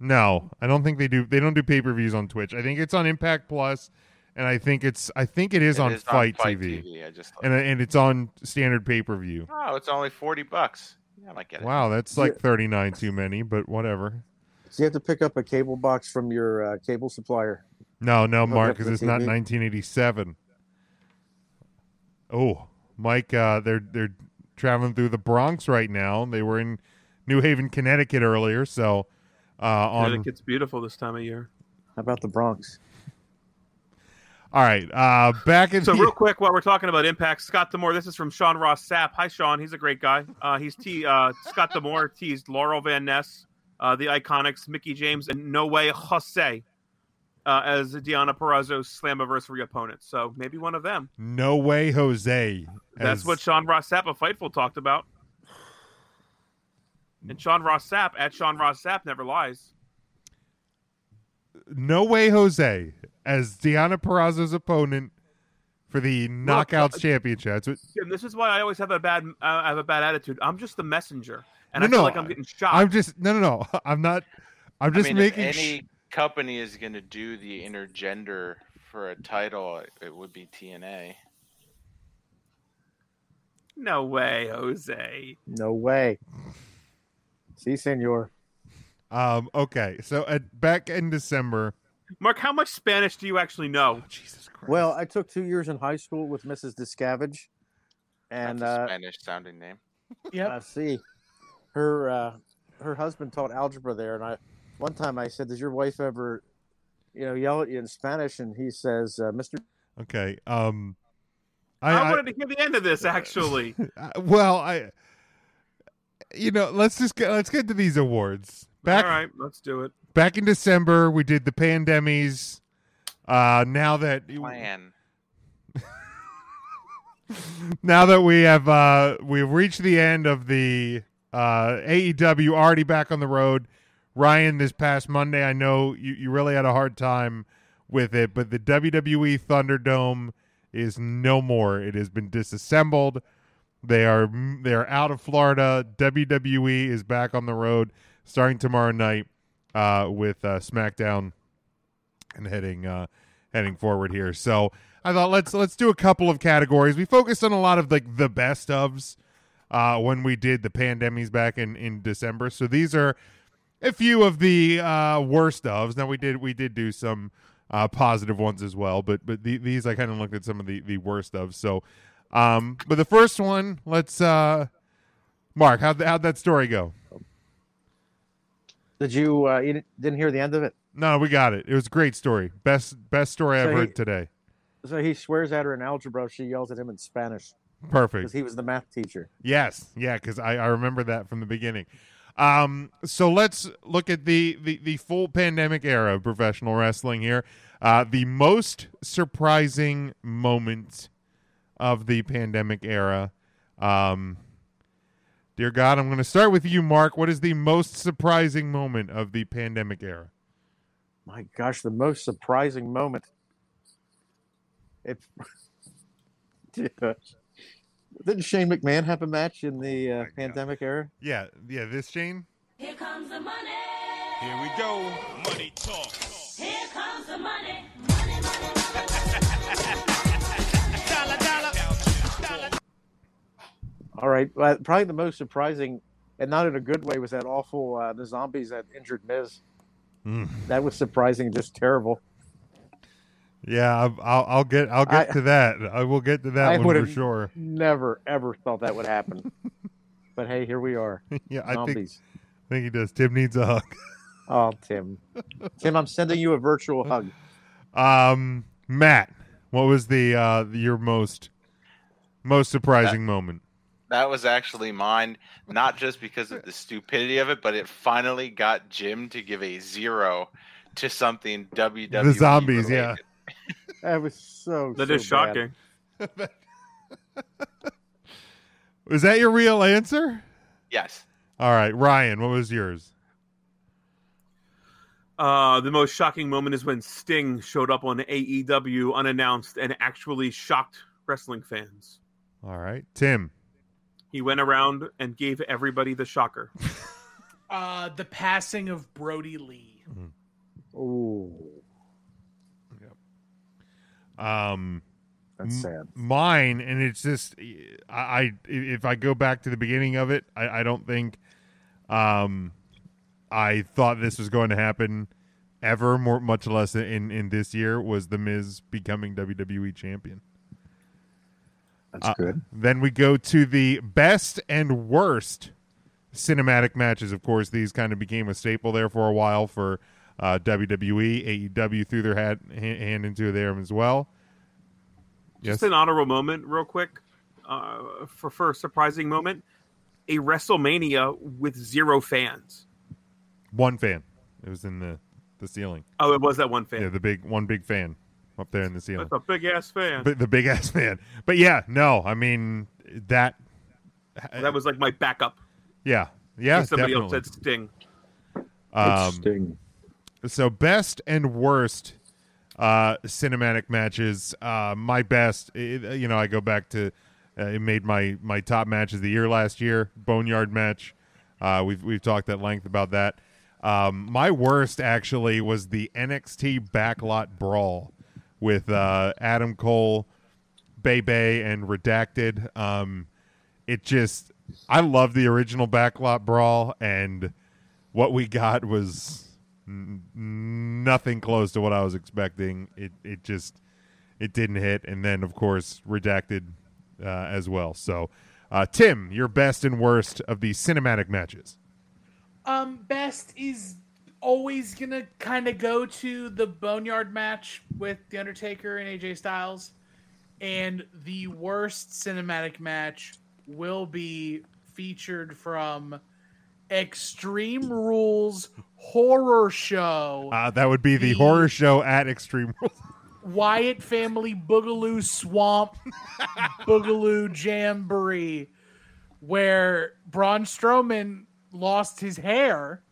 [SPEAKER 1] No, I don't think they do. They don't do pay per views on Twitch. I think it's on Impact Plus, and I think it's. I think it is
[SPEAKER 14] It
[SPEAKER 1] on
[SPEAKER 14] is on
[SPEAKER 1] Fight,
[SPEAKER 14] Fight
[SPEAKER 1] TV.
[SPEAKER 14] TV, I just-
[SPEAKER 1] and and it's on standard pay per view.
[SPEAKER 14] Oh, it's only forty bucks. Yeah, I like it.
[SPEAKER 1] Wow, that's like thirty nine too many, but whatever.
[SPEAKER 13] so you have to pick up a cable box from your uh, cable supplier.
[SPEAKER 1] No, no,
[SPEAKER 13] Hook
[SPEAKER 1] Mark,
[SPEAKER 13] up
[SPEAKER 1] because
[SPEAKER 13] the
[SPEAKER 1] it's not
[SPEAKER 13] TV.
[SPEAKER 1] nineteen eighty seven. Oh, Mike, uh, they're they're traveling through the Bronx right now. They were in New Haven, Connecticut earlier, so uh, on
[SPEAKER 10] Connecticut's beautiful this time of year.
[SPEAKER 13] How about the Bronx?
[SPEAKER 1] All right, uh, back in
[SPEAKER 10] So
[SPEAKER 1] the
[SPEAKER 10] real quick, while we're talking about impact, Scott Demore. This is from Sean Ross Sapp. Hi, Sean. He's a great guy. Uh, he's te- uh, Scott Demore teased Laurel Van Ness, uh, the Iconics, Mickey James, and No Way Jose uh, as Diana Perazzo's Slammiversary opponents. So maybe one of them.
[SPEAKER 1] No Way Jose.
[SPEAKER 10] That's
[SPEAKER 1] as-
[SPEAKER 10] what Sean Ross Sapp of Fightful talked about. And Sean Ross Sapp at Sean Ross Sapp never lies.
[SPEAKER 1] No Way Jose as Deanna Perrazzo's opponent for the Knockouts Championship. That's what-
[SPEAKER 10] Tim, this is why I always have a bad I have a bad attitude. I'm just the messenger, and
[SPEAKER 1] no,
[SPEAKER 10] I feel
[SPEAKER 1] no,
[SPEAKER 10] like I'm getting shot.
[SPEAKER 1] I'm just no, no, no. I'm not. I'm just
[SPEAKER 14] I mean,
[SPEAKER 1] making.
[SPEAKER 14] if
[SPEAKER 1] sh-
[SPEAKER 14] any company is going to do the intergender for a title, it would be TNA.
[SPEAKER 10] No way, Jose.
[SPEAKER 13] No way. See, senor.
[SPEAKER 1] um. Okay. So at back in December.
[SPEAKER 10] Mark, how much Spanish do you actually know?
[SPEAKER 1] Oh, Jesus Christ.
[SPEAKER 13] Well, I took two years in high school with Mrs. Discavige, and
[SPEAKER 14] That's a
[SPEAKER 13] uh,
[SPEAKER 14] Spanish sounding name.
[SPEAKER 12] Yep.
[SPEAKER 13] I see. Her uh, her husband taught algebra there, and I one time I said, "Does your wife ever, you know, yell at you in Spanish?" And he says, uh, "Mr."
[SPEAKER 1] Okay. Um.
[SPEAKER 10] I,
[SPEAKER 1] I, I,
[SPEAKER 10] wanted to hear the end of this actually.
[SPEAKER 1] I- well, I. You know, let's just get let's get to these awards. Back
[SPEAKER 10] All right, let's do it.
[SPEAKER 1] back in December, we did the pandemies. Uh, now that
[SPEAKER 14] Plan.
[SPEAKER 1] now that we have uh we've reached the end of the uh AEW already back on the road. Ryan this past Monday, I know you, you really had a hard time with it, but the WWE Thunderdome is no more. It has been disassembled. They are they are out of Florida. WWE is back on the road starting tomorrow night uh with uh SmackDown and heading uh heading forward here. So I thought let's let's do a couple of categories. We focused on a lot of like the best ofs uh when we did the pandemies back in in December. So these are a few of the uh worst ofs. Now we did we did do some uh positive ones as well, but but the, these I kind of looked at some of the the worst of. So um but the first one, let's uh Mark, how how'd that story go?
[SPEAKER 13] Did you uh, you didn't- didn't hear the end of it?
[SPEAKER 1] No, we got it. It was a great story. Best best story
[SPEAKER 13] So
[SPEAKER 1] I've
[SPEAKER 13] he-
[SPEAKER 1] heard today.
[SPEAKER 13] So he swears at her in algebra. She yells at him in Spanish.
[SPEAKER 1] Perfect.
[SPEAKER 13] Because he was the math teacher.
[SPEAKER 1] Yes, yeah, because I, I remember that from the beginning. Um, so let's look at the, the the full pandemic era of professional wrestling here. Uh, the most surprising moment of the pandemic era. Um, dear God, I'm going to start with you, Mark. What is the most surprising moment of the pandemic era?
[SPEAKER 13] My gosh, the most surprising moment. It didn't Shane McMahon have a match in the uh, pandemic era?
[SPEAKER 1] Yeah, yeah. This Shane.
[SPEAKER 2] Here comes the money. Here we go. Money talk. Here comes the money. dollar, dollar.
[SPEAKER 13] All right, well, probably the most surprising, and not in a good way, was that awful uh, the zombies that injured Miz.
[SPEAKER 1] Mm.
[SPEAKER 13] That was surprising, just terrible.
[SPEAKER 1] Yeah, I'll, I'll I'll get I'll get
[SPEAKER 13] I-
[SPEAKER 1] to that. I will get to that
[SPEAKER 13] I
[SPEAKER 1] one for
[SPEAKER 13] would've
[SPEAKER 1] sure.
[SPEAKER 13] Never ever thought that would happen. but hey, here we are.
[SPEAKER 1] Yeah, I think
[SPEAKER 13] Zombies.
[SPEAKER 1] I think he does. Tim needs a hug.
[SPEAKER 13] Oh, Tim. Tim, I'm sending you a virtual hug.
[SPEAKER 1] Um, Matt, what was the uh your most most surprising moment?
[SPEAKER 14] That was actually mine, not just because of the stupidity of it, but it finally got Jim to give a zero to something E WWE.
[SPEAKER 1] the zombies, yeah.
[SPEAKER 13] That was so.
[SPEAKER 10] That
[SPEAKER 13] so
[SPEAKER 10] is shocking.
[SPEAKER 1] Was that your real answer?
[SPEAKER 14] Yes.
[SPEAKER 1] All right, Ryan, what was yours?
[SPEAKER 10] Uh, the most shocking moment is when Sting showed up on AEW unannounced and actually shocked wrestling fans.
[SPEAKER 1] All right, Tim.
[SPEAKER 10] He went around and gave everybody the shocker.
[SPEAKER 12] Uh, the passing of Brody Lee.
[SPEAKER 13] Ooh.
[SPEAKER 1] Um,
[SPEAKER 13] That's
[SPEAKER 1] m-
[SPEAKER 13] sad.
[SPEAKER 1] Mine, and it's just I, I if I go back to the beginning of it, I, I don't think um I thought this was going to happen ever, more much less in in this year was the Miz becoming WWE champion.
[SPEAKER 13] That's
[SPEAKER 1] good. Then we go to the best and worst cinematic matches. Of course, these kind of became a staple there for a while for uh, WWE. AEW E threw their hat hand, hand into them as well.
[SPEAKER 10] Just an honorable moment, real quick, uh, for for a surprising moment, a WrestleMania with zero fans.
[SPEAKER 1] One fan. It was in the the ceiling.
[SPEAKER 10] Oh, it was that one fan.
[SPEAKER 1] Yeah, the big one big fan up there in the ceiling.
[SPEAKER 10] That's a big ass fan.
[SPEAKER 1] But the big ass fan. But yeah, no, I mean that.
[SPEAKER 10] that was like my backup.
[SPEAKER 1] Yeah, yeah,
[SPEAKER 10] If somebody
[SPEAKER 1] definitely.
[SPEAKER 10] else said Sting.
[SPEAKER 1] Interesting. So best and worst uh, cinematic matches. Uh, my best, it, you know, I go back to uh, it made my my top match of the year last year, Boneyard match. Uh, we've we've talked at length about that. Um, my worst actually was the NXT Backlot Brawl with uh, Adam Cole, Bebe, and Redacted. Um, it just I love the original Backlot Brawl, and what we got was n- nothing close to what I was expecting. It it just it didn't hit, and then of course Redacted uh, as well. So, uh, Tim, your best and worst of the cinematic matches.
[SPEAKER 12] Um, best is always gonna kind of go to the Boneyard match with The Undertaker and AJ Styles, and the worst cinematic match will be featured from Extreme Rules Horror Show.
[SPEAKER 1] Uh, that would be the horror show at Extreme Rules.
[SPEAKER 12] Wyatt Family Boogaloo Swamp Boogaloo Jamboree, where Braun Strowman lost his hair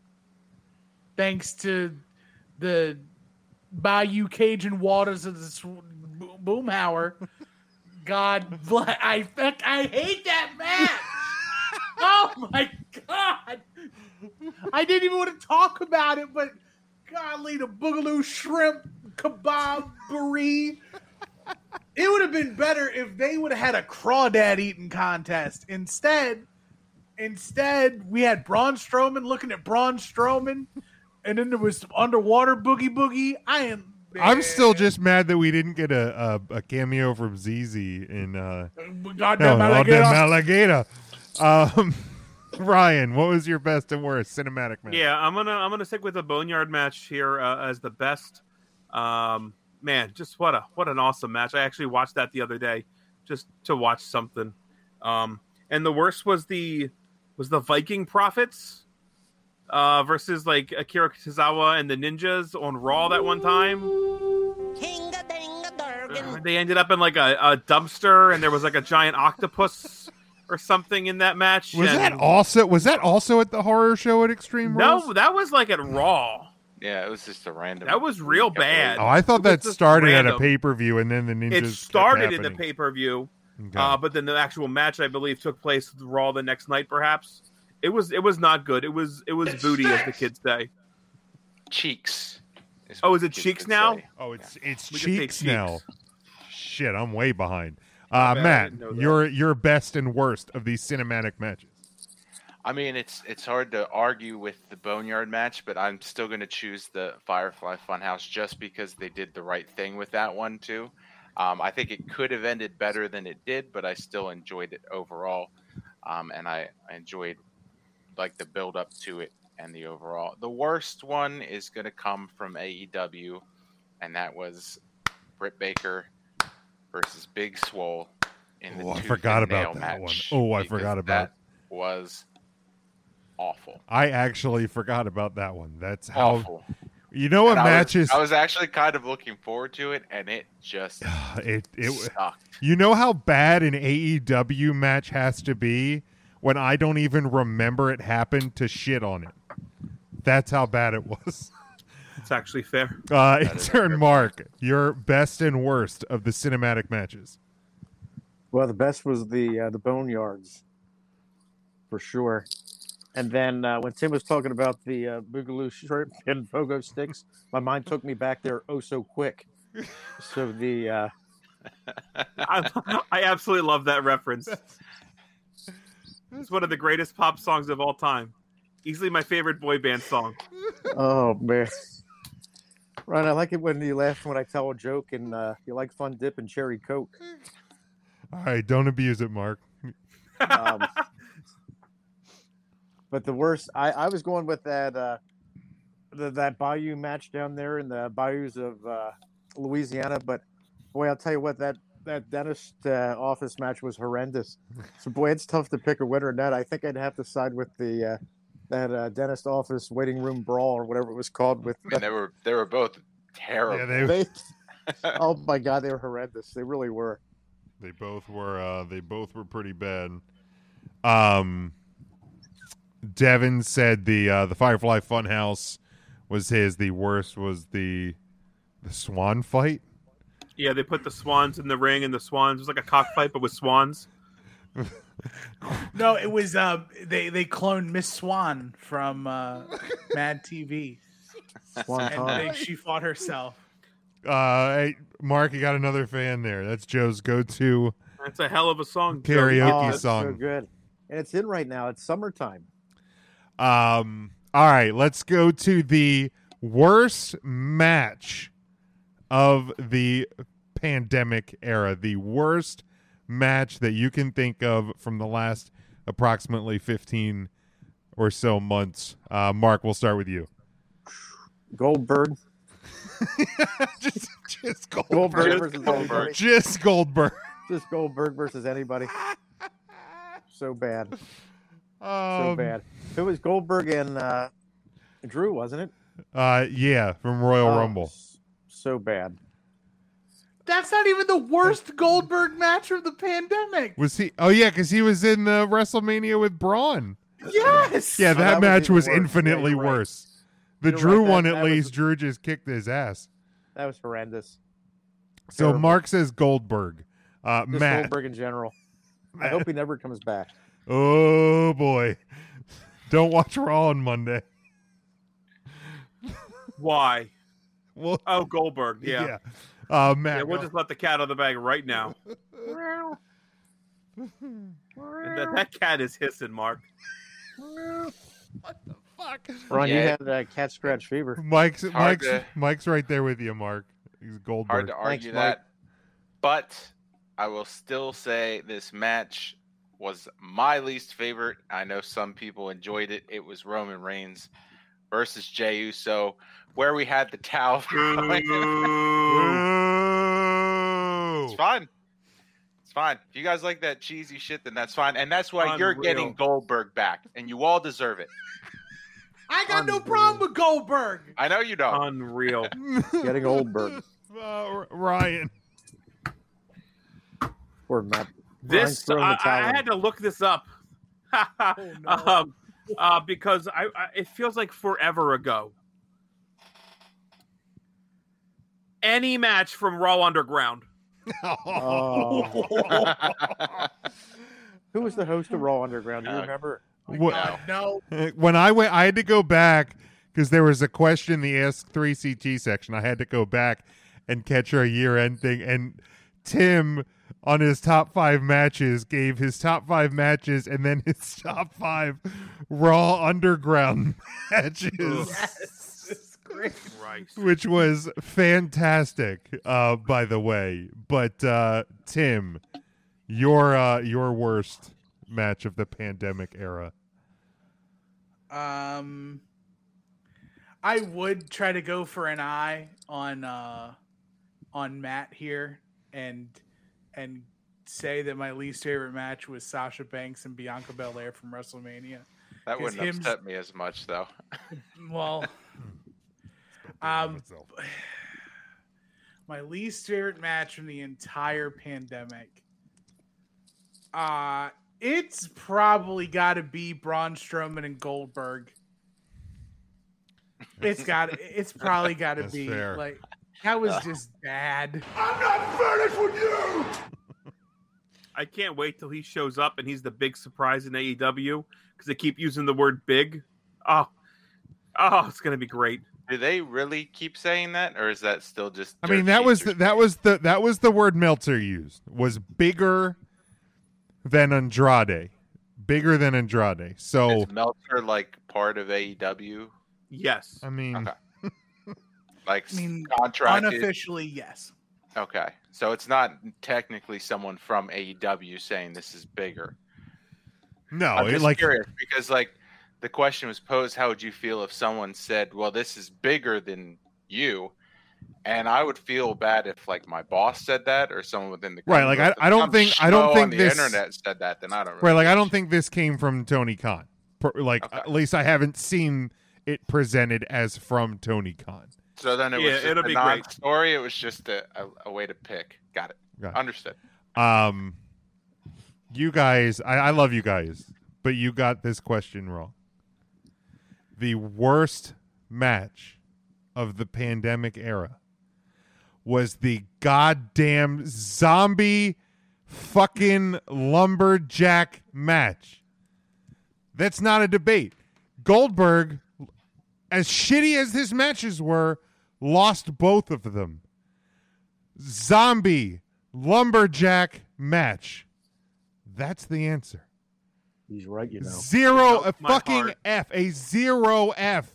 [SPEAKER 12] thanks to the Bayou Cajun waters of the sw- Bo- Boomhauer. God, bl- I fuck, I hate that match. oh my god! I didn't even want to talk about it, but godly, the Boogaloo shrimp kebab burrito. It would have been better if they would have had a crawdad eating contest. Instead, instead we had Braun Strowman looking at Braun Strowman, and then there was some underwater boogie boogie. I am.
[SPEAKER 1] I'm still just mad that we didn't get a a, a cameo from ZZ in uh,
[SPEAKER 12] Goddamn
[SPEAKER 1] no,
[SPEAKER 12] alligator.
[SPEAKER 1] alligator. Um, Ryan, what was your best and worst cinematic match?
[SPEAKER 10] Yeah, I'm gonna I'm gonna stick with the Boneyard match here uh, as the best. Um, man, just what a what an awesome match! I actually watched that the other day just to watch something. Um, and the worst was the was the Viking Profits uh, versus like Akira Tozawa and the Ninjas on Raw that one time. Uh, They ended up in like a, a dumpster, and there was like a giant octopus or something in that match.
[SPEAKER 1] Was
[SPEAKER 10] and-
[SPEAKER 1] that also was that also at the horror show at Extreme Rules?
[SPEAKER 10] No, that was like at Raw.
[SPEAKER 14] Yeah, it was just a random.
[SPEAKER 10] That was real bad.
[SPEAKER 1] Oh, I thought
[SPEAKER 10] It was
[SPEAKER 1] that
[SPEAKER 10] just
[SPEAKER 1] started at a
[SPEAKER 10] random.
[SPEAKER 1] pay per view and then the ninjas.
[SPEAKER 10] It
[SPEAKER 1] kept
[SPEAKER 10] started in the
[SPEAKER 1] happening.
[SPEAKER 10] pay per view,
[SPEAKER 1] Okay.
[SPEAKER 10] uh, but then the actual match, I believe, took place with Raw the next night. Perhaps it was it was not good. It was it was booty, as the kids say.
[SPEAKER 14] Cheeks.
[SPEAKER 10] Oh, is it cheeks now?
[SPEAKER 1] Oh, it's it's
[SPEAKER 10] We can say
[SPEAKER 1] Cheeks now. Shit, I'm way behind.
[SPEAKER 10] My
[SPEAKER 1] Uh,
[SPEAKER 10] bad, I
[SPEAKER 1] Matt,
[SPEAKER 10] didn't know that.
[SPEAKER 1] your your best and worst of these cinematic matches.
[SPEAKER 14] I mean, it's it's hard to argue with the Boneyard match, but I'm still going to choose the Firefly Funhouse just because they did the right thing with that one too. Um, I think it could have ended better than it did, but I still enjoyed it overall, um, and I, I enjoyed like the build up to it and the overall. The worst one is going to come from AEW, and that was Britt Baker versus Big Swole in the
[SPEAKER 1] Oh, I
[SPEAKER 14] tooth
[SPEAKER 1] forgot
[SPEAKER 14] and nail
[SPEAKER 1] about that
[SPEAKER 14] match.
[SPEAKER 1] one. Oh, I
[SPEAKER 14] because
[SPEAKER 1] forgot about.
[SPEAKER 14] that was awful.
[SPEAKER 1] I actually forgot about that one. That's how.
[SPEAKER 14] Awful.
[SPEAKER 1] You know what
[SPEAKER 14] And I was-
[SPEAKER 1] matches?
[SPEAKER 14] I was actually kind of looking forward to it, and it just
[SPEAKER 1] it it
[SPEAKER 14] sucked.
[SPEAKER 1] You know how bad an AEW match has to be when I don't even remember it happened to shit on it. That's how bad it was.
[SPEAKER 10] It's actually fair.
[SPEAKER 1] Uh, intern Mark, your best and worst of the cinematic matches.
[SPEAKER 13] Well, the best was the uh, the boneyards, for sure. And then uh, when Tim was talking about the uh, Boogaloo shrimp and pogo sticks, my mind took me back there oh so quick. So the uh,
[SPEAKER 10] I, I absolutely love that reference. It's one of the greatest pop songs of all time. Easily my favorite boy band song.
[SPEAKER 13] oh man, Ryan, I like it when you laugh when I tell a joke and uh, you like fun dip and cherry coke.
[SPEAKER 1] All right, don't abuse it, Mark.
[SPEAKER 13] Um, but the worst, I, I was going with that uh, the, that Bayou match down there in the bayous of uh, Louisiana. But boy, I'll tell you what that that dentist uh, office match was horrendous. So boy, it's tough to pick a winner in that. I think I'd have to side with the uh, that uh, dentist office waiting room brawl or whatever it was called. With
[SPEAKER 14] I mean, they were they were both terrible.
[SPEAKER 13] they, oh my god, they were horrendous. They really were.
[SPEAKER 1] They both were uh they both were pretty bad. Um Devin said the uh the Firefly Funhouse was his. The worst was the the swan fight.
[SPEAKER 10] Yeah, they put the swans in the ring, and the swans it was like a cockfight, but with swans.
[SPEAKER 12] No, it was uh, they they cloned Miss Swan from uh, Mad TV,
[SPEAKER 1] Swan
[SPEAKER 12] and
[SPEAKER 1] Tom.
[SPEAKER 12] they, she fought herself.
[SPEAKER 1] Uh hey, Mark, you got another fan there. That's Joe's go to
[SPEAKER 10] That's a hell of a song. Uh, Joe.
[SPEAKER 1] karaoke
[SPEAKER 13] Oh, it's so
[SPEAKER 1] song.
[SPEAKER 13] good, and it's in right now. It's summertime.
[SPEAKER 1] Um all right, let's go to the worst match of the pandemic era. The worst match that you can think of from the last approximately 15 or so months. Uh Mark, we'll start with you.
[SPEAKER 13] Goldberg.
[SPEAKER 1] just, just
[SPEAKER 13] Goldberg,
[SPEAKER 1] Goldberg.
[SPEAKER 13] versus
[SPEAKER 1] Goldberg.
[SPEAKER 13] anybody.
[SPEAKER 1] Just Goldberg.
[SPEAKER 13] Just Goldberg versus anybody. So bad. so
[SPEAKER 1] Um,
[SPEAKER 13] bad. It was Goldberg and uh, Drew, wasn't it?
[SPEAKER 1] Uh yeah, from Royal
[SPEAKER 13] Oh,
[SPEAKER 1] Rumble.
[SPEAKER 13] So bad.
[SPEAKER 12] That's not even the worst Goldberg match of the pandemic.
[SPEAKER 1] Was he Oh yeah, cuz he was in uh, WrestleMania with Braun.
[SPEAKER 12] Yes.
[SPEAKER 1] Yeah, that,
[SPEAKER 13] Oh, that was
[SPEAKER 1] match
[SPEAKER 13] even
[SPEAKER 1] was
[SPEAKER 13] worse. Yeah,
[SPEAKER 1] infinitely
[SPEAKER 13] you're right.
[SPEAKER 1] worse. The
[SPEAKER 13] You're
[SPEAKER 1] Drew
[SPEAKER 13] right, that-
[SPEAKER 1] one, at
[SPEAKER 13] that was-
[SPEAKER 1] least, Drew just kicked his ass.
[SPEAKER 13] That was horrendous.
[SPEAKER 1] So
[SPEAKER 13] Terrible.
[SPEAKER 1] Mark says Goldberg. Uh,
[SPEAKER 13] Just
[SPEAKER 1] Matt,
[SPEAKER 13] Goldberg in general. I hope he never comes back.
[SPEAKER 1] oh boy, don't watch Raw on Monday.
[SPEAKER 10] Why?
[SPEAKER 1] Well,
[SPEAKER 10] oh Goldberg. Yeah.
[SPEAKER 1] Yeah. Uh, Matt,
[SPEAKER 10] Yeah, we'll
[SPEAKER 1] go-
[SPEAKER 10] just let the cat out of the bag right now. And that, that cat is hissing, Mark.
[SPEAKER 1] what the fuck?
[SPEAKER 13] Ron, you
[SPEAKER 10] Yeah.
[SPEAKER 13] had uh, cat scratch fever.
[SPEAKER 1] Mike's
[SPEAKER 14] Hard
[SPEAKER 1] Mike's
[SPEAKER 14] to-
[SPEAKER 1] Mike's right there with you, Mark. He's Goldberg.
[SPEAKER 14] Hard to argue that. But I will still say this match was my least favorite. I know some people enjoyed it. It was Roman Reigns versus Jey Uso, where we had the towel. it's fine. It's fine. If you guys like that cheesy shit, then that's fine. And that's why you're
[SPEAKER 10] Unreal.
[SPEAKER 14] getting Goldberg back, and you all deserve it.
[SPEAKER 12] I got no problem with Goldberg.
[SPEAKER 14] I know you don't.
[SPEAKER 10] Unreal.
[SPEAKER 13] Getting Goldberg.
[SPEAKER 1] Uh, Ryan.
[SPEAKER 13] Poor Matt. Ryan's
[SPEAKER 10] This
[SPEAKER 13] throwing the
[SPEAKER 10] I, I
[SPEAKER 13] towel in.
[SPEAKER 10] had to look this up
[SPEAKER 14] Oh,
[SPEAKER 10] um, uh, because I, I it feels like forever ago. Any match from Raw Underground.
[SPEAKER 13] Oh. Who was the host of Raw Underground? Do you
[SPEAKER 10] Uh,
[SPEAKER 13] remember?
[SPEAKER 1] Wha-
[SPEAKER 12] No.
[SPEAKER 1] When I went, I had to go back because there was a question in the Ask Three CT section. I had to go back and catch our year-end thing. And Tim, on his top five matches, gave his top five matches and then his top five Raw Underground matches.
[SPEAKER 12] Yes, it's great.
[SPEAKER 10] Right.
[SPEAKER 1] which was fantastic uh by the way but uh tim your uh your worst match of the pandemic era
[SPEAKER 12] Um, I would try to go for an eye on uh, on Matt here, and and say that my least favorite match was Sasha Banks and Bianca Belair from WrestleMania.
[SPEAKER 14] That
[SPEAKER 12] 'Cause
[SPEAKER 14] wouldn't
[SPEAKER 12] him's-
[SPEAKER 14] upset me as much, though.
[SPEAKER 12] Well, um, my least favorite match from the entire pandemic. Uh it's probably got to be Braun Strowman and Goldberg. It's got. It's probably got to
[SPEAKER 1] That's
[SPEAKER 12] be
[SPEAKER 1] fair.
[SPEAKER 12] like that was just bad.
[SPEAKER 7] I'm not finished with you.
[SPEAKER 10] I can't wait till he shows up and he's the big surprise in AEW because they keep using the word big. Oh, oh, it's gonna be great.
[SPEAKER 14] Do they really keep saying that, or is that still just?
[SPEAKER 1] i
[SPEAKER 14] dirt
[SPEAKER 1] mean that
[SPEAKER 14] cheap?
[SPEAKER 1] was the, that was the that was the word meltzer used was bigger than andrade bigger than andrade so
[SPEAKER 14] Is Meltzer like part of E AEW?
[SPEAKER 10] Yes.
[SPEAKER 1] i mean
[SPEAKER 14] Like
[SPEAKER 12] I mean,
[SPEAKER 14] contracted?
[SPEAKER 12] unofficially, yes.
[SPEAKER 14] Okay, so it's not technically someone from AEW saying this is bigger.
[SPEAKER 1] no
[SPEAKER 14] I'm
[SPEAKER 1] Oh, it,
[SPEAKER 14] just
[SPEAKER 1] like
[SPEAKER 14] curious because like the question was posed: How would you feel if someone said, "Well, this is bigger than you"? And I would feel bad if like my boss said that or someone within the
[SPEAKER 1] Right, like, I-
[SPEAKER 14] company.
[SPEAKER 1] I don't
[SPEAKER 14] Some
[SPEAKER 1] think- I don't
[SPEAKER 14] schmo
[SPEAKER 1] think
[SPEAKER 14] on the
[SPEAKER 1] this-
[SPEAKER 14] internet said that. Then I don't really
[SPEAKER 1] right like i don't think this came from tony khan Per- like at least i haven't seen it presented as from tony khan
[SPEAKER 14] So then it
[SPEAKER 10] Yeah,
[SPEAKER 14] was just
[SPEAKER 10] it'll
[SPEAKER 14] a
[SPEAKER 10] be great.
[SPEAKER 14] non-story. It was just a, a, a way to pick. Got it.
[SPEAKER 1] Got it.
[SPEAKER 14] Understood.
[SPEAKER 1] Um, you guys, I, I love you guys, but you got this question wrong. The worst match of the pandemic era was the goddamn zombie fucking lumberjack match. That's not a debate. Goldberg, as shitty as his matches were, lost both of them zombie lumberjack match. That's the answer.
[SPEAKER 13] He's right, you know.
[SPEAKER 1] Zero, a
[SPEAKER 13] broke my
[SPEAKER 1] fucking
[SPEAKER 13] heart.
[SPEAKER 1] F, a zero F.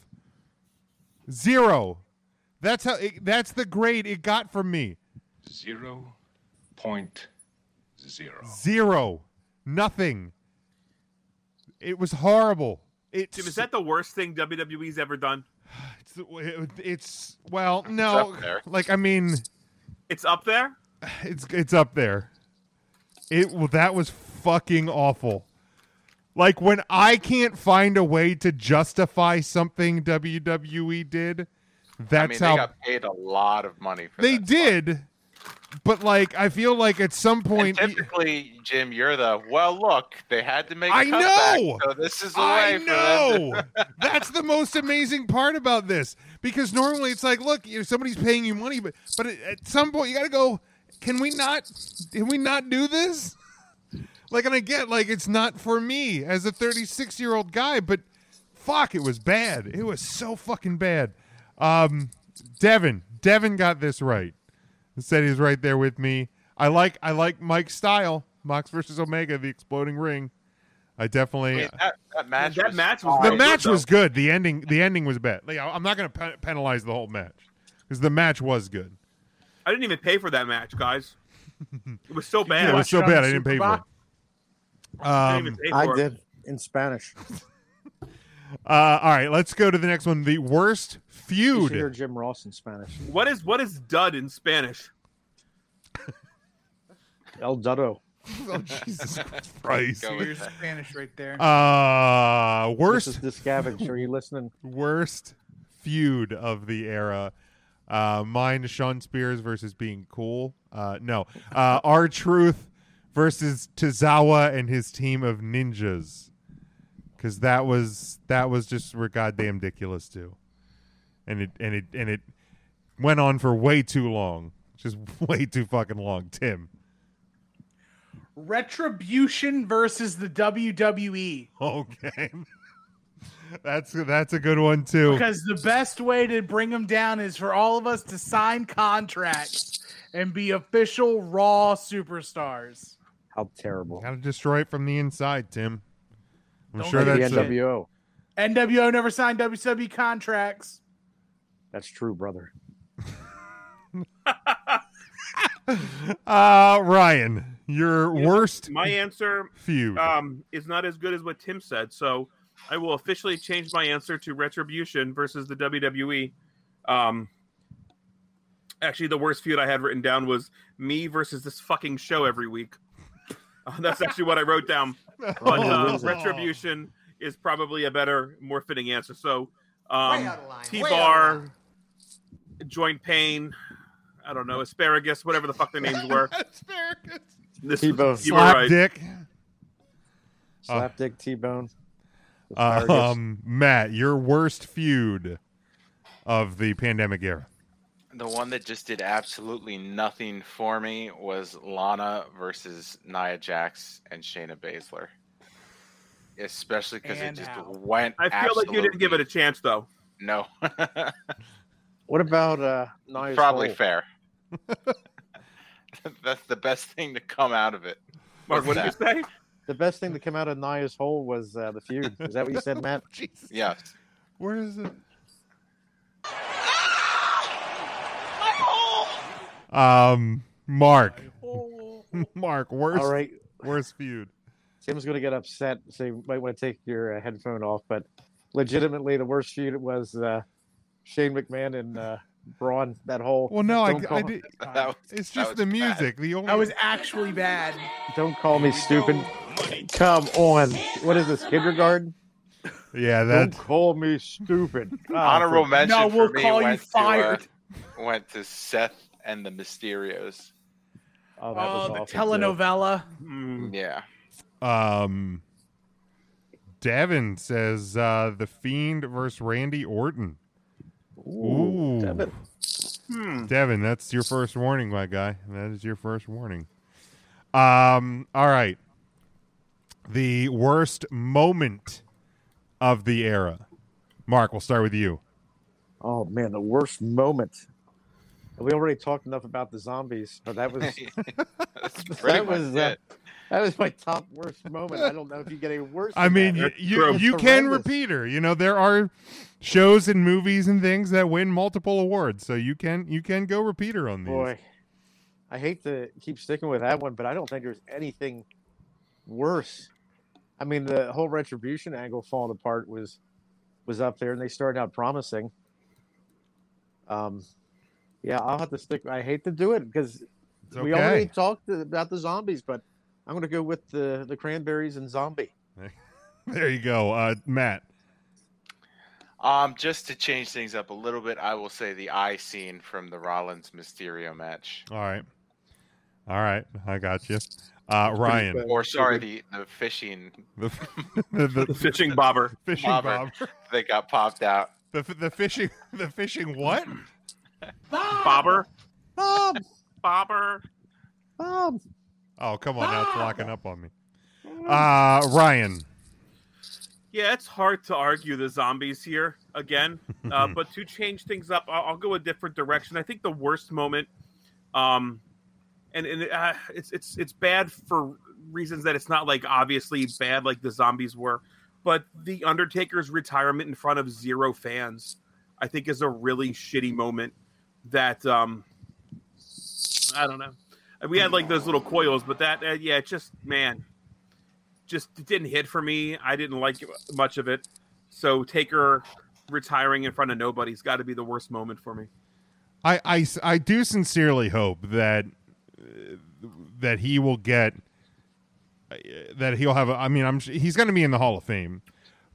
[SPEAKER 1] Zero. That's how. It, that's the grade it got from me.
[SPEAKER 20] Zero point zero.
[SPEAKER 1] Zero. Nothing. It was horrible. It.
[SPEAKER 10] Jim, is that the worst thing WWE's ever done?
[SPEAKER 1] It's, it's well, no.
[SPEAKER 10] up there.
[SPEAKER 1] Like I mean,
[SPEAKER 10] It's up there.
[SPEAKER 1] it's it's up there. It well, that was fucking awful. Like when I can't find a way to justify something WWE did,
[SPEAKER 14] I mean,
[SPEAKER 1] that's
[SPEAKER 14] they
[SPEAKER 1] how
[SPEAKER 14] got paid a lot of money for
[SPEAKER 1] they
[SPEAKER 14] that.
[SPEAKER 1] did. But like, I feel like at some
[SPEAKER 14] And
[SPEAKER 1] point,
[SPEAKER 14] typically, Jim, you're the well. Look, they had to make. a
[SPEAKER 1] I
[SPEAKER 14] cutback,
[SPEAKER 1] know!
[SPEAKER 14] So this is the
[SPEAKER 1] I
[SPEAKER 14] way for them.
[SPEAKER 1] know. That's the most amazing part about this because normally it's like, look, you know, somebody's paying you money, but but at- at some point you got to go. Can we not? Can we not do this? Like, and I get like it's not for me as a 36 year old guy, but fuck, it was bad. It was so fucking bad. Um, Devin, Devin got this right. He said he's right there with me. I like I like Mike's style. Mox versus Omega, the exploding ring. I definitely
[SPEAKER 14] I mean, that, that match.
[SPEAKER 10] That
[SPEAKER 14] was
[SPEAKER 10] match
[SPEAKER 14] fine.
[SPEAKER 10] was
[SPEAKER 1] the match was good. The ending, the ending was bad. Like, I- I'm not going to pe- penalize the whole match because the match was good.
[SPEAKER 10] I didn't even pay for that match, guys. It was so bad.
[SPEAKER 1] Yeah, it was so bad. I didn't pay for it.
[SPEAKER 10] I
[SPEAKER 1] Um,
[SPEAKER 10] didn't even pay
[SPEAKER 13] I
[SPEAKER 10] for it.
[SPEAKER 13] did in Spanish.
[SPEAKER 1] uh, all right, let's go to the next one. The worst
[SPEAKER 13] You should hear
[SPEAKER 1] feud.
[SPEAKER 13] Jim Ross in Spanish.
[SPEAKER 10] What is what is dud in Spanish?
[SPEAKER 13] El Dado.
[SPEAKER 1] oh, Jesus Christ.
[SPEAKER 12] Here's Spanish right there.
[SPEAKER 1] Uh, worst.
[SPEAKER 13] This is Discavage. Are you listening?
[SPEAKER 1] worst feud of the era. Uh, mine, Sean Spears versus Being Cool. Uh, no, uh, our Truth versus Tozawa and his team of ninjas, because that was that was just were goddamn ridiculous too, and it and it and it went on for way too long, just way too fucking long. Tim,
[SPEAKER 12] Retribution versus the E. WWE.
[SPEAKER 1] Okay. that's that's a good one too.
[SPEAKER 12] Because the best way to bring them down is for all of us to sign contracts and be official Raw superstars.
[SPEAKER 13] How terrible!
[SPEAKER 1] Gotta destroy it from the inside, Tim. I'm
[SPEAKER 13] Don't
[SPEAKER 1] sure
[SPEAKER 13] look at
[SPEAKER 1] that's
[SPEAKER 13] the NWO.
[SPEAKER 12] NWO never signed WWE contracts.
[SPEAKER 13] That's true, brother.
[SPEAKER 1] Uh, Ryan, your worst.
[SPEAKER 10] My answer
[SPEAKER 1] feud.
[SPEAKER 10] um, is not as good as what Tim said, so I will officially change my answer to Retribution versus the WWE. Um, actually, the worst feud I had written down was me versus this fucking show every week. Uh, that's actually what I wrote down. But
[SPEAKER 14] Oh,
[SPEAKER 10] uh,
[SPEAKER 2] Loser.
[SPEAKER 10] Retribution is probably a better, more fitting answer. So,
[SPEAKER 2] Way
[SPEAKER 10] um,
[SPEAKER 2] out of line,
[SPEAKER 10] T
[SPEAKER 2] way out of
[SPEAKER 10] Bar, Joint Pain, I don't know, Asparagus, whatever the fuck their names were. This-
[SPEAKER 13] T-Bone.
[SPEAKER 10] you were right.
[SPEAKER 1] Dick. Oh.
[SPEAKER 13] Slapdick T-Bone. Asparagus.
[SPEAKER 1] Um, Matt, your worst feud of the pandemic era.
[SPEAKER 14] The one that just did absolutely nothing for me was Lana versus Nia Jax and Shayna Baszler. Especially because it
[SPEAKER 10] And
[SPEAKER 14] just
[SPEAKER 10] how.
[SPEAKER 14] went.
[SPEAKER 10] I feel like you didn't give it a chance, though.
[SPEAKER 14] No.
[SPEAKER 13] What about uh? Nia's
[SPEAKER 14] Probably
[SPEAKER 13] hole?
[SPEAKER 14] fair. That's the best thing to come out of it.
[SPEAKER 13] Mark, what did you
[SPEAKER 10] say?
[SPEAKER 13] The best thing to come out of Nia's hole was uh, the feud. Is that what you said, Matt?
[SPEAKER 1] Jesus.
[SPEAKER 14] Yes.
[SPEAKER 1] Where is it? Um, Mark. Mark, worst.
[SPEAKER 13] All right.
[SPEAKER 1] Worst feud.
[SPEAKER 13] Tim's gonna get upset, so you might want to take your uh, headphone off. But legitimately, the worst feud was uh, Shane McMahon and uh, Braun. That whole.
[SPEAKER 1] Well, no, I,
[SPEAKER 13] Don't
[SPEAKER 1] I
[SPEAKER 13] call-
[SPEAKER 1] did.
[SPEAKER 13] That
[SPEAKER 1] it's just the music. The only
[SPEAKER 12] That was actually bad.
[SPEAKER 13] Don't call me stupid. Come on. What is this kindergarten?
[SPEAKER 1] Yeah,
[SPEAKER 13] Don't
[SPEAKER 1] that-
[SPEAKER 13] call me stupid. Ah,
[SPEAKER 14] Honorable mention
[SPEAKER 13] No, we'll
[SPEAKER 14] for me
[SPEAKER 13] call you
[SPEAKER 14] went
[SPEAKER 13] fired.
[SPEAKER 14] To, uh, went to Seth and the Mysterios.
[SPEAKER 13] Oh,
[SPEAKER 12] that was Oh, the awful, too. telenovela.
[SPEAKER 13] Hmm.
[SPEAKER 14] Yeah.
[SPEAKER 1] Um, Devin says uh, the Fiend versus Randy Orton. Ooh, Devin.
[SPEAKER 10] Hmm.
[SPEAKER 1] Devin, that's your first warning, my guy. That is your first warning. Um, all right. The worst moment of the era. Mark, we'll start with you.
[SPEAKER 13] Oh man, the worst moment. We already talked enough about the zombies, but that was
[SPEAKER 14] pretty much
[SPEAKER 13] that was uh, that was my top worst moment. I don't know if you get any worse.
[SPEAKER 1] I
[SPEAKER 13] than
[SPEAKER 1] mean, you
[SPEAKER 13] that.
[SPEAKER 1] you,
[SPEAKER 13] It's
[SPEAKER 1] you can
[SPEAKER 13] horrendous.
[SPEAKER 1] repeat her. You know, there are shows and movies and things that win multiple awards, so you can you can go repeater on these.
[SPEAKER 13] Boy, I hate to keep sticking with that one, but I don't think there's anything worse. I mean, the whole retribution angle falling apart was was up there, and they started out promising. Um, yeah, I'll have to stick. I hate to do it because we
[SPEAKER 1] okay.
[SPEAKER 13] already talked about the zombies, but I'm going to go with the the cranberries and zombie.
[SPEAKER 1] There you go, uh, Matt.
[SPEAKER 14] Um, just to change things up a little bit, I will say the eye scene from the Rollins Mysterio match.
[SPEAKER 1] All right, all right, I got you, uh, Ryan.
[SPEAKER 14] Or sorry, the, the fishing
[SPEAKER 1] The, the, the
[SPEAKER 10] fishing bobber.
[SPEAKER 1] Fishing
[SPEAKER 14] bobber that got popped out.
[SPEAKER 1] The, f- the fishing the fishing what? Um,
[SPEAKER 10] Bobber.
[SPEAKER 13] Bob.
[SPEAKER 10] Bobber.
[SPEAKER 13] Bob.
[SPEAKER 1] Oh come on, now it's locking up on me. Uh, Ryan.
[SPEAKER 10] Yeah, it's hard to argue the zombies here again, uh, but to change things up, I'll, I'll go a different direction. I think the worst moment, um, and and uh, it's it's it's bad for reasons that it's not like obviously bad like the zombies were, but the Undertaker's retirement in front of zero fans, I think, is a really shitty moment. That um, I don't know. We had like those little coils, but that uh, yeah, it just man, just it didn't hit for me. I didn't like much of it. So Taker retiring in front of nobody's got to be the worst moment for me.
[SPEAKER 1] I, I, I do sincerely hope that uh, that he will get uh, that he'll have a, I mean I'm su- he's going to be in the Hall of Fame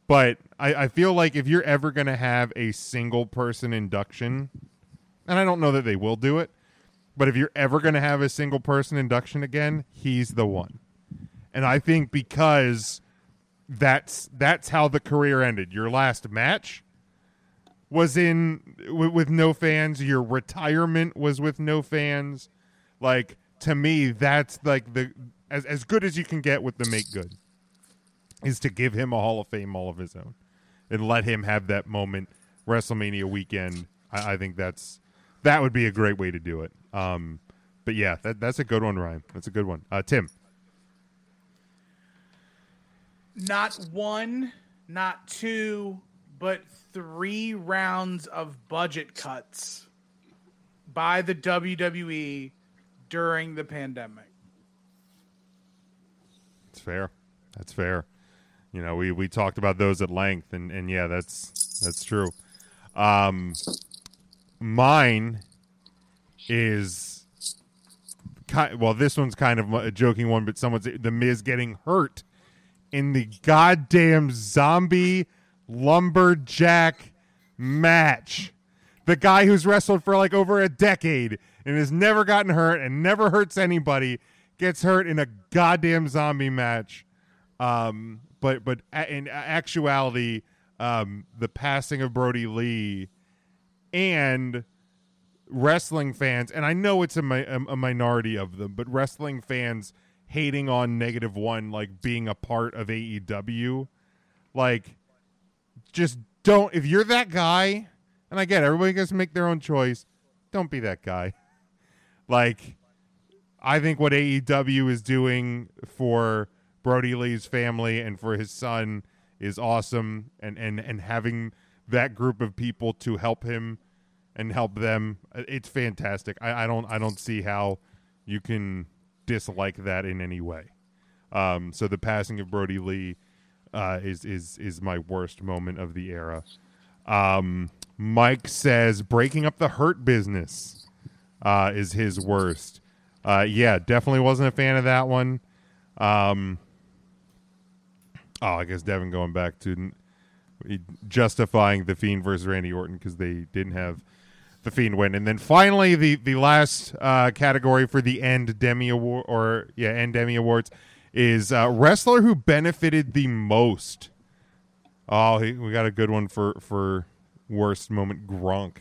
[SPEAKER 1] but I, I feel like if you're ever going to have a single person induction and I don't know that they will do it but if you're ever going to have a single person induction again he's the one and I think because that's that's how the career ended your last match was in w- with no fans. Your retirement was with no fans. Like to me, that's like the as as good as you can get with the make good is to give him a Hall of Fame all of his own and let him have that moment WrestleMania weekend. I, I think that's that would be a great way to do it. Um, but yeah, that, that's a good one, Ryan. That's a good one, uh, Tim.
[SPEAKER 12] not one, not two, but three rounds of budget cuts by the WWE during the pandemic.
[SPEAKER 1] It's fair. That's fair. You know, we, we talked about those at length, and, and yeah, that's that's true. Um, mine is ki- well, this one's kind of a joking one, but someone's the Miz getting hurt in the goddamn zombie lumberjack match. The guy who's wrestled for like over a decade and has never gotten hurt and never hurts anybody gets hurt in a goddamn zombie match. Um, but but a- in actuality, um, the passing of Brody Lee and wrestling fans, and I know it's a, mi- a, a minority of them, but wrestling fans hating on negative one like being a part of AEW, like just don't. If you're that guy, and I get it, everybody gets to make their own choice. Don't be that guy. Like, I think what AEW is doing for Brody Lee's family and for his son is awesome, and and and having that group of people to help him and help them, uh, it's fantastic. I, I don't I don't see how you can dislike that in any way. Um, so the passing of Brody Lee uh, is is is my worst moment of the era. Um, Mike says breaking up the hurt business uh, is his worst. Uh, yeah, definitely wasn't a fan of that one. Um, oh, I guess Devin going back to n- justifying the Fiend versus Randy Orton because they didn't have the Fiend win, and then finally the the last uh, category for the end Demi award or yeah end Demi awards is uh, wrestler who benefited the most. Oh, he, we got a good one for for worst moment Gronk,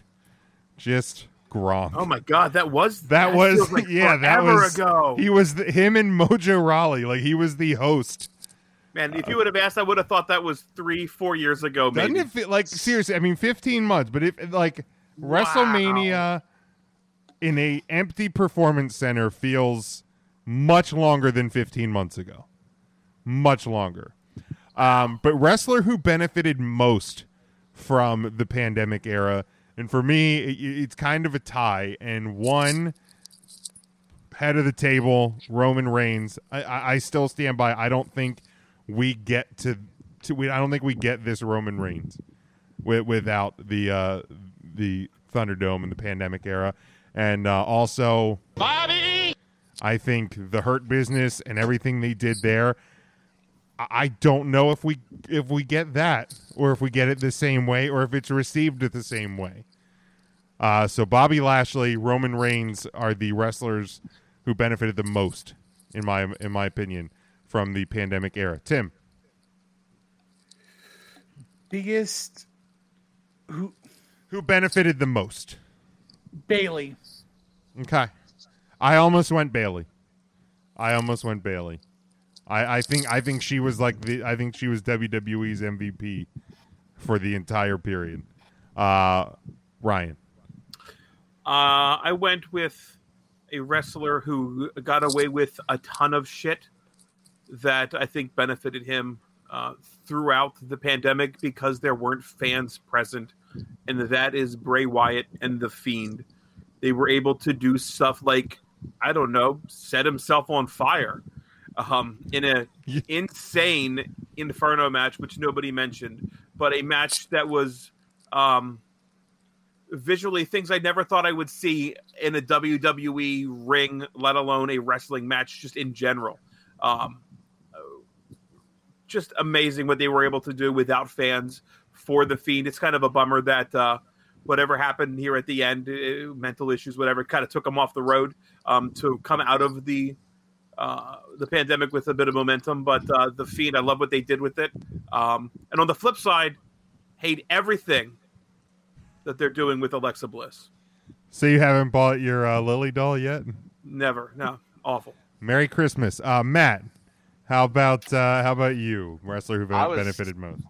[SPEAKER 1] just Gronk.
[SPEAKER 10] Oh my god, that was
[SPEAKER 1] That was
[SPEAKER 10] feels like
[SPEAKER 1] yeah. That
[SPEAKER 10] forever
[SPEAKER 1] was
[SPEAKER 10] ago.
[SPEAKER 1] he was the, him and Mojo Raleigh. Like he was the host.
[SPEAKER 10] Man, if you would have asked, I would have thought that was three, four years ago.
[SPEAKER 1] Doesn't
[SPEAKER 10] Maybe
[SPEAKER 1] it feel like seriously? I mean, fifteen months, but if like WrestleMania in a empty performance center feels much longer than fifteen months ago, much longer. Um, but wrestler who benefited most from the pandemic era, and for me, it, it's kind of a tie. And one head of the table, Roman Reigns. I, I, I still stand by. I don't think we get to, to we, I don't think we get this Roman Reigns with, without the uh, the Thunderdome and the pandemic era, and uh, also Bobby. I think the Hurt business and everything they did there. I- I don't know if we if we get that or if we get it the same way or if it's received it the same way. Uh, so Bobby Lashley, Roman Reigns are the wrestlers who benefited the most, in my in my opinion, from the pandemic era. Tim,
[SPEAKER 12] biggest who
[SPEAKER 1] who benefited the most?
[SPEAKER 12] Bailey.
[SPEAKER 1] Okay, I almost went Bailey. I almost went Bailey. I, I think I think she was like the I think she was WWE's MVP for the entire period. Uh, Ryan.
[SPEAKER 10] Uh, I went with a wrestler who got away with a ton of shit that I think benefited him uh, throughout the pandemic because there weren't fans present, and that is Bray Wyatt and The Fiend. They were able to do stuff like, I don't know, set himself on fire um, in a insane Inferno match, which nobody mentioned, but a match that was. Um, visually things I never thought I would see in a WWE ring, let alone a wrestling match, just in general. Um, uh, just amazing what they were able to do without fans for the Fiend. It's kind of a bummer that uh, whatever happened here at the end, uh, mental issues, whatever, kind of took him off the road um, to come out of the uh, the pandemic with a bit of momentum. But uh, the Fiend, I love what they did with it. Um, and on the flip side, hate everything that they're doing with Alexa Bliss.
[SPEAKER 1] So you haven't bought your uh, Lily doll yet?
[SPEAKER 10] Never, no, awful.
[SPEAKER 1] Merry Christmas, uh, Matt. How about uh, how about you, wrestler who
[SPEAKER 14] I
[SPEAKER 1] ben-
[SPEAKER 14] was-
[SPEAKER 1] benefited most?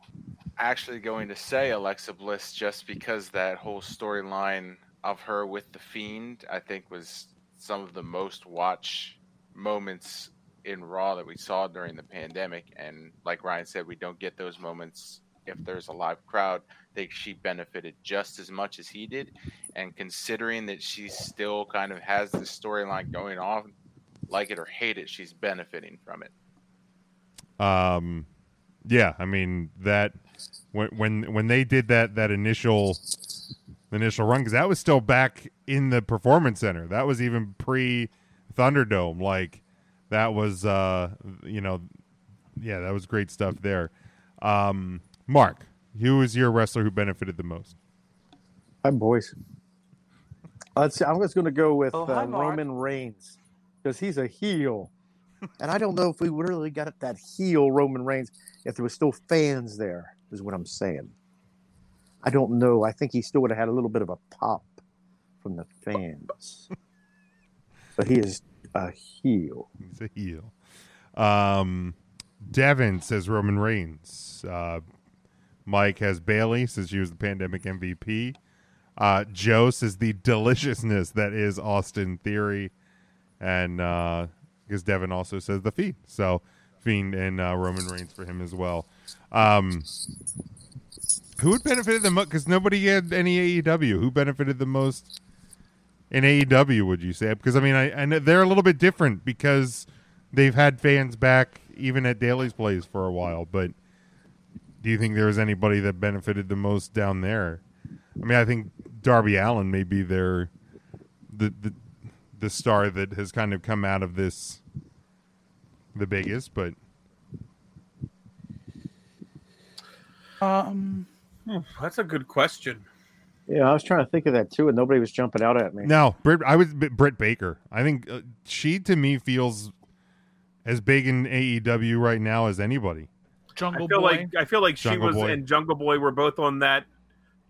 [SPEAKER 14] actually going to say Alexa Bliss just because that whole storyline of her with the Fiend, I think, was some of the most watch moments in Raw that we saw during the pandemic. And like Ryan said, we don't get those moments if there's a live crowd. I think she benefited just as much as he did. And considering that she still kind of has this storyline going on, like it or hate it, she's benefiting from it.
[SPEAKER 1] Um, yeah, I mean that when when when they did that that initial initial run because that was still back in the performance center. That was even pre Thunderdome. Like that was uh you know yeah that was great stuff there. Um, Mark, who is your wrestler who benefited the most?
[SPEAKER 13] I'm boys. Let's see, I'm just going to go with
[SPEAKER 1] Oh, hi,
[SPEAKER 13] uh,
[SPEAKER 1] Mark.
[SPEAKER 13] Roman Reigns because he's a heel, and I don't know if we really got that heel Roman Reigns if there was still fans there. Is what I'm saying. I don't know. I think he still would have had a little bit of a pop from the fans, but he is a heel.
[SPEAKER 1] He's a heel. Um, Devin says Roman Reigns. Uh, Mike has Bailey says she was the pandemic MVP. Uh, Joe says the deliciousness that is Austin Theory, and uh, because Devin also says the Fiend. So Fiend and uh, Roman Reigns for him as well. Um, who would benefited the most? Because nobody had any AEW. Who benefited the most in AEW? Would you say? Because I mean, I, I know they're a little bit different because they've had fans back even at Daly's Plays for a while. But do you think there was anybody that benefited the most down there? I mean, I think Darby Allen may be their the the, the star that has kind of come out of this the biggest, but
[SPEAKER 12] Um,
[SPEAKER 10] that's a good question.
[SPEAKER 13] Yeah, I was trying to think of that too, and nobody was jumping out at me.
[SPEAKER 1] No, Britt, I was Britt Baker. I think uh, she to me feels as big in AEW right now as anybody.
[SPEAKER 10] I feel like I feel like she
[SPEAKER 1] Jungle
[SPEAKER 10] was
[SPEAKER 1] Boy.
[SPEAKER 10] and Jungle Boy were both on that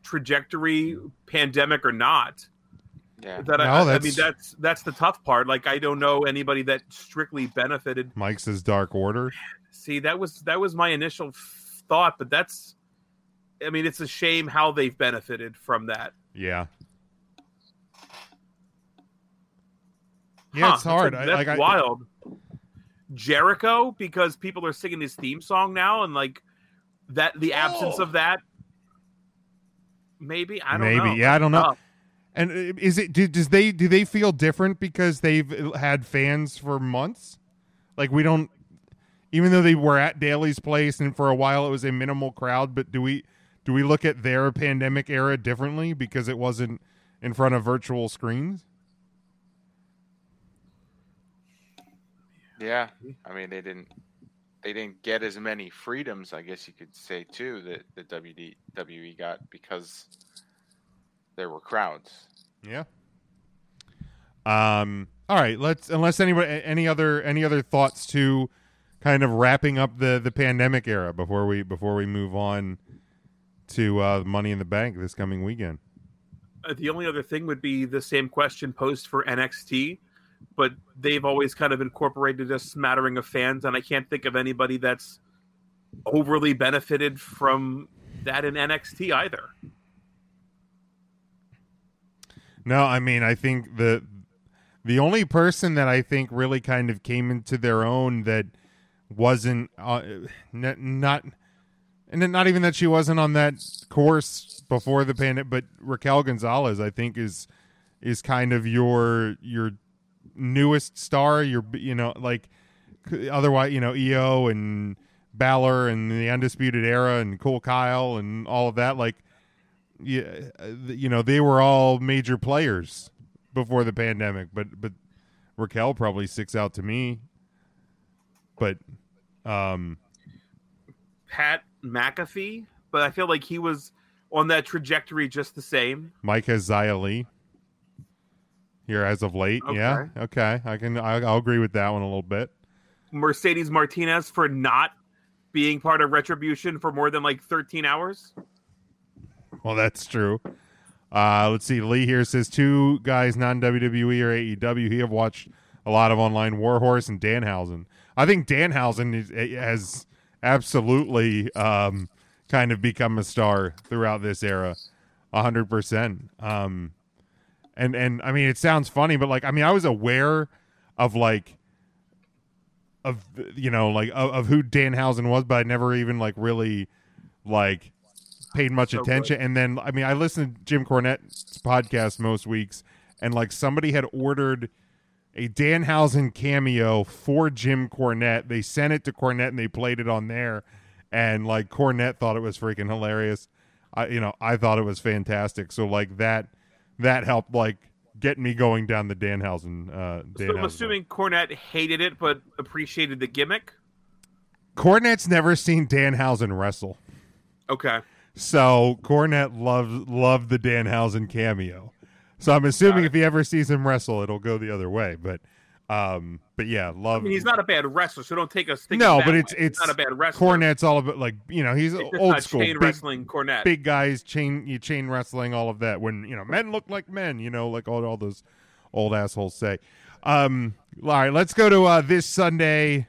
[SPEAKER 10] trajectory, pandemic or not.
[SPEAKER 14] Yeah.
[SPEAKER 10] That
[SPEAKER 1] No,
[SPEAKER 10] I, I
[SPEAKER 1] that's-
[SPEAKER 10] mean that's that's the tough part. Like I don't know anybody that strictly benefited.
[SPEAKER 1] Mike says Dark Order.
[SPEAKER 10] See, that was that was my initial f- thought, but that's I mean it's a shame how they've benefited from that.
[SPEAKER 1] Yeah. Yeah,
[SPEAKER 10] Huh,
[SPEAKER 1] it's hard.
[SPEAKER 10] That's,
[SPEAKER 1] I-
[SPEAKER 10] that's
[SPEAKER 1] like, I-
[SPEAKER 10] wild. Jericho, because people are singing his theme song now, and like that, the absence of that. Maybe I don't know.
[SPEAKER 1] Maybe. Yeah, I don't know.
[SPEAKER 10] Tough.
[SPEAKER 1] And uh, is it do, does they do they feel different because they've uh, had fans for months? Like we don't even though they were at Daly's place and for a while it was a minimal crowd, but do we do we look at their pandemic era differently because it wasn't in front of virtual screens?
[SPEAKER 14] Yeah, I mean they didn't they didn't get as many freedoms, I guess you could say too that the WD, WE E got because there were crowds.
[SPEAKER 1] Yeah. Um. All right. Let's unless anybody any other any other thoughts to kind of wrapping up the the pandemic era before we before we move on to uh, Money in the Bank this coming weekend.
[SPEAKER 10] Uh, The only other thing would be the same question posed for NXT, but they've always kind of incorporated a smattering of fans, and I can't think of anybody that's overly benefited from that in NXT either.
[SPEAKER 1] No, I mean I think the the only person that I think really kind of came into their own that wasn't uh, n- not and then not even that she wasn't on that course before the pandemic, but Raquel Gonzalez I think is is kind of your your newest star. Your you know like c- otherwise you know EO and Balor and the Undisputed Era and Cool Kyle and all of that like yeah, uh, th- you know they were all major players before the pandemic, but but Raquel probably sticks out to me. But um,
[SPEAKER 10] Pat McAfee, but I feel like he was on that trajectory just the same.
[SPEAKER 1] Mike has Zia Lee here as of late. Yeah, okay, I can I, I'll agree with that one a little bit.
[SPEAKER 10] Mercedes Martinez for not being part of Retribution for more than like 13 hours.
[SPEAKER 1] Well, that's true. Uh, let's see. Lee here says two guys non WWE E or AEW. He have watched a lot of online Warhorse and Danhausen. I think Danhausen is, eh, has absolutely um, kind of become a star throughout this era, hundred percent. Um, and and I mean, it sounds funny, but like I mean, I was aware of like of you know like of, of who Danhausen was, but I never even like really like paid much
[SPEAKER 21] So
[SPEAKER 1] attention.
[SPEAKER 21] good.
[SPEAKER 1] And then I mean, I listen to Jim Cornette's podcast most weeks, and like somebody had ordered a Danhausen cameo for Jim Cornette. They sent it to Cornette and they played it on there, and like Cornette thought it was freaking hilarious. I you know I thought it was fantastic. So like that that helped like get me going down the Danhausen. Uh,
[SPEAKER 10] So I'm
[SPEAKER 1] Danhausen.
[SPEAKER 10] assuming Cornette hated it but appreciated the gimmick.
[SPEAKER 1] Cornette's never seen Danhausen wrestle.
[SPEAKER 10] Okay.
[SPEAKER 1] So Cornette loves loved the Danhausen cameo. So I'm assuming if he ever sees him wrestle, it'll go the other way. But um but yeah,
[SPEAKER 10] I
[SPEAKER 1] love
[SPEAKER 10] mean, he's not a bad wrestler, so don't take us thinking
[SPEAKER 1] No,
[SPEAKER 10] that
[SPEAKER 1] but
[SPEAKER 10] way.
[SPEAKER 1] it's
[SPEAKER 10] He's
[SPEAKER 1] it's
[SPEAKER 10] not a bad wrestler.
[SPEAKER 1] Cornette's all about like you know, he's
[SPEAKER 10] It's just
[SPEAKER 1] old
[SPEAKER 10] not
[SPEAKER 1] school
[SPEAKER 10] chain
[SPEAKER 1] big-
[SPEAKER 10] wrestling Cornette.
[SPEAKER 1] Big guys chain you chain wrestling, all of that. When you know men look like men, you know, like all all those old assholes say. Um all right, let's go to uh this Sunday.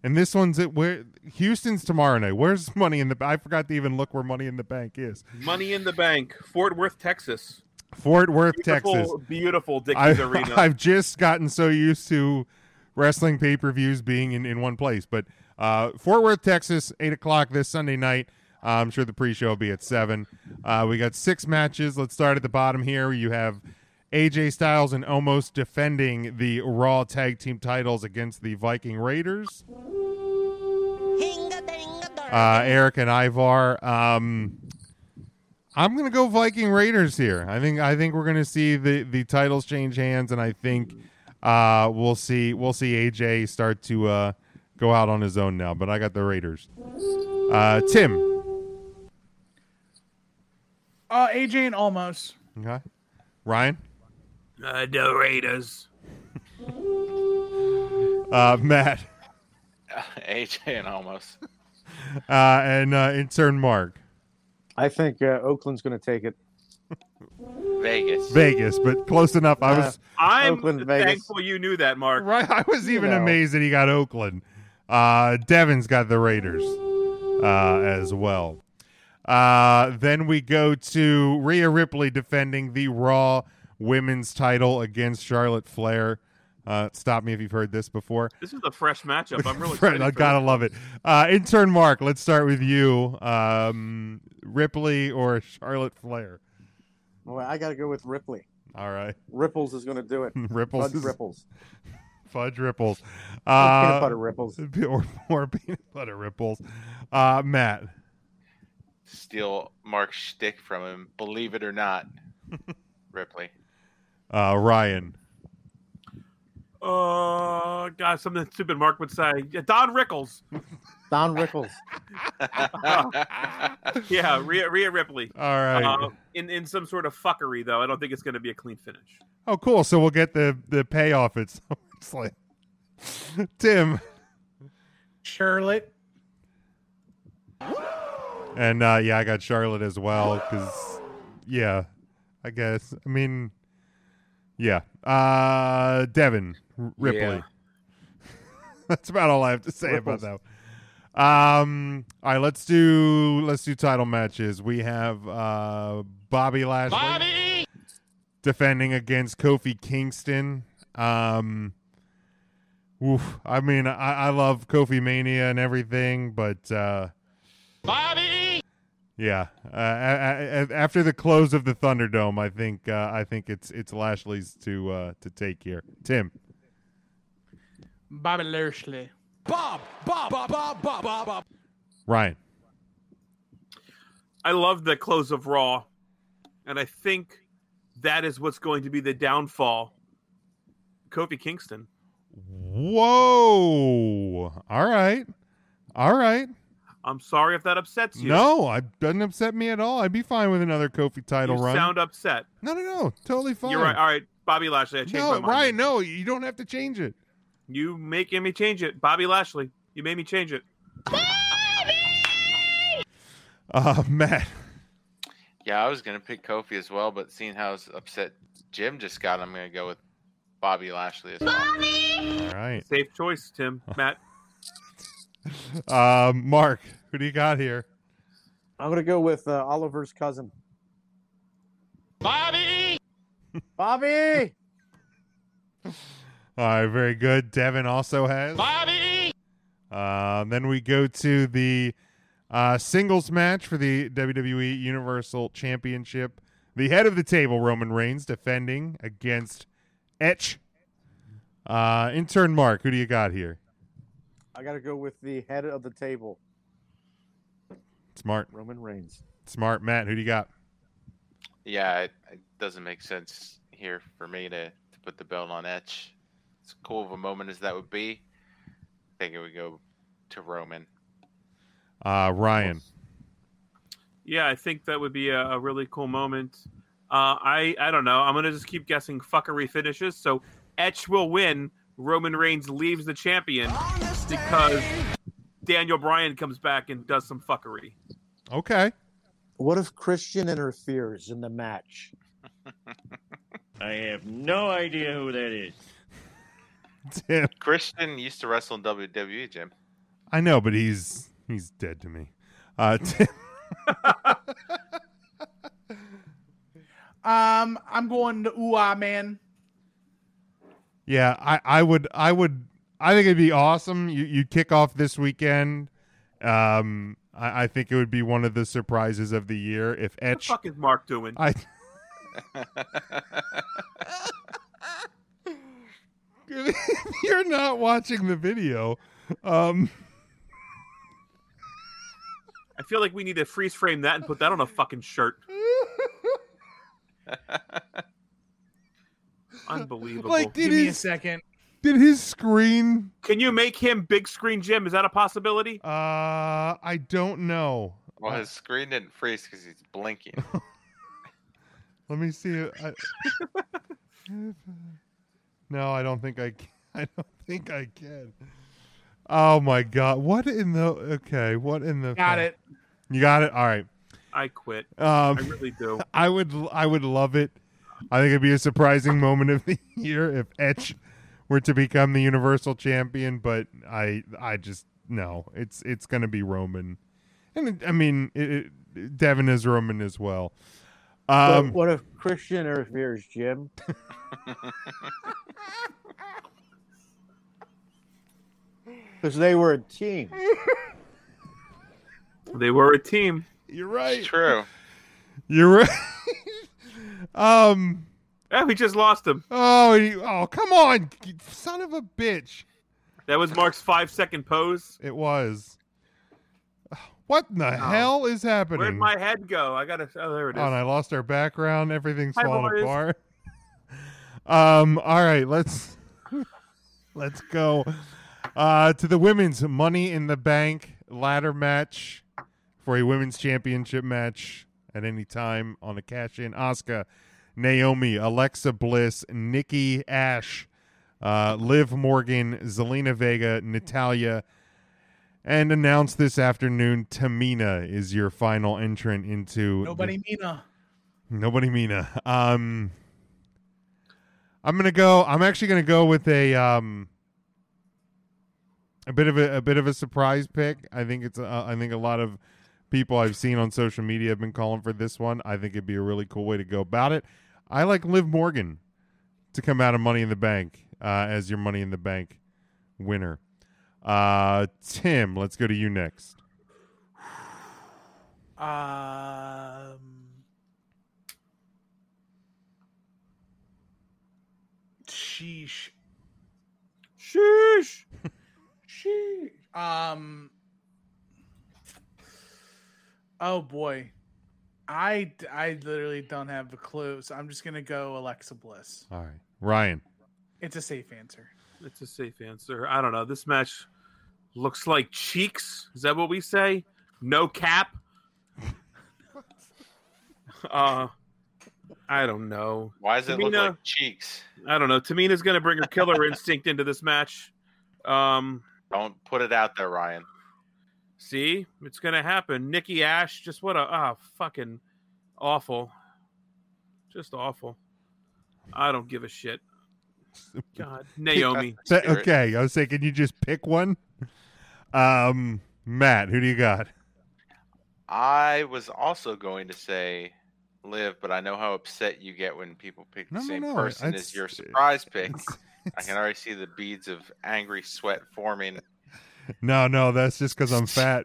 [SPEAKER 1] And this one's at where Houston's tomorrow night. Where's Money in the I forgot to even look where Money in the Bank is.
[SPEAKER 10] Money in the Bank, Fort Worth, Texas.
[SPEAKER 1] Fort Worth,
[SPEAKER 10] Beautiful-
[SPEAKER 1] Texas.
[SPEAKER 10] beautiful Dickies
[SPEAKER 1] I've,
[SPEAKER 10] Arena.
[SPEAKER 1] I've just gotten so used to wrestling pay per views being in, in one place. But uh, Fort Worth, Texas, 8 o'clock this Sunday night. Uh, I'm sure the pre show will be at 7. Uh, we got six matches. Let's start at the bottom here. You have AJ Styles and Almost defending the Raw Tag Team titles against the Viking Raiders. Uh, Eric and Ivar. Um, I'm gonna go Viking Raiders here. I think I think we're gonna see the the titles change hands, and I think uh, we'll see we'll see AJ start to uh, go out on his own now. But I got the Raiders. Uh, Tim,
[SPEAKER 12] Uh, AJ and almost.
[SPEAKER 1] okay, Ryan,
[SPEAKER 10] Uh, the Raiders.
[SPEAKER 1] uh, Matt,
[SPEAKER 14] AJ and almost.
[SPEAKER 1] uh, and uh, intern Mark.
[SPEAKER 13] I think uh, Oakland's going to take it.
[SPEAKER 14] Vegas.
[SPEAKER 1] Vegas, but close enough. I was
[SPEAKER 10] I'm
[SPEAKER 13] Oakland, Vegas.
[SPEAKER 10] thankful you knew that, Mark.
[SPEAKER 1] Right, I was even amazed
[SPEAKER 10] amazed.
[SPEAKER 1] that he got Oakland. Uh, Devin's got the Raiders uh, as well. Uh, then we go to Rhea Ripley defending the Raw Women's title against Charlotte Flair. Uh, stop me if you've heard this before.
[SPEAKER 10] This is a fresh matchup. I'm really
[SPEAKER 1] Fred,
[SPEAKER 10] excited.
[SPEAKER 1] I
[SPEAKER 10] for
[SPEAKER 1] gotta
[SPEAKER 10] this.
[SPEAKER 1] love it. Uh, intern Mark, let's start with you. Um, Ripley or Charlotte Flair?
[SPEAKER 13] Well, I got to go with Ripley.
[SPEAKER 1] All right,
[SPEAKER 13] Ripples is going to do it.
[SPEAKER 1] Ripples
[SPEAKER 13] Fudge
[SPEAKER 1] is-
[SPEAKER 13] Ripples.
[SPEAKER 1] Fudge Ripples.
[SPEAKER 13] Or
[SPEAKER 1] Uh,
[SPEAKER 13] peanut butter ripples.
[SPEAKER 1] Or, or peanut butter ripples. Uh, Matt.
[SPEAKER 14] Steal Mark's shtick from him. Believe it or not, Ripley.
[SPEAKER 1] uh, Ryan.
[SPEAKER 10] Oh God, something that stupid Mark would say. Yeah, Don Rickles.
[SPEAKER 13] Don Rickles.
[SPEAKER 10] yeah, Rhea, Rhea Ripley.
[SPEAKER 1] All right.
[SPEAKER 2] Um,
[SPEAKER 10] Uh, in in some sort of fuckery though. I don't think it's going to be a clean finish.
[SPEAKER 1] Oh, cool. So we'll get the the payoff at SummerSlam. Tim
[SPEAKER 12] Charlotte.
[SPEAKER 1] and uh, yeah, I got Charlotte as well because yeah, I guess. I mean, yeah. Uh, Devin R- Ripley.
[SPEAKER 2] Yeah.
[SPEAKER 1] That's about all I have to say
[SPEAKER 2] Ripples.
[SPEAKER 1] about that. one. Um. All right. Let's do let's do title matches. We have uh Bobby Lashley. defending against Kofi Kingston. Um, oof, I mean, I, I love Kofi Mania and everything, but uh,
[SPEAKER 2] Bobby!
[SPEAKER 1] yeah, uh, a- a- a- after the close of the Thunderdome, I think uh, I think it's it's Lashley's to uh, to take here. Tim,
[SPEAKER 12] Bobby Lashley. Bob, Bob, Bob, Bob, Bob, Bob, Bob.
[SPEAKER 1] Ryan,
[SPEAKER 10] I love the close of Raw, and I think that is what's going to be the downfall. Kofi Kingston.
[SPEAKER 1] whoa, all right, all right.
[SPEAKER 10] I'm sorry if that upsets you.
[SPEAKER 1] No, I doesn't upset me at all. I'd be fine with another Kofi title
[SPEAKER 10] you
[SPEAKER 1] run.
[SPEAKER 10] sound upset.
[SPEAKER 1] no, no, no, totally fine.
[SPEAKER 10] You're right. All right, Bobby Lashley. I changed my
[SPEAKER 1] No,
[SPEAKER 10] mind.
[SPEAKER 1] Ryan, no, you don't have to change it.
[SPEAKER 10] You making me change it, Bobby Lashley. You made me change it.
[SPEAKER 1] Uh, Matt.
[SPEAKER 14] Yeah, I was gonna pick Kofi as well, but seeing how upset Jim just got, I'm gonna go with Bobby Lashley as well.
[SPEAKER 1] All right.
[SPEAKER 10] Safe choice, Tim. Matt.
[SPEAKER 1] Um, Mark, who do you got here?
[SPEAKER 13] I'm going to go with uh, Oliver's cousin.
[SPEAKER 2] Bobby!
[SPEAKER 13] Bobby!
[SPEAKER 1] All right, very good. Devin also has.
[SPEAKER 2] Bobby!
[SPEAKER 1] Uh, then we go to the uh, singles match for the WWE Universal Championship. The head of the table, Roman Reigns, defending against Etch. Uh, intern Mark, who do you got here?
[SPEAKER 13] I got to go with the head of the table,
[SPEAKER 1] Smart.
[SPEAKER 13] Roman Reigns.
[SPEAKER 1] Smart. Matt, who do you got?
[SPEAKER 14] Yeah, it, it doesn't make sense here for me to, to put the belt on Etch. As cool of a moment as that would be, I think it would go to Roman.
[SPEAKER 1] Uh, Ryan.
[SPEAKER 10] Yeah, I think that would be a, a really cool moment. Uh, I I don't know. I'm gonna just keep guessing fuckery finishes. So Etch will win. Roman Reigns leaves the champion because Daniel Bryan comes back and does some fuckery.
[SPEAKER 1] Okay.
[SPEAKER 13] What if Christian interferes in the match?
[SPEAKER 15] I have no idea who that is.
[SPEAKER 1] Tim.
[SPEAKER 14] Christian used to wrestle in WWE, Jim.
[SPEAKER 1] I know, but he's he's dead to me. Uh, Tim.
[SPEAKER 12] Um, I'm going to ooh ah man.
[SPEAKER 1] Yeah, I, I would I would I think it'd be awesome. You you kick off this weekend. Um I, I think it would be one of the surprises of the year if
[SPEAKER 10] What the
[SPEAKER 1] Etch
[SPEAKER 10] fuck is Mark doing?
[SPEAKER 1] I You're not watching the video. Um
[SPEAKER 10] I feel like we need to freeze frame that and put that on a fucking shirt. Unbelievable.
[SPEAKER 1] Like, did
[SPEAKER 12] Give me a
[SPEAKER 1] his-
[SPEAKER 12] second.
[SPEAKER 1] Did his screen?
[SPEAKER 10] Can you make him big screen Jim? Is that a possibility?
[SPEAKER 1] Uh, I don't know.
[SPEAKER 14] Well, his screen didn't freeze because he's blinking.
[SPEAKER 1] Let me see. if I... no, I don't think I. Can. I don't think I can. Oh my god! What in the? Okay, what in the?
[SPEAKER 10] Got it.
[SPEAKER 1] You got it. All right.
[SPEAKER 10] I quit.
[SPEAKER 1] Um,
[SPEAKER 10] I really do.
[SPEAKER 1] I would. I would love it. I think it'd be a surprising moment of the year if Etch were to become the Universal Champion, but I. I just no. It's it's going to be Roman, and it, I mean it, it, Devin is Roman as well.
[SPEAKER 13] But
[SPEAKER 1] Um,
[SPEAKER 13] what if Christian interferes, Jim? Because they were a team.
[SPEAKER 10] They were a team.
[SPEAKER 1] You're right.
[SPEAKER 14] True.
[SPEAKER 1] You're right. um.
[SPEAKER 10] Yeah, we just lost him.
[SPEAKER 1] Oh, you- oh, come on, you son of a bitch!
[SPEAKER 10] That was Mark's five second pose.
[SPEAKER 1] It was. What in the hell is happening?
[SPEAKER 10] Where'd my head go? I gotta. Oh, there it is.
[SPEAKER 1] Oh, and I lost our background. Everything's
[SPEAKER 10] Hi,
[SPEAKER 1] falling
[SPEAKER 10] boys.
[SPEAKER 1] apart. Um. All right. Let's let's go uh, to the women's Money in the Bank ladder match for a women's championship match at any time on a cash in. Asuka, Naomi, Alexa Bliss, Nikki Ash, uh, Liv Morgan, Zelina Vega, Natalia. And announced this afternoon, Tamina is your final entrant into the-
[SPEAKER 12] Nobody Mina.
[SPEAKER 1] Nobody Mina. Um I'm gonna go I'm actually gonna go with a um a bit of a, a bit of a surprise pick. I think it's uh, I think a lot of people I've seen on social media have been calling for this one. I think it'd be a really cool way to go about it. I like Liv Morgan to come out of Money in the Bank uh, as your Money in the Bank winner. Uh, Tim, let's go to you next.
[SPEAKER 12] Um. Sheesh. Sheesh. Sheesh. Um. Oh boy, I I literally don't have a clue. So I'm just gonna go Alexa Bliss.
[SPEAKER 1] All right. Ryan.
[SPEAKER 12] It's a safe answer.
[SPEAKER 10] It's a safe answer. I don't know. This match looks like cheeks. Is that what we say? No cap. uh I don't know.
[SPEAKER 14] Why does it look
[SPEAKER 10] Tamina-
[SPEAKER 14] like cheeks?
[SPEAKER 10] I don't know. Tamina's gonna bring her killer instinct into this match. Um
[SPEAKER 14] Don't put it out there, Ryan.
[SPEAKER 10] See, it's gonna happen. Nikki Ash, just what a ah fucking awful, just awful. I don't give a shit. God, Naomi.
[SPEAKER 1] Th- okay, I was saying, can you just pick one? Um, Matt, who do you got?
[SPEAKER 14] I was also going to say live, but I know how upset you get when people pick the
[SPEAKER 1] No, no,
[SPEAKER 14] same
[SPEAKER 1] no,
[SPEAKER 14] person
[SPEAKER 1] it's-
[SPEAKER 14] as your surprise pick. I can already see the beads of angry sweat forming
[SPEAKER 1] No, no, that's just because I'm fat.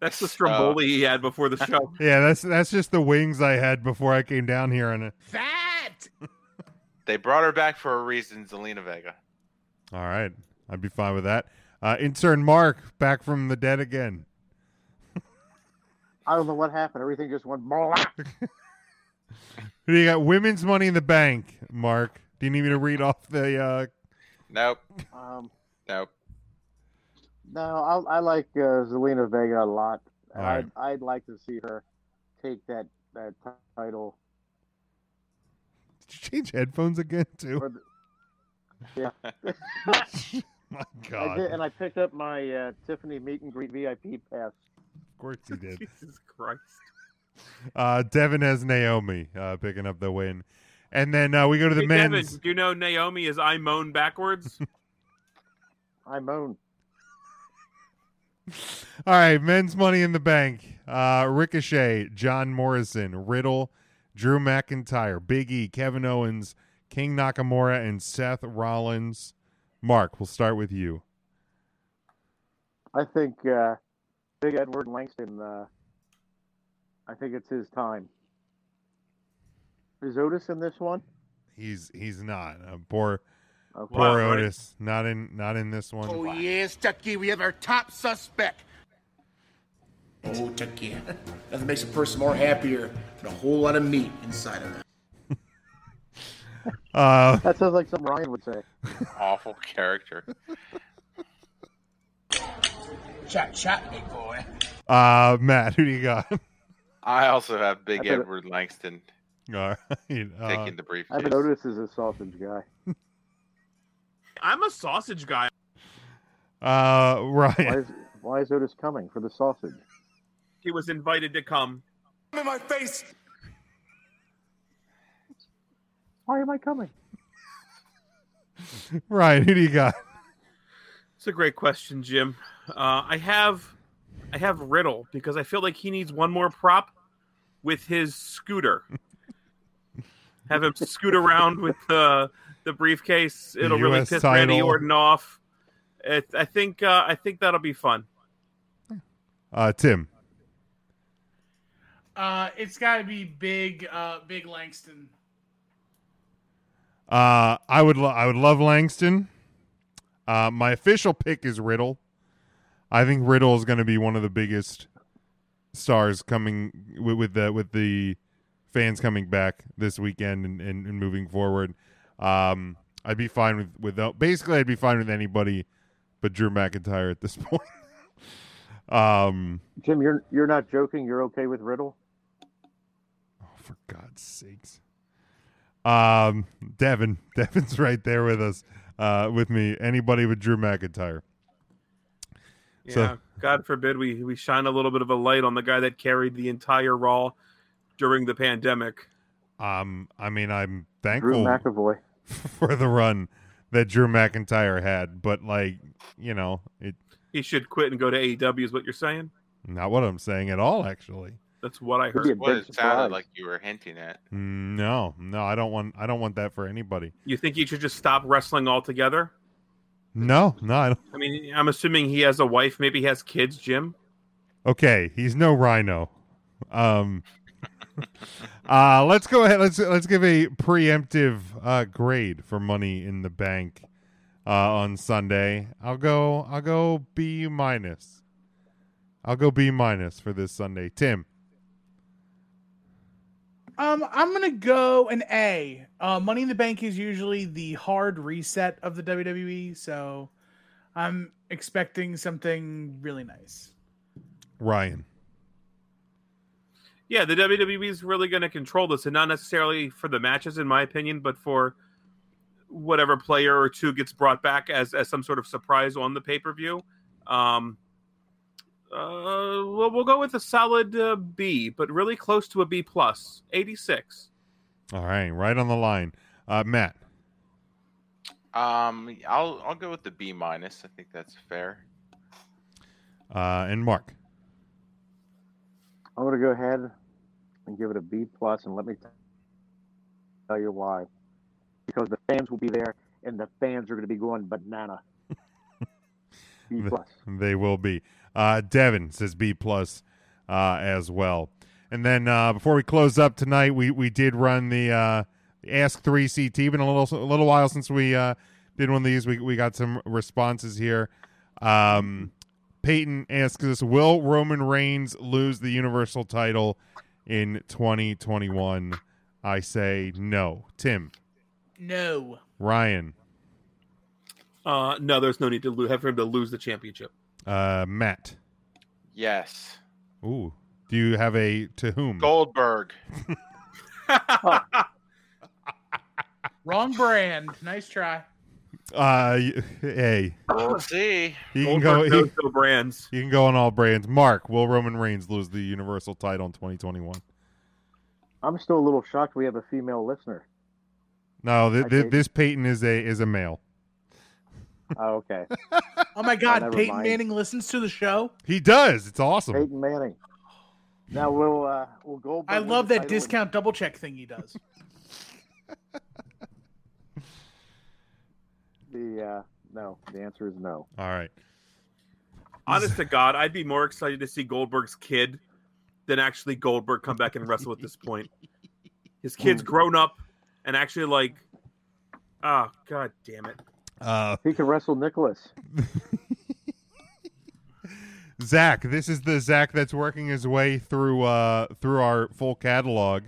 [SPEAKER 10] That's the Stromboli he had before the show.
[SPEAKER 1] Yeah, that's that's just the wings I had before I came down here. And uh,
[SPEAKER 10] Fat.
[SPEAKER 14] They brought her back for a reason, Zelina Vega.
[SPEAKER 1] all right, I'd be fine with that. Uh, intern Mark back from the dead again.
[SPEAKER 13] I don't know what happened. Everything just went. Blah.
[SPEAKER 1] Who do you got? Women's Money in the Bank. Mark, do you need me to read off the? Uh...
[SPEAKER 14] Nope.
[SPEAKER 13] Um,
[SPEAKER 14] Nope.
[SPEAKER 13] no, I, I like uh, Zelina Vega a lot.
[SPEAKER 1] All right.
[SPEAKER 13] I'd, I'd like to see her take that that title.
[SPEAKER 1] Did you change headphones again too?
[SPEAKER 13] Yeah.
[SPEAKER 1] My
[SPEAKER 13] I
[SPEAKER 1] God.
[SPEAKER 13] did, and I picked up my uh, Tiffany meet and greet VIP pass.
[SPEAKER 1] Of course you did.
[SPEAKER 10] Jesus Christ.
[SPEAKER 1] Uh, Devin has Naomi uh, picking up the win, and then uh, we go to the
[SPEAKER 10] Hey, Devin,
[SPEAKER 1] men's.
[SPEAKER 10] do you know Naomi is I moan backwards?
[SPEAKER 13] I moan.
[SPEAKER 1] All right, men's money in the bank. Uh, Ricochet, John Morrison, Riddle, Drew McIntyre, Big E, Kevin Owens, King Nakamura, and Seth Rollins. Mark, we'll start with you.
[SPEAKER 13] I think uh, Big Edward Langston. Uh, I think it's his time. Is Otis in this one?
[SPEAKER 1] He's he's not uh, poor,
[SPEAKER 13] Okay.
[SPEAKER 1] poor
[SPEAKER 13] Wow, buddy.
[SPEAKER 1] Otis. Not in not in this one.
[SPEAKER 21] Oh yes, Tucky, we have our top suspect. Oh Tucky, nothing makes a person more happier than a whole lot of meat inside of them.
[SPEAKER 1] Uh,
[SPEAKER 13] that sounds like something Ryan would say.
[SPEAKER 14] Awful character.
[SPEAKER 21] Chat, chat, big boy.
[SPEAKER 1] Uh, Matt, who do you got?
[SPEAKER 14] I also have Big
[SPEAKER 13] I bet-
[SPEAKER 14] Edward Langston
[SPEAKER 1] All right, uh,
[SPEAKER 14] taking the briefcase.
[SPEAKER 13] I bet Otis is a sausage guy.
[SPEAKER 10] I'm a sausage guy.
[SPEAKER 1] uh,
[SPEAKER 13] Why
[SPEAKER 1] Ryan.
[SPEAKER 13] is, why is Otis coming for the sausage?
[SPEAKER 10] He was invited to come.
[SPEAKER 21] In my face.
[SPEAKER 13] Why am I coming?
[SPEAKER 1] Ryan, who do you got?
[SPEAKER 10] It's a great question, Jim. Uh, I have, I have Riddle because I feel like he needs one more prop with his scooter. have him scoot around with the the briefcase.
[SPEAKER 1] The
[SPEAKER 10] It'll really
[SPEAKER 1] US
[SPEAKER 10] piss Randy
[SPEAKER 1] title.
[SPEAKER 10] Orton off. It, I think uh, I think that'll be fun.
[SPEAKER 1] Uh, Tim.
[SPEAKER 12] Uh, it's got to be big, uh, big Langston.
[SPEAKER 1] Uh, I would lo- I would love Langston. Uh, my official pick is Riddle. I think Riddle is going to be one of the biggest stars coming with, with the with the fans coming back this weekend and, and, and moving forward. Um, I'd be fine with with tho- basically I'd be fine with anybody but Drew McIntyre at this point. um,
[SPEAKER 13] Jim, you're you're not joking. You're okay with Riddle?
[SPEAKER 1] God's sakes. um, Devin, Devin's right there with us, uh, with me. Anybody but Drew McIntyre.
[SPEAKER 10] Yeah.
[SPEAKER 1] So-
[SPEAKER 10] God forbid we we shine a little bit of a light on the guy that carried the entire Raw during the pandemic.
[SPEAKER 1] Um, I mean, I'm
[SPEAKER 13] Drew
[SPEAKER 14] Oh.
[SPEAKER 1] thankful
[SPEAKER 13] McAvoy.
[SPEAKER 1] for the run that Drew McIntyre had, but like, you know, it
[SPEAKER 10] He should quit and go to AEW. Is what you're saying?
[SPEAKER 1] not what I'm saying at all. Actually,
[SPEAKER 10] That's what I
[SPEAKER 14] That's
[SPEAKER 10] heard.
[SPEAKER 14] what it sounded like you were hinting at.
[SPEAKER 1] no, no, I don't want, I don't want that for anybody.
[SPEAKER 10] You think he should just stop wrestling altogether?
[SPEAKER 1] No, no, I don't.
[SPEAKER 10] I mean, I'm assuming he has a wife. Maybe he has kids, Jim.
[SPEAKER 1] okay, he's no Rhino. Um, uh, let's go ahead. Let's let's give a preemptive uh grade for Money in the Bank uh on Sunday. I'll go. I'll go B minus. I'll go B minus for this Sunday. Tim.
[SPEAKER 12] Um, I'm gonna go an A. Uh, Money in the Bank is usually the hard reset of the WWE, so I'm expecting something really nice.
[SPEAKER 1] Ryan.
[SPEAKER 10] Yeah, the WWE is really going to control this, and not necessarily for the matches, in my opinion, but for whatever player or two gets brought back as as some sort of surprise on the pay per view. Um, uh, we'll, we'll go with a solid uh, B, but really close to a B plus, eighty six.
[SPEAKER 1] All right, right on the line. Uh, Matt.
[SPEAKER 14] Um, I'll I'll go with the B minus. I think that's fair.
[SPEAKER 1] Uh, and Mark.
[SPEAKER 13] I'm gonna go ahead and give it a B plus, and let me tell you why. Because the fans will be there, and the fans are gonna be going banana.
[SPEAKER 1] Th- They will be. Uh, Devin says B plus uh, as well. And then uh, before we close up tonight, we, we did run the uh, Ask Three CT. Been a little a little while since we uh, did one of these. We we got some responses here. Um, Peyton asks us: Will Roman Reigns lose the Universal title in 2021? I say no. Tim,
[SPEAKER 12] No.
[SPEAKER 1] Ryan,
[SPEAKER 10] Uh, no, there's no need to lo- have him to lose the championship.
[SPEAKER 1] uh, Matt.
[SPEAKER 14] Yes.
[SPEAKER 1] Ooh, do you have a to whom?
[SPEAKER 14] Goldberg.
[SPEAKER 12] Wrong brand. Nice try.
[SPEAKER 1] Uh, y- hey,
[SPEAKER 14] We'll see.
[SPEAKER 1] You can go.
[SPEAKER 10] Goldberg knows no brands.
[SPEAKER 1] You can go on all brands. Mark, will Roman Reigns lose the Universal title in 2021?
[SPEAKER 13] I'm still a little shocked we have a female listener.
[SPEAKER 1] No, th-
[SPEAKER 13] I
[SPEAKER 1] th-
[SPEAKER 13] think-
[SPEAKER 1] this Peyton is a is a male.
[SPEAKER 13] Oh, okay.
[SPEAKER 12] Oh my
[SPEAKER 13] Oh,
[SPEAKER 12] God,
[SPEAKER 13] never
[SPEAKER 12] Peyton
[SPEAKER 13] mind.
[SPEAKER 12] Manning listens to the show.
[SPEAKER 1] He does. It's awesome.
[SPEAKER 13] Peyton Manning. Now we'll uh, we'll go.
[SPEAKER 12] I love that discount double check thing he does.
[SPEAKER 13] The uh, no, the answer is no.
[SPEAKER 1] All right.
[SPEAKER 10] Honest to God, I'd be more excited to see Goldberg's kid than actually Goldberg come back and wrestle at this point. His kid's grown up and actually like, oh God damn it!
[SPEAKER 1] Uh,
[SPEAKER 13] he can wrestle Nicholas.
[SPEAKER 1] Zach, this is the Zach that's working his way through uh through our full catalog.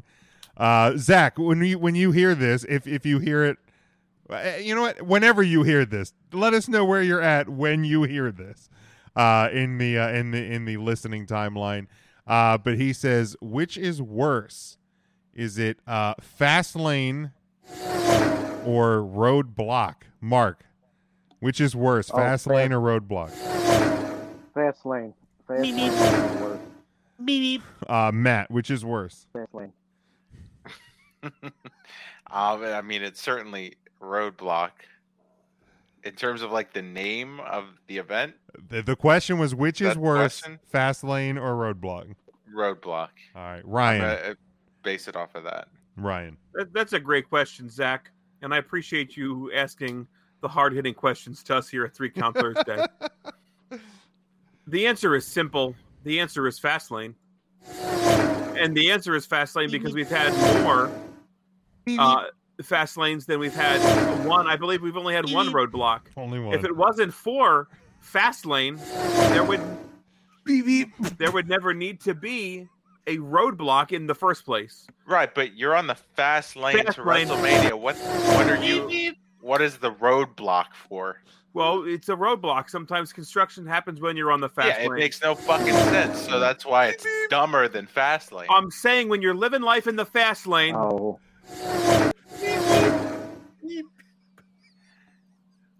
[SPEAKER 1] Uh, Zach, when you when you hear this, if if you hear it, uh, you know what? Whenever you hear this, let us know where you're at when you hear this uh, in the uh, in the in the listening timeline. Uh, but he says, which is worse? Is it uh, fast lane or roadblock? Mark, which is worse,
[SPEAKER 13] Oh,
[SPEAKER 1] fast
[SPEAKER 13] Fast-
[SPEAKER 1] lane or roadblock?
[SPEAKER 13] Fast lane. Fast lane. is the worst.
[SPEAKER 1] Uh, Matt, which is worse?
[SPEAKER 13] Fast lane.
[SPEAKER 14] Uh, but, I mean, it's certainly roadblock. In terms of like the name of the event,
[SPEAKER 1] The, the question was which is
[SPEAKER 14] That
[SPEAKER 1] worse,
[SPEAKER 14] question?
[SPEAKER 1] fast lane or roadblock?
[SPEAKER 14] roadblock.
[SPEAKER 1] All right,
[SPEAKER 14] I'm
[SPEAKER 1] Ryan.
[SPEAKER 14] gonna, uh, base it off of that.
[SPEAKER 1] Ryan.
[SPEAKER 10] That, that's a great question, Zach, and I appreciate you asking the hard hitting questions to us here at Three Count Thursday. the answer is simple. The answer is Fastlane, and the answer is Fastlane because we've had more uh, fast lanes than we've had one. I believe we've only had one roadblock.
[SPEAKER 1] Only one.
[SPEAKER 10] If it wasn't for fast lane, there would there would never need to be a roadblock in the first place.
[SPEAKER 14] Right, but you're on the fast lane
[SPEAKER 10] Fast
[SPEAKER 14] to
[SPEAKER 10] lane.
[SPEAKER 14] WrestleMania. What what are you? What is the roadblock for?
[SPEAKER 10] Well, it's a roadblock. Sometimes construction happens when you're on the fast
[SPEAKER 14] yeah, it
[SPEAKER 10] lane.
[SPEAKER 14] makes no fucking sense. So that's why it's dumber than fast lane.
[SPEAKER 10] I'm saying when you're living life in the fast lane,
[SPEAKER 13] Oh.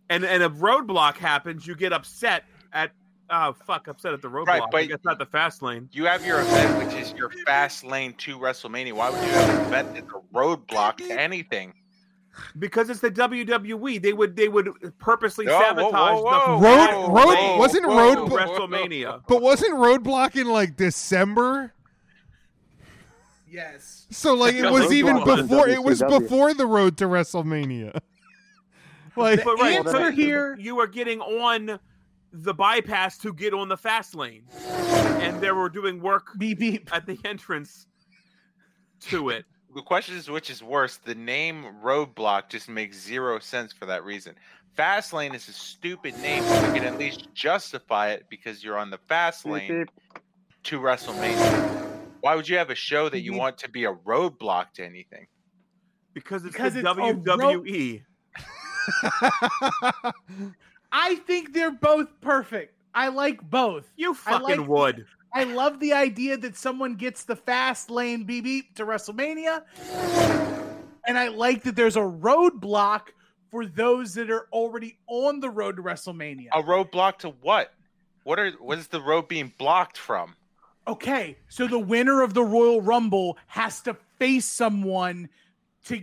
[SPEAKER 10] and and a roadblock happens, you get upset at oh fuck, upset at the roadblock.
[SPEAKER 14] Right, but-
[SPEAKER 10] that's not the fast lane.
[SPEAKER 14] You have your event, which is your fast lane to WrestleMania. Why would you have an event that's a roadblock to anything?
[SPEAKER 10] Because it's the WWE, they would they would purposely
[SPEAKER 14] No, whoa,
[SPEAKER 10] sabotage
[SPEAKER 14] whoa, whoa.
[SPEAKER 10] the
[SPEAKER 1] Road,
[SPEAKER 10] fast
[SPEAKER 1] road,
[SPEAKER 10] lane
[SPEAKER 1] wasn't
[SPEAKER 10] to
[SPEAKER 1] road,
[SPEAKER 10] WrestleMania.
[SPEAKER 1] but wasn't roadblock in like December?
[SPEAKER 12] Yes.
[SPEAKER 1] So like it
[SPEAKER 10] Yeah,
[SPEAKER 1] was even
[SPEAKER 10] Roadblock was in E.
[SPEAKER 1] before it was
[SPEAKER 10] WCW.
[SPEAKER 1] before the road to WrestleMania. Like
[SPEAKER 10] but right, so here you are getting on the bypass to get on the fast lane, and they were doing work at the entrance to it.
[SPEAKER 14] The question is, which is worse? The name roadblock just makes zero sense for that reason. Fast lane is a stupid name. But you can at least justify it because you're on the fast lane to WrestleMania. Why would you have a show that you want to be a roadblock to anything?
[SPEAKER 10] Because it's
[SPEAKER 12] Because
[SPEAKER 10] the E.
[SPEAKER 12] it's a road-
[SPEAKER 10] WWE.
[SPEAKER 12] I think they're both perfect. I like both.
[SPEAKER 10] You
[SPEAKER 12] I
[SPEAKER 10] fucking
[SPEAKER 12] like,
[SPEAKER 10] would.
[SPEAKER 12] I love the idea that someone gets the fast lane BB to WrestleMania. And I like that there's a roadblock for those that are already on the road to WrestleMania.
[SPEAKER 14] A roadblock to what? What are what is the road being blocked from?
[SPEAKER 12] Okay, so the winner of the Royal Rumble has to face someone to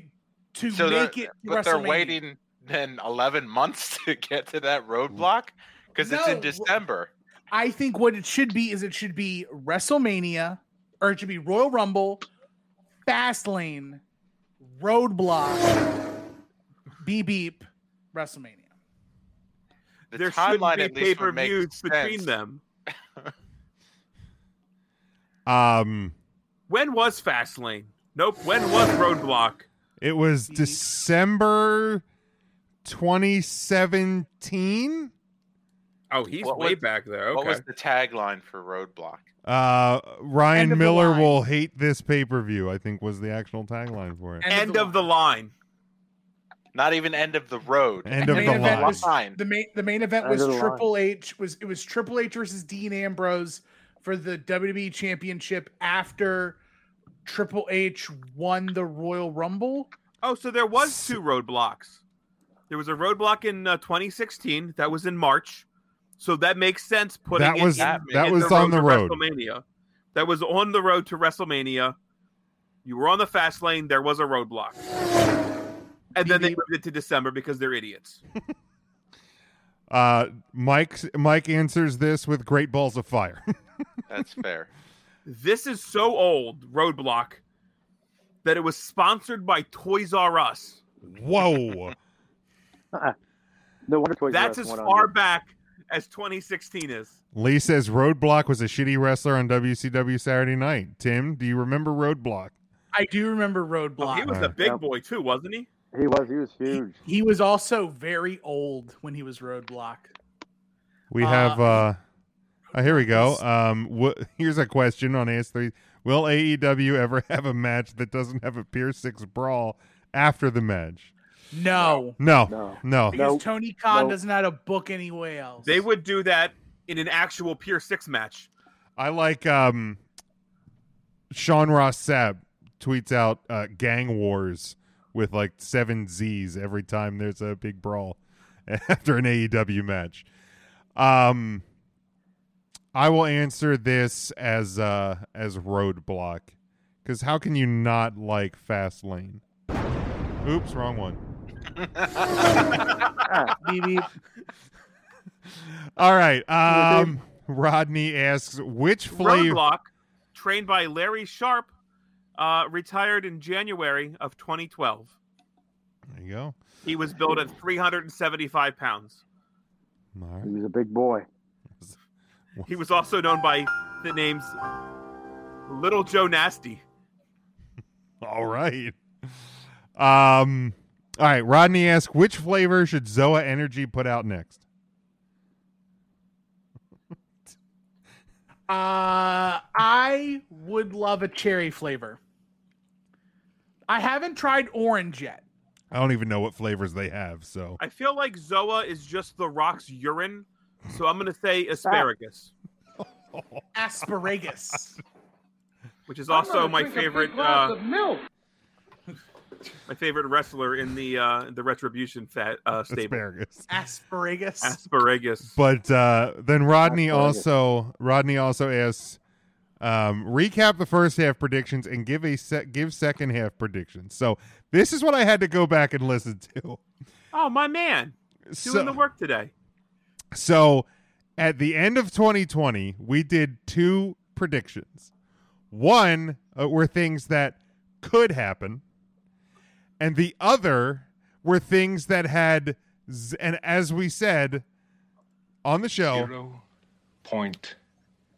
[SPEAKER 12] to
[SPEAKER 14] So they're-
[SPEAKER 12] make it to
[SPEAKER 14] but they're
[SPEAKER 12] WrestleMania.
[SPEAKER 14] waiting then 11 months to get to that roadblock because it's
[SPEAKER 12] No,
[SPEAKER 14] in
[SPEAKER 12] wh-
[SPEAKER 14] December.
[SPEAKER 12] I think what it should be is it should be WrestleMania or it should be Royal Rumble, Fastlane, Roadblock, Beep Beep, WrestleMania.
[SPEAKER 14] the
[SPEAKER 10] there should
[SPEAKER 14] timeline
[SPEAKER 10] be
[SPEAKER 14] at least would make
[SPEAKER 10] pay-per-views between
[SPEAKER 14] sense.
[SPEAKER 10] them.
[SPEAKER 1] Um,
[SPEAKER 10] When was Fastlane? Nope. When was Roadblock?
[SPEAKER 1] it was December 2017.
[SPEAKER 10] Oh, he's
[SPEAKER 14] What
[SPEAKER 10] way
[SPEAKER 14] was-
[SPEAKER 10] back there. Okay.
[SPEAKER 14] What was the tagline for Roadblock?
[SPEAKER 1] Uh,
[SPEAKER 10] End
[SPEAKER 1] Ryan
[SPEAKER 10] of the
[SPEAKER 1] Miller
[SPEAKER 10] line.
[SPEAKER 1] will hate this pay per view. I think was the actual tagline for it.
[SPEAKER 10] End, of, the line.
[SPEAKER 14] Not even end of the road.
[SPEAKER 1] End of
[SPEAKER 12] main
[SPEAKER 1] the
[SPEAKER 12] event
[SPEAKER 1] line.
[SPEAKER 12] was- the main the main event
[SPEAKER 1] End
[SPEAKER 12] was
[SPEAKER 1] of the line.
[SPEAKER 12] Triple H was it was Triple H versus Dean Ambrose for the WWE Championship after Triple H won the Royal Rumble.
[SPEAKER 10] Oh, so there was two roadblocks. There was a roadblock in uh, 2016 that was in March, so that makes sense. Putting
[SPEAKER 1] That
[SPEAKER 10] it
[SPEAKER 1] was-
[SPEAKER 10] in-
[SPEAKER 1] that
[SPEAKER 10] in
[SPEAKER 1] was on
[SPEAKER 10] to
[SPEAKER 1] the road.
[SPEAKER 10] WrestleMania. That was on the road to WrestleMania. You were on the fast lane. There was a roadblock, and then they moved it to December because they're idiots.
[SPEAKER 1] Uh, Mike Mike answers this with great balls of fire.
[SPEAKER 14] That's fair.
[SPEAKER 10] This is so old, Roadblock, that it was sponsored by Toys R Us.
[SPEAKER 1] Whoa.
[SPEAKER 13] no wonder Toys R
[SPEAKER 10] That's
[SPEAKER 13] Us
[SPEAKER 10] as
[SPEAKER 13] went
[SPEAKER 10] far
[SPEAKER 13] under.
[SPEAKER 10] back as 2016 is.
[SPEAKER 1] Lee says Roadblock was a shitty wrestler on WCW Saturday Night. Tim, do you remember Roadblock?
[SPEAKER 12] I do remember Roadblock.
[SPEAKER 10] he was
[SPEAKER 1] Uh,
[SPEAKER 10] a big
[SPEAKER 1] Yep.
[SPEAKER 10] boy too, wasn't he?
[SPEAKER 13] He was. He was huge.
[SPEAKER 12] He was also very old when he was Roadblock.
[SPEAKER 1] We
[SPEAKER 12] Uh,
[SPEAKER 1] have. uh oh, Here we go. Um, wha- here's a question on AS3. Will AEW ever have a match that doesn't have a Pier Six brawl after the match?
[SPEAKER 12] No.
[SPEAKER 1] No,
[SPEAKER 10] No.
[SPEAKER 1] no,
[SPEAKER 12] Because Tony Khan
[SPEAKER 10] Nope.
[SPEAKER 12] doesn't know how to book anyway else.
[SPEAKER 10] They would do that in an actual Pier Six match.
[SPEAKER 1] I like um Sean Ross Sapp tweets out uh, gang wars with like seven Z's every time there's a big brawl after an AEW match. Um I will answer this as uh as roadblock. Cause how can you not like Fastlane? Oops, wrong one.
[SPEAKER 12] uh,
[SPEAKER 1] All right. Um Rodney asks which flavor
[SPEAKER 10] Roadblock, trained by Larry Sharp, uh, retired in January of 2012.
[SPEAKER 1] There you go.
[SPEAKER 10] He was billed at 375 pounds.
[SPEAKER 13] He was a big boy.
[SPEAKER 10] He was also known by the names Little Joe Nasty.
[SPEAKER 1] All right. Um. All right. Rodney asks, which flavor should Zoa Energy put out next?
[SPEAKER 12] Uh, I would love a cherry flavor. I haven't tried orange yet.
[SPEAKER 1] I don't even know what flavors they have. So
[SPEAKER 10] I feel like Zoa is just the rock's urine, so I'm going to say asparagus,
[SPEAKER 12] Asparagus,
[SPEAKER 10] which is
[SPEAKER 12] I'm
[SPEAKER 10] also
[SPEAKER 12] gonna
[SPEAKER 10] my
[SPEAKER 12] drink a big
[SPEAKER 10] favorite
[SPEAKER 12] glass
[SPEAKER 10] uh,
[SPEAKER 12] of milk.
[SPEAKER 10] my favorite wrestler in the uh, the Retribution fat uh, stable.
[SPEAKER 1] Asparagus.
[SPEAKER 12] Asparagus.
[SPEAKER 10] Asparagus.
[SPEAKER 1] But uh, then Rodney
[SPEAKER 10] Asparagus.
[SPEAKER 1] also Rodney also asks, um, recap the first half predictions and give a set give second half predictions. So this is what I had to go back and listen to.
[SPEAKER 10] Oh my man, doing
[SPEAKER 1] So-
[SPEAKER 10] the work today.
[SPEAKER 1] So at the end of 2020, we did two predictions. One uh, were things that could happen, and the other were things that had, z- and as we said on the show,
[SPEAKER 20] Zero point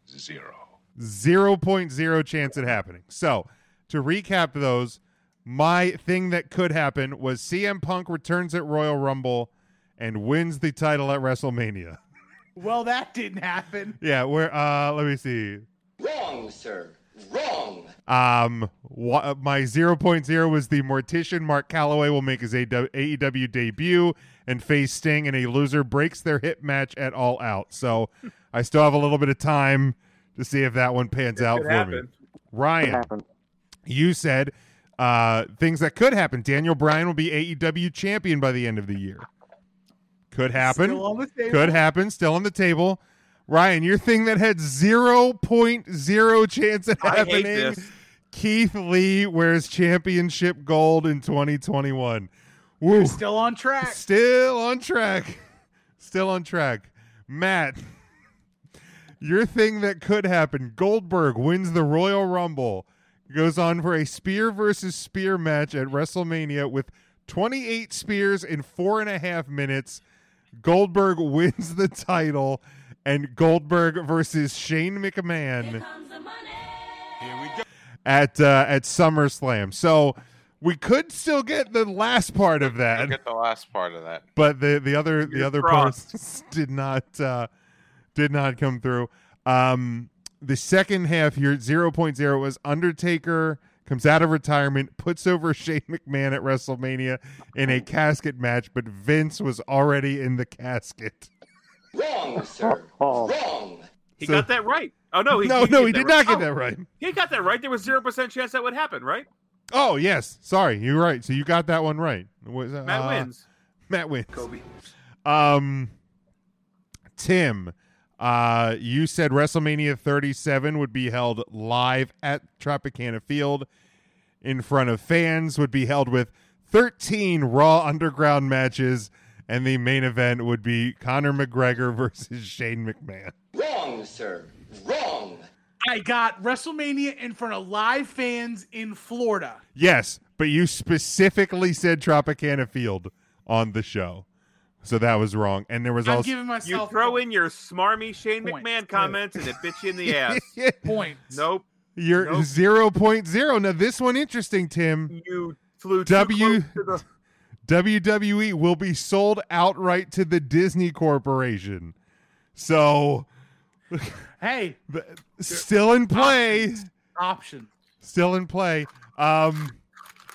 [SPEAKER 20] zero.
[SPEAKER 1] 0.0 chance at happening. So, to recap those, my thing that could happen was CM Punk returns at Royal Rumble and wins the title at WrestleMania.
[SPEAKER 12] Well, that didn't happen.
[SPEAKER 1] Yeah, where uh let me see.
[SPEAKER 3] Wrong, sir. Wrong.
[SPEAKER 1] Um wha- my 0.0 was the mortician Mark Calloway will make his AW- AEW E debut and face Sting and a loser breaks their hip match at all out. So, I still have a little bit of time to see if that one pans out
[SPEAKER 10] could
[SPEAKER 1] for
[SPEAKER 10] happen.
[SPEAKER 1] me.
[SPEAKER 13] Uh-huh.
[SPEAKER 1] Ryan, you said uh things that could happen. Daniel Bryan will be AEW champion by the end of the year. Could happen.
[SPEAKER 12] Still on the table.
[SPEAKER 1] Could happen. Still on the table. Ryan, your thing that had 0.0 chance of
[SPEAKER 10] I hate
[SPEAKER 1] happening.
[SPEAKER 10] this.
[SPEAKER 1] Keith Lee wears championship gold in 2021. Woo.
[SPEAKER 12] Still on track.
[SPEAKER 1] Still on track. Still on track. Matt, your thing that could happen Goldberg wins the Royal Rumble, goes on for a spear versus spear match at WrestleMania with 28 spears in four and a half minutes. Goldberg wins the title, and Goldberg versus Shane McMahon at uh, at SummerSlam. So we could still get the last part of
[SPEAKER 14] I
[SPEAKER 1] that,
[SPEAKER 14] get the last part of that.
[SPEAKER 1] but the the other the
[SPEAKER 14] Fingers
[SPEAKER 1] other
[SPEAKER 14] crossed.
[SPEAKER 1] posts did not uh, did not come through. Um, the second half here, 0.0 was Undertaker comes out of retirement, puts over Shane McMahon at WrestleMania in a casket match, but Vince was already in the casket.
[SPEAKER 3] Wrong, sir.
[SPEAKER 13] Oh,
[SPEAKER 3] Wrong.
[SPEAKER 10] He
[SPEAKER 1] So-
[SPEAKER 10] got that right. Oh no, he,
[SPEAKER 1] No, no, he
[SPEAKER 10] that
[SPEAKER 1] did
[SPEAKER 10] right.
[SPEAKER 1] not get
[SPEAKER 10] Oh,
[SPEAKER 1] that right.
[SPEAKER 10] He got that right. There was zero percent chance that would happen, right?
[SPEAKER 1] Oh yes, sorry, you're right. So you got that one right. Was, uh,
[SPEAKER 10] Matt wins.
[SPEAKER 1] Matt wins.
[SPEAKER 10] Kobe.
[SPEAKER 1] Um, Tim, uh, you said WrestleMania 37 would be held live at Tropicana Field in front of fans. Would be held with 13 Raw Underground matches, and the main event would be Conor McGregor versus Shane McMahon.
[SPEAKER 3] Wrong, sir. Wrong.
[SPEAKER 12] I got WrestleMania in front of live fans in Florida.
[SPEAKER 1] Yes, but you specifically said Tropicana Field on the show, so that was wrong. And there was also
[SPEAKER 10] You throw in your smarmy Shane McMahon comments and it bits you in the ass.
[SPEAKER 12] Point.
[SPEAKER 10] Nope.
[SPEAKER 1] You're
[SPEAKER 10] Nope.
[SPEAKER 1] 0.0. Now this one interesting, Tim.
[SPEAKER 10] You flew too
[SPEAKER 1] W
[SPEAKER 10] close to the-
[SPEAKER 1] WWE E will be sold outright to the Disney Corporation. So
[SPEAKER 12] Hey,
[SPEAKER 1] still in play.
[SPEAKER 12] option.
[SPEAKER 1] Still in play. Um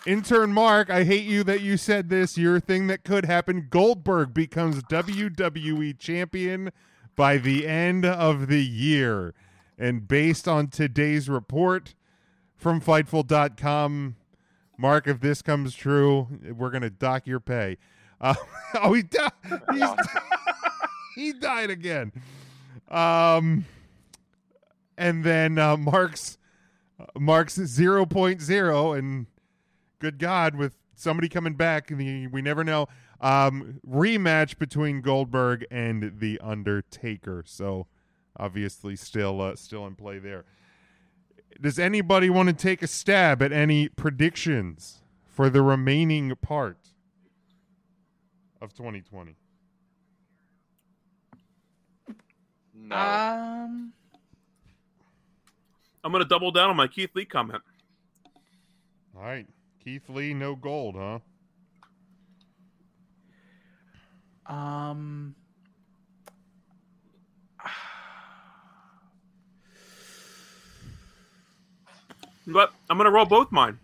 [SPEAKER 1] intern Mark, I hate you that you said this. Your thing that could happen. Goldberg becomes WWE champion by the end of the year. And based on today's report from Fightful.com, Mark, if this comes true, we're gonna dock your pay. Uh, oh, he died. he died again. Um, and then uh, Mark's Mark's 0.0 and good God with somebody coming back and the- we never know um, rematch between Goldberg and the Undertaker. So obviously still uh, still in play there. Does anybody want to take a stab at any predictions for the remaining part of 2020?
[SPEAKER 14] No.
[SPEAKER 12] Um,
[SPEAKER 10] I'm gonna double down on my Keith Lee comment.
[SPEAKER 1] All right. Keith Lee, no gold, huh?
[SPEAKER 12] Um,
[SPEAKER 10] But I'm gonna roll both mine.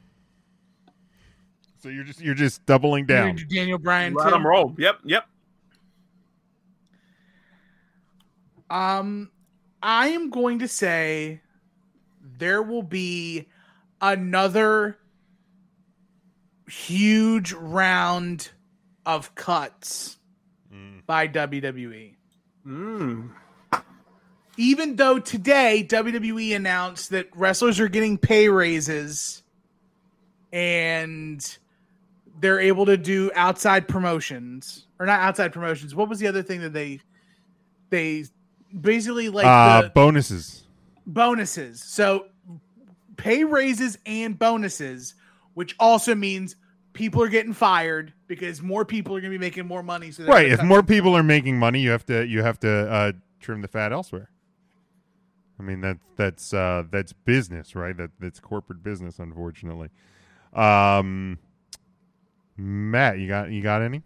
[SPEAKER 1] So you're just you're just doubling down.
[SPEAKER 12] Daniel Bryan.
[SPEAKER 10] Let
[SPEAKER 12] too?
[SPEAKER 10] him roll. Yep, yep.
[SPEAKER 12] Um, I am going to say there will be another huge round of cuts by WWE.
[SPEAKER 10] Mm.
[SPEAKER 12] Even though today WWE announced that wrestlers are getting pay raises and they're able to do outside promotions or not outside promotions. What was the other thing that they they basically like
[SPEAKER 1] uh,
[SPEAKER 12] the,
[SPEAKER 1] bonuses.
[SPEAKER 12] bonuses. So pay raises and bonuses, which also means people are getting fired because more people are going to be making more money. So they're
[SPEAKER 1] Right.
[SPEAKER 12] gonna
[SPEAKER 1] If
[SPEAKER 12] cut-
[SPEAKER 1] more people are making money, you have to you have to uh, trim the fat elsewhere. I mean that that's uh, that's business, right? That that's corporate business, unfortunately. Um, Matt, you got you got any?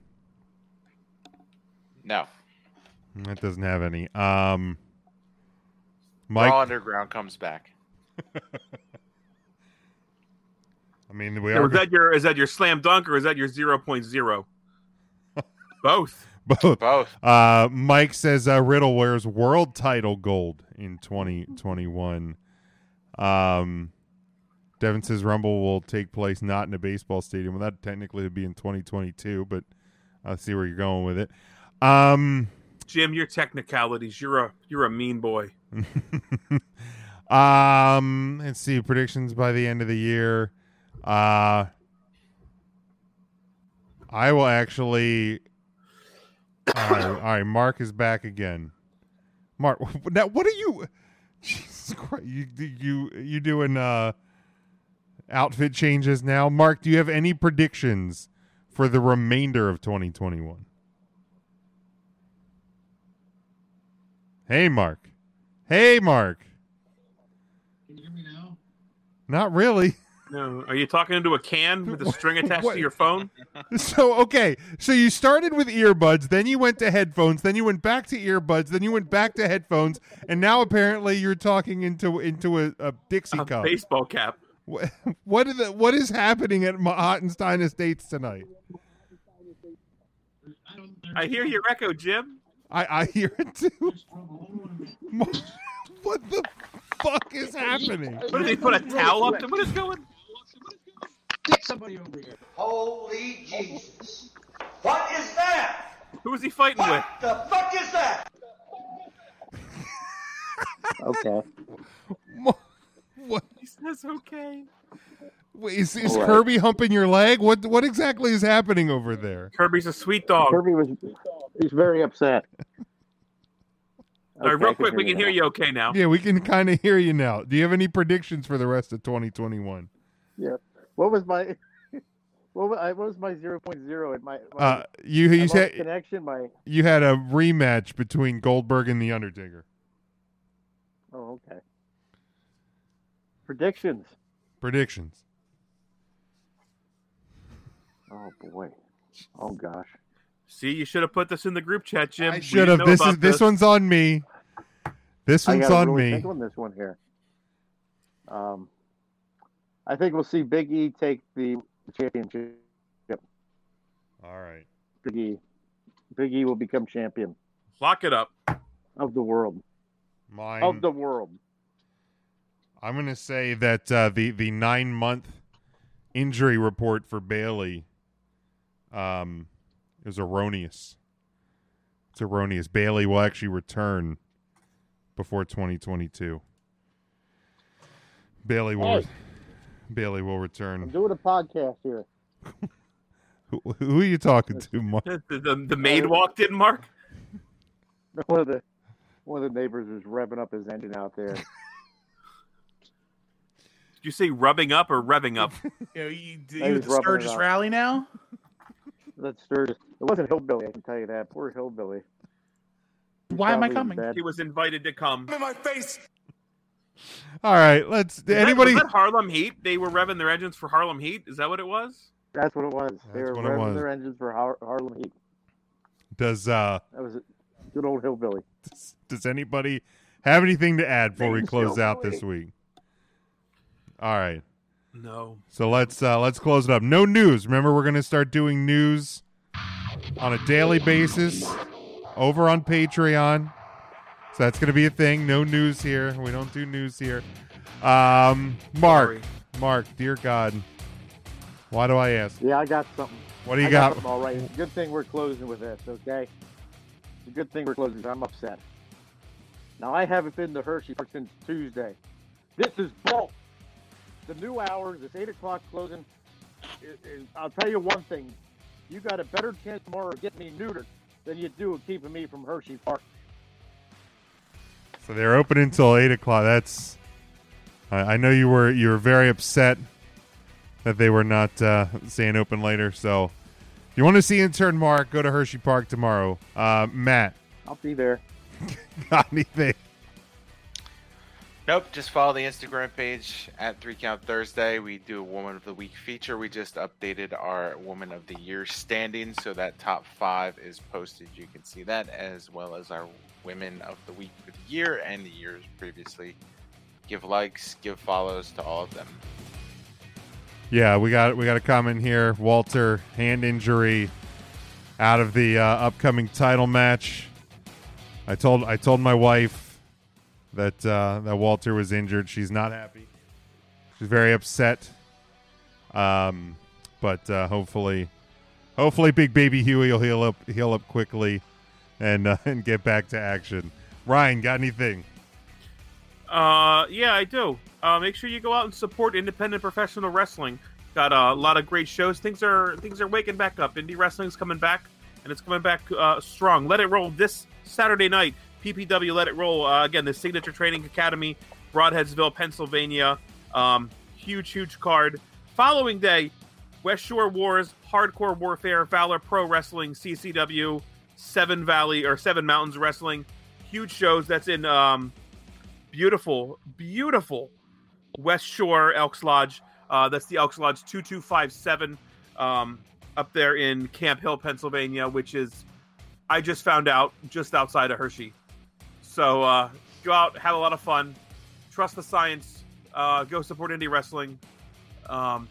[SPEAKER 14] No.
[SPEAKER 1] That doesn't have any. Um,
[SPEAKER 14] Mike...
[SPEAKER 1] Mike,
[SPEAKER 14] Raw Underground comes back.
[SPEAKER 1] I mean we
[SPEAKER 10] Now,
[SPEAKER 1] are
[SPEAKER 10] is that your is that your slam dunk or is that your 0.0? Both.
[SPEAKER 1] both.
[SPEAKER 14] Both.
[SPEAKER 1] Uh, Mike says uh, Riddle wears world title gold in 2021. Um, Devin says Rumble will take place not in a baseball stadium. Well, that technically would be in 2022, but I see where you're going with it. Um,
[SPEAKER 10] Jim, your technicalities. You're a you're a mean boy.
[SPEAKER 1] um, let's see predictions by the end of the year. Uh, I will actually. all, right, all right, Mark is back again. Mark, now what are you? Jesus Christ, you you you doing uh outfit changes now? Mark, do you have any predictions for the remainder of 2021? Hey, Mark. Hey, Mark. Not really.
[SPEAKER 10] No, are you talking into a can with a string attached
[SPEAKER 1] What?
[SPEAKER 10] to your phone?
[SPEAKER 1] So okay, so you started with earbuds, then you went to headphones, then you went back to earbuds, then you went back to headphones, and now apparently you're talking into into a, a Dixie cup.
[SPEAKER 10] Baseball cap.
[SPEAKER 1] What what, are the, what is happening at Ottenstein Estates tonight?
[SPEAKER 10] I hear your echo, Jim.
[SPEAKER 1] I I hear it too. what the fuck is happening?
[SPEAKER 10] What did he put a towel up to? What is going?
[SPEAKER 18] Get somebody over here.
[SPEAKER 2] Holy Jesus. What is that?
[SPEAKER 10] Who is he fighting with?
[SPEAKER 2] The fuck is that?
[SPEAKER 13] Okay.
[SPEAKER 1] What?
[SPEAKER 10] He says okay.
[SPEAKER 1] Wait, is, is
[SPEAKER 10] All right.
[SPEAKER 1] Kirby humping your leg? What what exactly is happening over there?
[SPEAKER 10] Kirby's a sweet dog.
[SPEAKER 13] Kirby was he's very upset.
[SPEAKER 10] All right,
[SPEAKER 13] Okay, I
[SPEAKER 10] real
[SPEAKER 13] can
[SPEAKER 10] quick, we
[SPEAKER 13] hear
[SPEAKER 10] can hear you okay now.
[SPEAKER 1] Yeah, we can kind of hear you now. Do you have any predictions for the rest of 2021?
[SPEAKER 13] Yeah. What was my what was, I, what was my 0.0 at my, my
[SPEAKER 1] Uh, you
[SPEAKER 13] I
[SPEAKER 1] you
[SPEAKER 13] lost
[SPEAKER 1] said
[SPEAKER 13] connection my
[SPEAKER 1] you had a rematch between Goldberg and the Undertaker.
[SPEAKER 13] Oh, okay. Predictions.
[SPEAKER 1] Predictions.
[SPEAKER 13] Oh boy. Oh gosh.
[SPEAKER 10] See, you should have put this in the group chat, Jim. We
[SPEAKER 1] Should have.
[SPEAKER 10] didn't know
[SPEAKER 1] This is
[SPEAKER 10] about
[SPEAKER 1] this one's on me. This
[SPEAKER 13] I
[SPEAKER 1] one's
[SPEAKER 13] gotta
[SPEAKER 1] on
[SPEAKER 13] really
[SPEAKER 1] me.
[SPEAKER 13] Think on this one here. Um, I think we'll see Big E take the championship.
[SPEAKER 1] All right.
[SPEAKER 13] Big E. Big E will become champion
[SPEAKER 10] Lock it up.
[SPEAKER 13] of the world.
[SPEAKER 1] Mine.
[SPEAKER 13] Of the world.
[SPEAKER 1] I'm going to say that uh, the the nine month injury report for Bailey um, is erroneous. It's erroneous. Bailey will actually return before 2022. Bailey will.
[SPEAKER 13] Hey.
[SPEAKER 1] Bailey will
[SPEAKER 13] I'm
[SPEAKER 1] return.
[SPEAKER 13] doing a podcast here.
[SPEAKER 1] Who, who are you talking to, Mark?
[SPEAKER 10] The, the, the
[SPEAKER 1] Oh.
[SPEAKER 10] maid walked in, Mark.
[SPEAKER 13] One of the one of the neighbors was revving up his engine out there.
[SPEAKER 10] Did you say rubbing up or revving up?
[SPEAKER 12] You know, you, you
[SPEAKER 13] Maybe
[SPEAKER 12] at
[SPEAKER 13] he's
[SPEAKER 12] the
[SPEAKER 13] rubbing it
[SPEAKER 12] Sturgis
[SPEAKER 13] up.
[SPEAKER 12] rally now?
[SPEAKER 13] That's Sturgis. It wasn't hillbilly. I can tell you that. Poor hillbilly.
[SPEAKER 12] Why am
[SPEAKER 13] Probably
[SPEAKER 12] I
[SPEAKER 13] in
[SPEAKER 12] coming?
[SPEAKER 13] bed.
[SPEAKER 10] He was invited to come. In my face.
[SPEAKER 1] All right, let's. anybody?
[SPEAKER 10] That, was that Harlem Heat? They were revving their engines for Harlem Heat. Is that what it was?
[SPEAKER 13] That's what it was. they were
[SPEAKER 1] what it
[SPEAKER 13] revving
[SPEAKER 1] was.
[SPEAKER 13] their engines for Har- Harlem Heat.
[SPEAKER 1] does uh
[SPEAKER 13] That was a good old hillbilly.
[SPEAKER 1] does anybody have anything to add before we close out this week? All right.
[SPEAKER 10] No.
[SPEAKER 1] So let's uh, let's close it up. No news. Remember, we're gonna start doing news on a daily basis over on Patreon. So that's gonna be a thing. No news here. We don't do news here. Um, Mark, Mark, dear God, why do I ask?
[SPEAKER 13] Yeah, I got something.
[SPEAKER 1] What do you
[SPEAKER 13] I got?
[SPEAKER 1] got?
[SPEAKER 13] something all right. Good thing we're closing with this, okay? It's a good thing we're closing. 'cause I'm upset. Now I haven't been to Hershey Park since Tuesday. This is bull. The new hours. It's eight o'clock closing. It- it- I'll tell you one thing. You got a better chance tomorrow of getting me neutered than you do of keeping me from Hershey Park.
[SPEAKER 1] So they're open until eight o'clock. That's. I, I know you were you were very upset that they were not uh, staying open later. So, if you want to see intern Mark, go to Hershey Park tomorrow. Uh, Matt,
[SPEAKER 13] I'll be there.
[SPEAKER 1] got anything?
[SPEAKER 14] Nope, just follow the Instagram page at Three Count Thursday. We do a Woman of the Week feature. We just updated our Woman of the Year standing, so that top five is posted. You can see that as well as our Women of the Week for the year and the years previously. Give likes, give follows to all of them.
[SPEAKER 1] Yeah, we got we got a comment here. Walter hand injury out of the uh, upcoming title match. I told I told my wife that uh, that Walter was injured. She's not happy. She's very upset. Um, but uh, hopefully, hopefully, Big Baby Huey will heal up heal up quickly and uh, and get back to action. Ryan, got anything?
[SPEAKER 10] Uh, yeah, I do. Uh, make sure you go out and support independent professional wrestling. Got uh, a lot of great shows. Things are things are waking back up. Indie wrestling's coming back, and it's coming back uh, strong. Let it roll this Saturday night. PPW Let It Roll uh, again. The Signature Training Academy, Broadheadsville, Pennsylvania. Um, huge, huge card. Following day, West Shore Wars, Hardcore Warfare, Valor Pro Wrestling, CCW, Seven Valley or Seven Mountains Wrestling, huge shows. That's in um, beautiful, beautiful West Shore Elks Lodge. Uh, that's the Elks Lodge 2257 um, up there in Camp Hill, Pennsylvania, which is, I just found out, just outside of Hershey. So uh, go out, have a lot of fun, trust the science, uh, go support indie wrestling, um,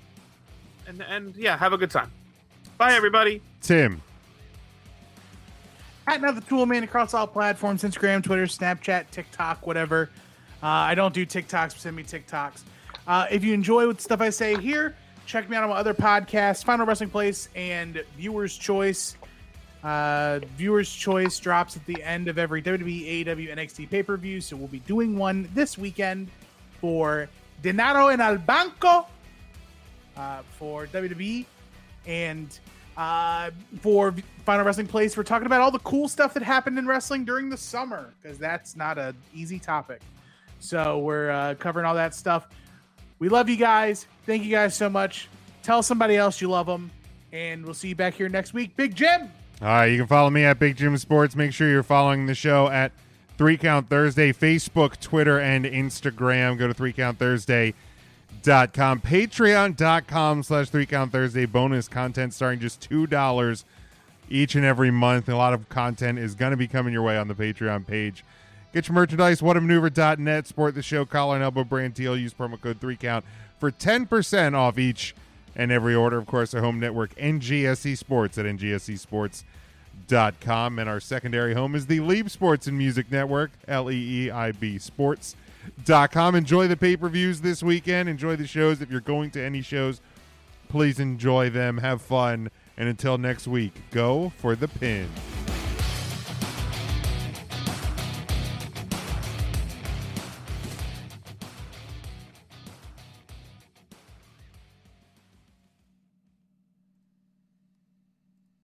[SPEAKER 10] and, and yeah, have a good time. Bye, everybody.
[SPEAKER 1] Tim.
[SPEAKER 12] At another tool man across all platforms Instagram, Twitter, Snapchat, TikTok, whatever. Uh, I don't do TikToks, but send me TikToks. Uh, if you enjoy what stuff I say here, check me out on my other podcasts, Final Wrestling Place and Viewer's Choice. Uh, Viewer's Choice drops at the end of every E, WWE, AEW, NXT pay per view. So we'll be doing one this weekend for Dinaro en Al Banco uh, for E. WWE. And uh, for V- Final Wrestling Place, we're talking about all the cool stuff that happened in wrestling during the summer because that's not an easy topic. So we're uh, covering all that stuff. We love you guys. Thank you guys so much. Tell somebody else you love them. And we'll see you back here next week. Big Jim.
[SPEAKER 1] All right, you can follow me at Big Jim Sports. Make sure you're following the show at Three Count Thursday, Facebook, Twitter, and Instagram. Go to Three Count Thursday.com, Patreon.com slash Three Count Thursday. Bonus content starting just two dollars each and every month. A lot of content is going to be coming your way on the Patreon page. Get your merchandise, whatamaneuver.net, support the show, collar and elbow brand deal. Use promo code 3Count for 10% off each and every order. Of course, our home network, NGSE E Sports at E ngscsports.com. And our secondary home is the Leeb Sports and Music Network, L E E I B Sports.com. Enjoy the pay per views this weekend. Enjoy the shows. If you're going to any shows, please enjoy them. Have fun. And until next week, go for the pin.